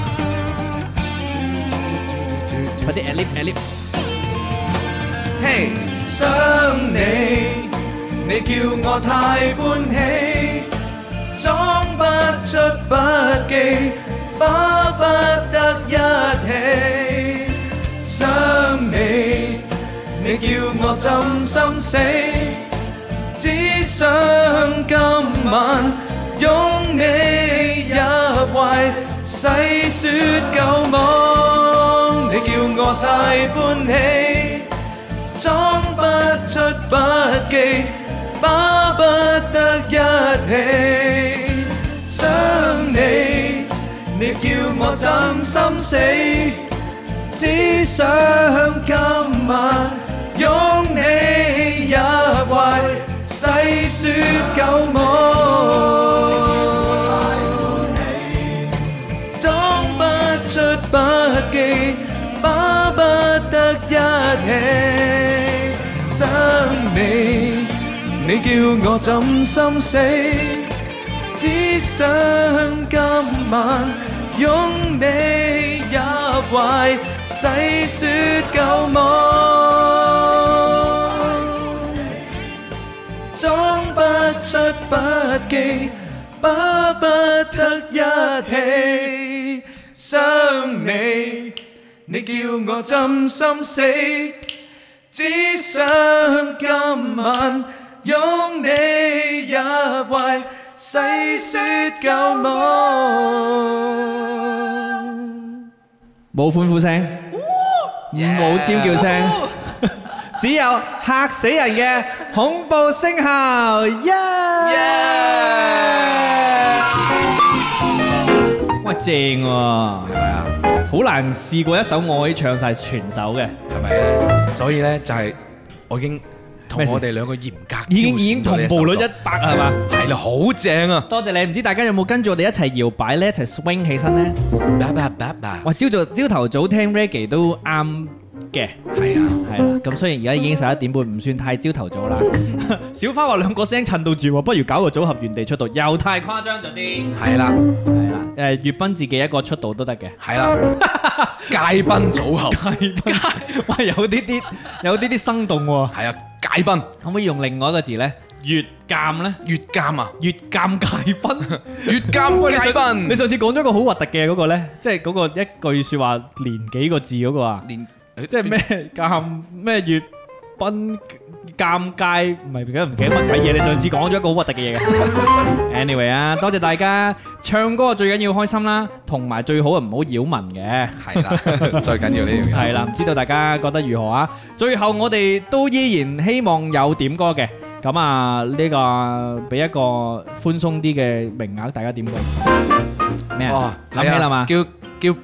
[SPEAKER 4] 快啲 elip elip，
[SPEAKER 7] 嘿，想你，你叫我太歡喜，裝不出不記，巴不得一起。想你，你叫我怎心死，只想今晚擁你入懷，細説舊夢，你叫我太歡喜。裝不出不記，巴不得一起。想你，你叫我怎心死？只想今晚擁你入懷，細説舊夢。裝不出不記，巴不得一起。想你，你叫我怎心死？只想今晚擁你入懷，細説舊夢。裝不出不記，巴不得一起想你。你叫我怎心死？只想今晚擁你入懷，細説舊夢。
[SPEAKER 4] 冇歡呼聲，冇尖叫聲，
[SPEAKER 9] 只有嚇死人嘅恐怖聲
[SPEAKER 4] Ờ,
[SPEAKER 9] 效，耶！
[SPEAKER 4] 哇正喎，à. 好難試過一首我可以唱晒全首嘅，
[SPEAKER 3] 係咪咧？所以咧就係我已經同
[SPEAKER 4] 咩事
[SPEAKER 3] 我哋兩個嚴格
[SPEAKER 4] 已經已經同步率一百係嘛？
[SPEAKER 3] 係啦，好正啊！
[SPEAKER 4] 多謝你，唔知大家有冇跟住我哋一齊搖擺呢？一齊 swing 起身呢？
[SPEAKER 3] 叭叭叭叭
[SPEAKER 4] 哇！朝早朝頭早聽 reggae 都啱嘅，
[SPEAKER 3] 係啊！
[SPEAKER 4] 係啦。咁雖然而家已經十一點半，唔算太朝頭早 啦。小花話兩個聲襯到住喎，不如搞個組合原地出道，又太誇張咗啲。
[SPEAKER 3] 係啦，
[SPEAKER 4] 係啦，誒粵賓自己一個出道都得嘅。
[SPEAKER 3] 係啦， 界賓組 合
[SPEAKER 4] 哇！有啲啲有啲啲生動喎，
[SPEAKER 3] 係啊，界賓
[SPEAKER 4] 可唔可以用另外一個字呢？越鑑呢？
[SPEAKER 3] 越監啊，
[SPEAKER 4] 越鑑界賓。
[SPEAKER 3] 越監界
[SPEAKER 4] 你
[SPEAKER 3] 賓，
[SPEAKER 4] 上次講咗個好核突嘅嗰個咧，即係嗰個一句説話連幾個字嗰個啊？
[SPEAKER 3] 連
[SPEAKER 4] 即係咩尷咩粵賓尷尬，唔係而家唔記得乜鬼嘢。你上次講咗一個好核突嘅嘢嘅。anyway 啊，多謝大家唱歌最緊要開心啦，同埋最好啊唔好擾民嘅。
[SPEAKER 3] 係啦，最緊要呢樣嘢
[SPEAKER 4] 係啦，唔知道大家覺得如何啊？最後我哋都依然希望有點歌嘅。咁啊，呢個俾一個寬鬆啲嘅名額，大家點歌？咩
[SPEAKER 3] 哦
[SPEAKER 4] 啊？，諗起啦嘛？
[SPEAKER 3] 叫叫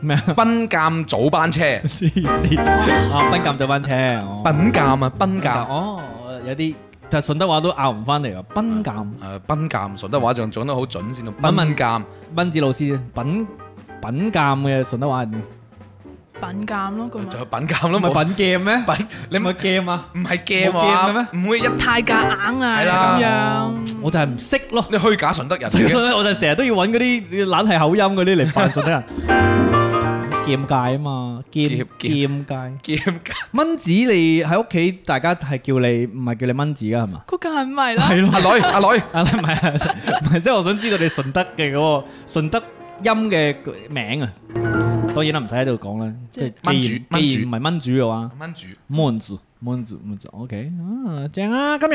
[SPEAKER 4] 咩啊？
[SPEAKER 3] 賓鑑早班車，
[SPEAKER 4] 黐線啊！賓鑑咗班車，哦
[SPEAKER 3] 賓鑑啊，賓鑑。
[SPEAKER 4] 哦，有啲但係順德話都拗唔翻嚟啊！賓鑑，
[SPEAKER 3] 誒賓鑑順德話仲講得好準先咯，
[SPEAKER 4] 問問
[SPEAKER 3] 賓鑑
[SPEAKER 4] 斌子老師品品鑑嘅順德話係點？
[SPEAKER 5] 品鑑咯，咁
[SPEAKER 3] 仲
[SPEAKER 5] 啊
[SPEAKER 3] 有品鑑咯，
[SPEAKER 4] 咪
[SPEAKER 3] 冇
[SPEAKER 4] 品 game 咩？
[SPEAKER 3] 品
[SPEAKER 4] 你
[SPEAKER 3] 你
[SPEAKER 4] 咪
[SPEAKER 3] 咪
[SPEAKER 4] game à? 啊！
[SPEAKER 3] 唔係 game
[SPEAKER 4] 冇 game
[SPEAKER 3] 啊
[SPEAKER 4] 嘅，
[SPEAKER 3] 唔會一
[SPEAKER 5] 太夾硬
[SPEAKER 3] 係啦
[SPEAKER 5] 啊，咁樣
[SPEAKER 4] 我就係唔識 咯。
[SPEAKER 3] 你虛假順德人
[SPEAKER 4] 所以
[SPEAKER 3] 嚟嘅，
[SPEAKER 4] 我就成日都要揾嗰啲懶係口音嗰啲嚟扮順德人。劍界啊嘛，劍
[SPEAKER 3] 劍
[SPEAKER 4] 劍界。
[SPEAKER 3] game 界
[SPEAKER 4] 蚊子你喺屋企，大家係叫你唔係叫你蚊子噶係嘛？
[SPEAKER 5] 嗰梗係唔係啦，
[SPEAKER 4] 咯
[SPEAKER 3] 阿女阿女
[SPEAKER 4] 啊唔係啊唔係，即係我想知道你順德嘅嗰個順德音嘅名啊。當然啦，唔使喺度講啦。即係
[SPEAKER 3] 蚊
[SPEAKER 4] 既
[SPEAKER 3] 主
[SPEAKER 4] 然
[SPEAKER 3] 蚊
[SPEAKER 4] à?
[SPEAKER 3] 主
[SPEAKER 4] 既然唔係蚊主嘅話，
[SPEAKER 3] 蚊主
[SPEAKER 4] 蚊子滿足滿足，OK，啊，正啊，今日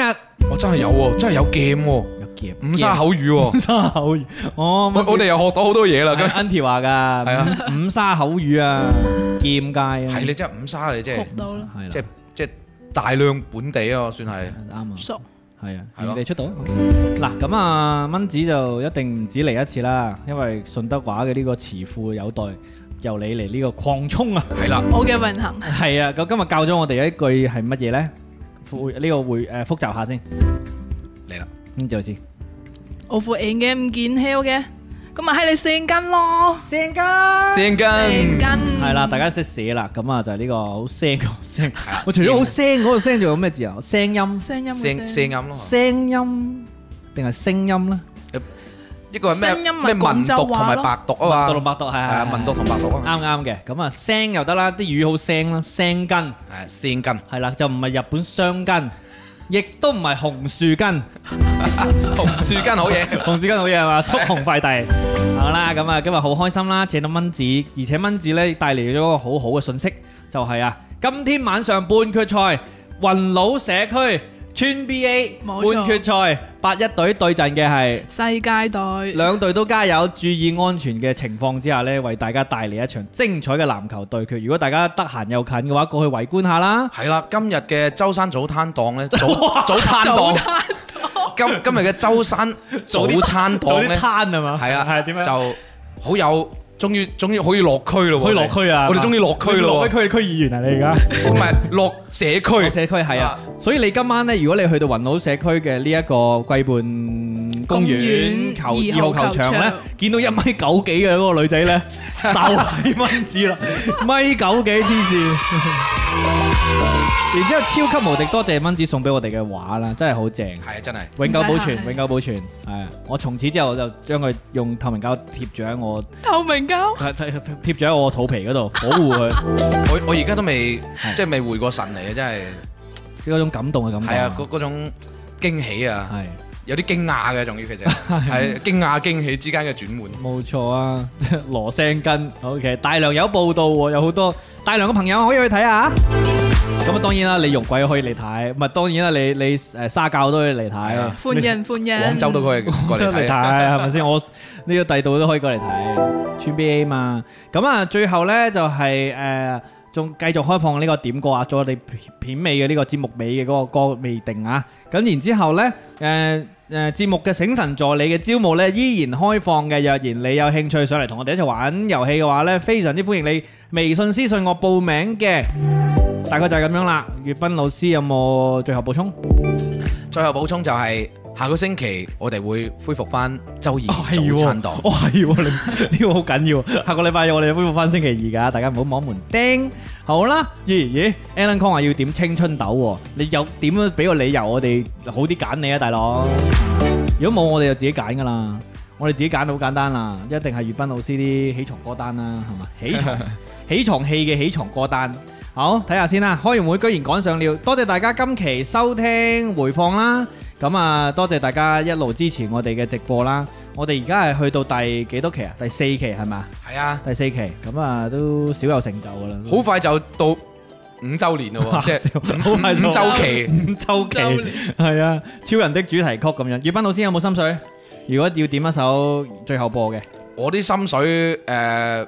[SPEAKER 3] 我真係有喎，真係有 game 喎，
[SPEAKER 4] 有夾
[SPEAKER 3] 五沙口語 喎，
[SPEAKER 4] 沙口語，哦，
[SPEAKER 3] 我我哋又學到好多嘢啦。咁
[SPEAKER 4] Auntie 話
[SPEAKER 3] 係
[SPEAKER 4] 㗎，
[SPEAKER 3] 啊
[SPEAKER 4] 五五沙口語啊，劍界啊，
[SPEAKER 3] 係你真係五沙，你真係
[SPEAKER 5] 學到啦，
[SPEAKER 4] 係啦，
[SPEAKER 3] 即係即係大量本地啊，算係。
[SPEAKER 4] 啱啊。
[SPEAKER 5] 熟
[SPEAKER 4] 係啊，
[SPEAKER 3] 係
[SPEAKER 4] 原
[SPEAKER 3] 咯
[SPEAKER 4] 地出道。嗱咁啊，蚊子就一定唔止嚟一次啦，因為順德話嘅呢個詞庫有待由你嚟呢個擴充 啊。
[SPEAKER 3] 係啦，
[SPEAKER 5] 我嘅榮幸。
[SPEAKER 4] 係啊，咁今日教咗我哋一句係乜嘢呢？複呢個會誒複習下先。
[SPEAKER 3] 嚟啦，
[SPEAKER 4] 咁就先。
[SPEAKER 5] 我副眼嘅唔見 hell 嘅，咁咪喺你性根咯，
[SPEAKER 3] 聲
[SPEAKER 5] 性
[SPEAKER 3] 根
[SPEAKER 5] 根
[SPEAKER 4] 係啦，大家識寫啦。咁啊就係呢個好聲嗰個聲
[SPEAKER 3] 係啊。
[SPEAKER 4] 我除咗好聲嗰個聲，仲有咩字啊？聲音、
[SPEAKER 5] 聲音嘅
[SPEAKER 3] 聲
[SPEAKER 5] 聲
[SPEAKER 3] 聲音咯，
[SPEAKER 4] 聲音定係聲音呢？
[SPEAKER 3] 一個係
[SPEAKER 5] 聲
[SPEAKER 3] 咩
[SPEAKER 5] 音咪
[SPEAKER 3] 咩文
[SPEAKER 5] 廣州
[SPEAKER 3] 讀同
[SPEAKER 5] 話
[SPEAKER 3] 埋
[SPEAKER 5] 咯
[SPEAKER 3] 白讀啊嘛，
[SPEAKER 4] 讀同白讀係
[SPEAKER 3] 係啊，文讀同白讀啊嘛，
[SPEAKER 4] 啱啱嘅。咁啊聲又得啦，啲魚好聲啦，聲根。
[SPEAKER 3] 係聲根，
[SPEAKER 4] 係啦，就唔係日本雙根，亦都唔係紅樹根，
[SPEAKER 3] 紅樹根 好嘢，
[SPEAKER 4] 紅樹根好嘢係嘛？速 紅快遞。好啦，咁啊，今日好開心啦，請到蚊子，而且蚊子咧帶嚟咗一個好好嘅信息，就係、啊，今天晚上半決賽雲佬社區村 BA
[SPEAKER 5] 冇錯
[SPEAKER 4] 半決賽八一隊對陣嘅係。
[SPEAKER 5] 世界代
[SPEAKER 4] 兩隊都加油，注意安全嘅情況之下呢，為大家帶嚟一場精彩嘅籃球對決。如果大家得閒又近嘅話，過去圍觀下啦。
[SPEAKER 3] 係啦，今日嘅舟山早餐檔 咧，早早餐檔，今今日嘅舟山 早餐
[SPEAKER 4] 做
[SPEAKER 3] 檔
[SPEAKER 4] 啲
[SPEAKER 3] 咧，
[SPEAKER 4] 攤係嘛？
[SPEAKER 3] 係啊，
[SPEAKER 4] 係點樣？
[SPEAKER 3] 就好有，終於終於可以落區咯喎，
[SPEAKER 2] 可以落區啊
[SPEAKER 3] 我哋終於落區
[SPEAKER 2] 落
[SPEAKER 3] 咯
[SPEAKER 2] 區
[SPEAKER 3] 喎，
[SPEAKER 2] 區區議員啊，你而家
[SPEAKER 3] 唔係落社區，
[SPEAKER 4] 社區係啊
[SPEAKER 3] 啊，
[SPEAKER 4] 所以你今晚咧，如果你去到雲澳社區嘅呢一個桂畔公
[SPEAKER 5] 公
[SPEAKER 4] 園
[SPEAKER 5] 園
[SPEAKER 4] 球
[SPEAKER 5] 二號
[SPEAKER 4] 二號球場
[SPEAKER 5] 球
[SPEAKER 4] 咧
[SPEAKER 5] 場，
[SPEAKER 4] 見到一米九幾嘅嗰個女仔 咧，就係蚊子啦，米九幾黐 線。然之後超級無敵多謝蚊子送俾我哋嘅畫啦，真係好正，
[SPEAKER 3] 係啊，真係
[SPEAKER 4] 永久保存
[SPEAKER 5] 唔使，客氣
[SPEAKER 4] 永久保存。係啊，我從此之後就將佢用透明膠貼住喺我
[SPEAKER 5] 透明膠，
[SPEAKER 4] 貼貼貼住喺我肚皮嗰度保護 佢，
[SPEAKER 3] 我我而家都未即係未回過神嚟嘅，真係
[SPEAKER 4] 即係嗰種感動嘅感覺。
[SPEAKER 3] 係啊，嗰嗰種驚喜啊！
[SPEAKER 4] 係。
[SPEAKER 3] 有啲驚訝嘅，仲要其實 係驚訝驚喜之間嘅轉換。
[SPEAKER 4] 冇錯啊， 羅聲根，OK，大量有報道喎，有好多大量嘅朋友可以去睇下啊。咁啊，當然啦，你容桂可以嚟睇，唔係當然啦，你你誒沙教都可以嚟睇
[SPEAKER 3] 係啊，
[SPEAKER 5] 歡迎歡迎。
[SPEAKER 3] 廣州都 可以過
[SPEAKER 4] 都
[SPEAKER 3] 嚟
[SPEAKER 4] 嚟睇
[SPEAKER 3] 睇，
[SPEAKER 4] 係咪先？我 呢個第度都可以過嚟睇，村 BA 嘛。咁啊，最後呢就係誒，仲繼續開放呢個點歌啊，做我哋片尾嘅呢個節目尾嘅嗰個歌未定啊。咁然之後呢，誒誒節目嘅醒神助理嘅招募呢依然開放嘅。若然你有興趣上嚟同我哋一齊玩遊戲嘅話呢，非常之歡迎你微信私信我報名嘅。大概就係咁樣啦。粵斌老師有冇最後補充？
[SPEAKER 3] 最後補充就係下個星期我哋會恢復翻周二早 餐檔。
[SPEAKER 4] 哦係喎，你呢個好緊要。下個禮拜我哋恢復翻星期二㗎，大家唔好 摸門釘。好啦，咦咦，Alan Kong 話要點青春豆喎，你有點樣俾個理由我哋好啲揀你啊，大佬。如果冇我哋就自己揀㗎啦，我哋自己揀好簡單啦，一定係粵斌老師啲起床歌單啦，係嘛？起床起床戲嘅起床歌單。好，睇下先啦。開完會居然趕上了，多謝大家今期收聽回放啦。咁啊，多謝大家一路支持我哋嘅直播啦。我哋而家係去到第幾多期啊？第四期係咪啊？
[SPEAKER 3] 係啊，
[SPEAKER 4] 第四期咁啊，都少有成就噶啦。
[SPEAKER 3] 好快就到五周年咯喎，即係五
[SPEAKER 4] 快就
[SPEAKER 3] 五周期。
[SPEAKER 4] 五周期
[SPEAKER 5] 周年
[SPEAKER 4] 係啊，超人的主題曲咁樣。宇斌老師有冇心水？如果要點一首最後播嘅
[SPEAKER 3] 我啲心水誒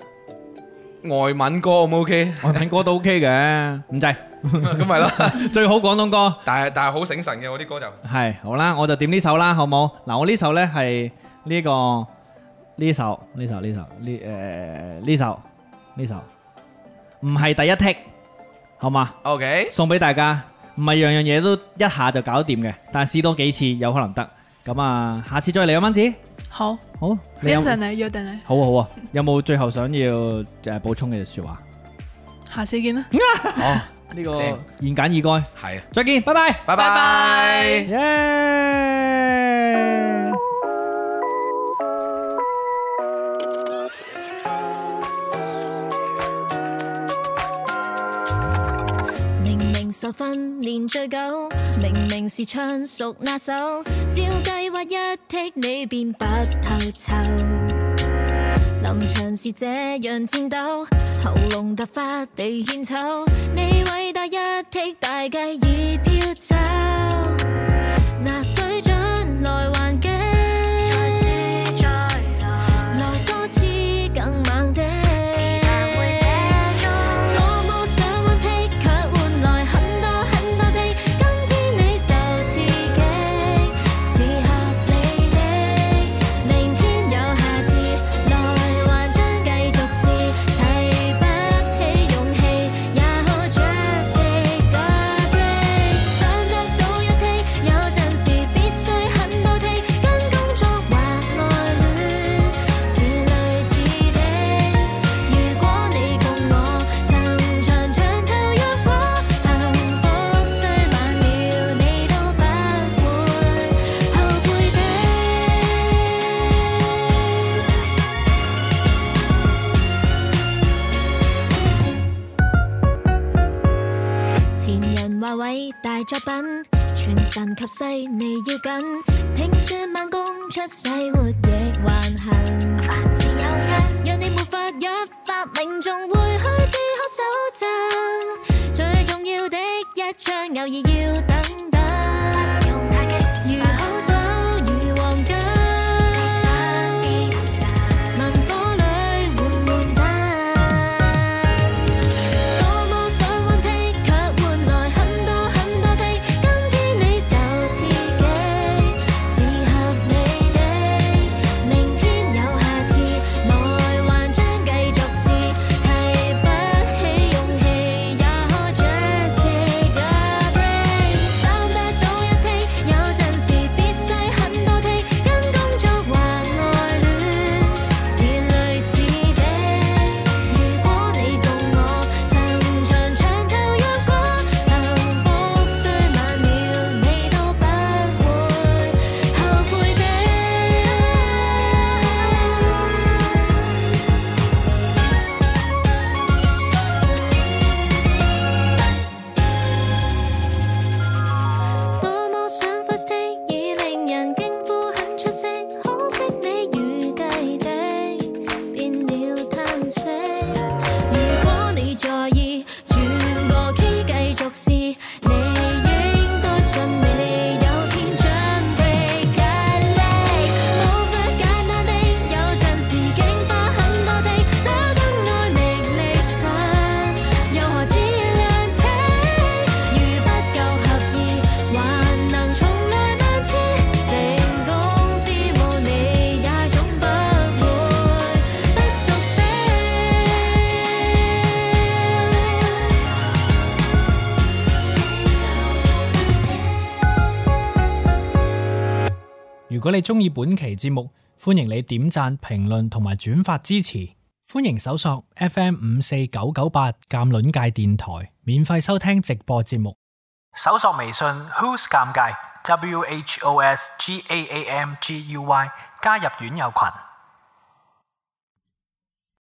[SPEAKER 3] 外文歌 O 唔 OK？
[SPEAKER 4] 外文歌都 OK 嘅， 唔制。
[SPEAKER 3] 咁 咪啦，
[SPEAKER 4] 最好廣東歌
[SPEAKER 3] 但係但係好醒神嘅我啲歌就
[SPEAKER 4] 係好啦，我就點呢首啦，好冇？嗱，我呢首呢係呢個呢首呢首呢首呢誒呢首呢首，唔係第一剔，好嘛？
[SPEAKER 3] OK。
[SPEAKER 4] 送俾大家，唔係樣樣嘢都一下就搞掂嘅，但係試多幾次有可能得。咁啊，下次再嚟啊，蚊子，
[SPEAKER 5] 好，
[SPEAKER 4] 好，
[SPEAKER 5] 一
[SPEAKER 4] 你有
[SPEAKER 5] 陣你約定你，
[SPEAKER 4] 好啊好啊，有冇最後想要誒補充嘅説話？
[SPEAKER 5] 下次見啦。
[SPEAKER 3] 哦，
[SPEAKER 4] 呢個
[SPEAKER 3] 正
[SPEAKER 4] 言簡意賅，
[SPEAKER 3] 係啊，
[SPEAKER 4] 再見，拜拜。
[SPEAKER 3] 拜
[SPEAKER 5] 拜
[SPEAKER 3] 拜
[SPEAKER 5] 拜。
[SPEAKER 4] 耶！
[SPEAKER 10] 明明受訓練最久，明明是唱熟那首，照計劃一剔你便不透臭。臨場常是這樣戰鬥，喉嚨突發地獻醜。你偉大一剔大計已飄走，拿水準來還擊，來多次更猛的。我冇想換剔，卻換來很多很多剔。今天你受刺激，是合理的。明天有下次，來還將繼續試，提不起勇氣，也好 just take a break。想得到一剔，有陣時必須很多剔，跟工作或愛戀是類似的。如果你共我曾長長透約過，幸福雖晚了，你都不會後悔的。前人話偉大作品，全神及細你要緊。聽說慢工出細活亦還行，凡事有因，若你沒法一發命中，會開始可手震。最重要的一槍，偶爾要等等。如好酒如黃金，文火裏緩緩等。我冇想換剔，卻換來很多很多剔。今天你受刺激，是合理的。明天有下次，來還將繼續試，提不起勇氣，也可 just take a break。想得到一剔，有陣時必須很多剔，跟工作或愛戀是類似的。如果你共我曾長長透約過，幸福雖晚了，你都不會後悔的。多麼想 first take 已令人驚呼很出色，可惜你預計的變了嘆息。如果你在意，轉個 key 繼續試，你應該信你有天將 break 壓力。冇法簡單的，有陣時竟花很多剔，找得愛覓理想，又何止兩剔？如不夠合意，還能從來萬次成功之母，你也總不會不熟悉。
[SPEAKER 11] 如果你中意本期節目，歡迎你點讚、評論同埋轉發支持。歡迎搜索 FM 五四九九八鑑論界電台，免費收聽直播節目。搜索微信 Who's 尷尬 W H O S G A A M G U Y 加入院友群。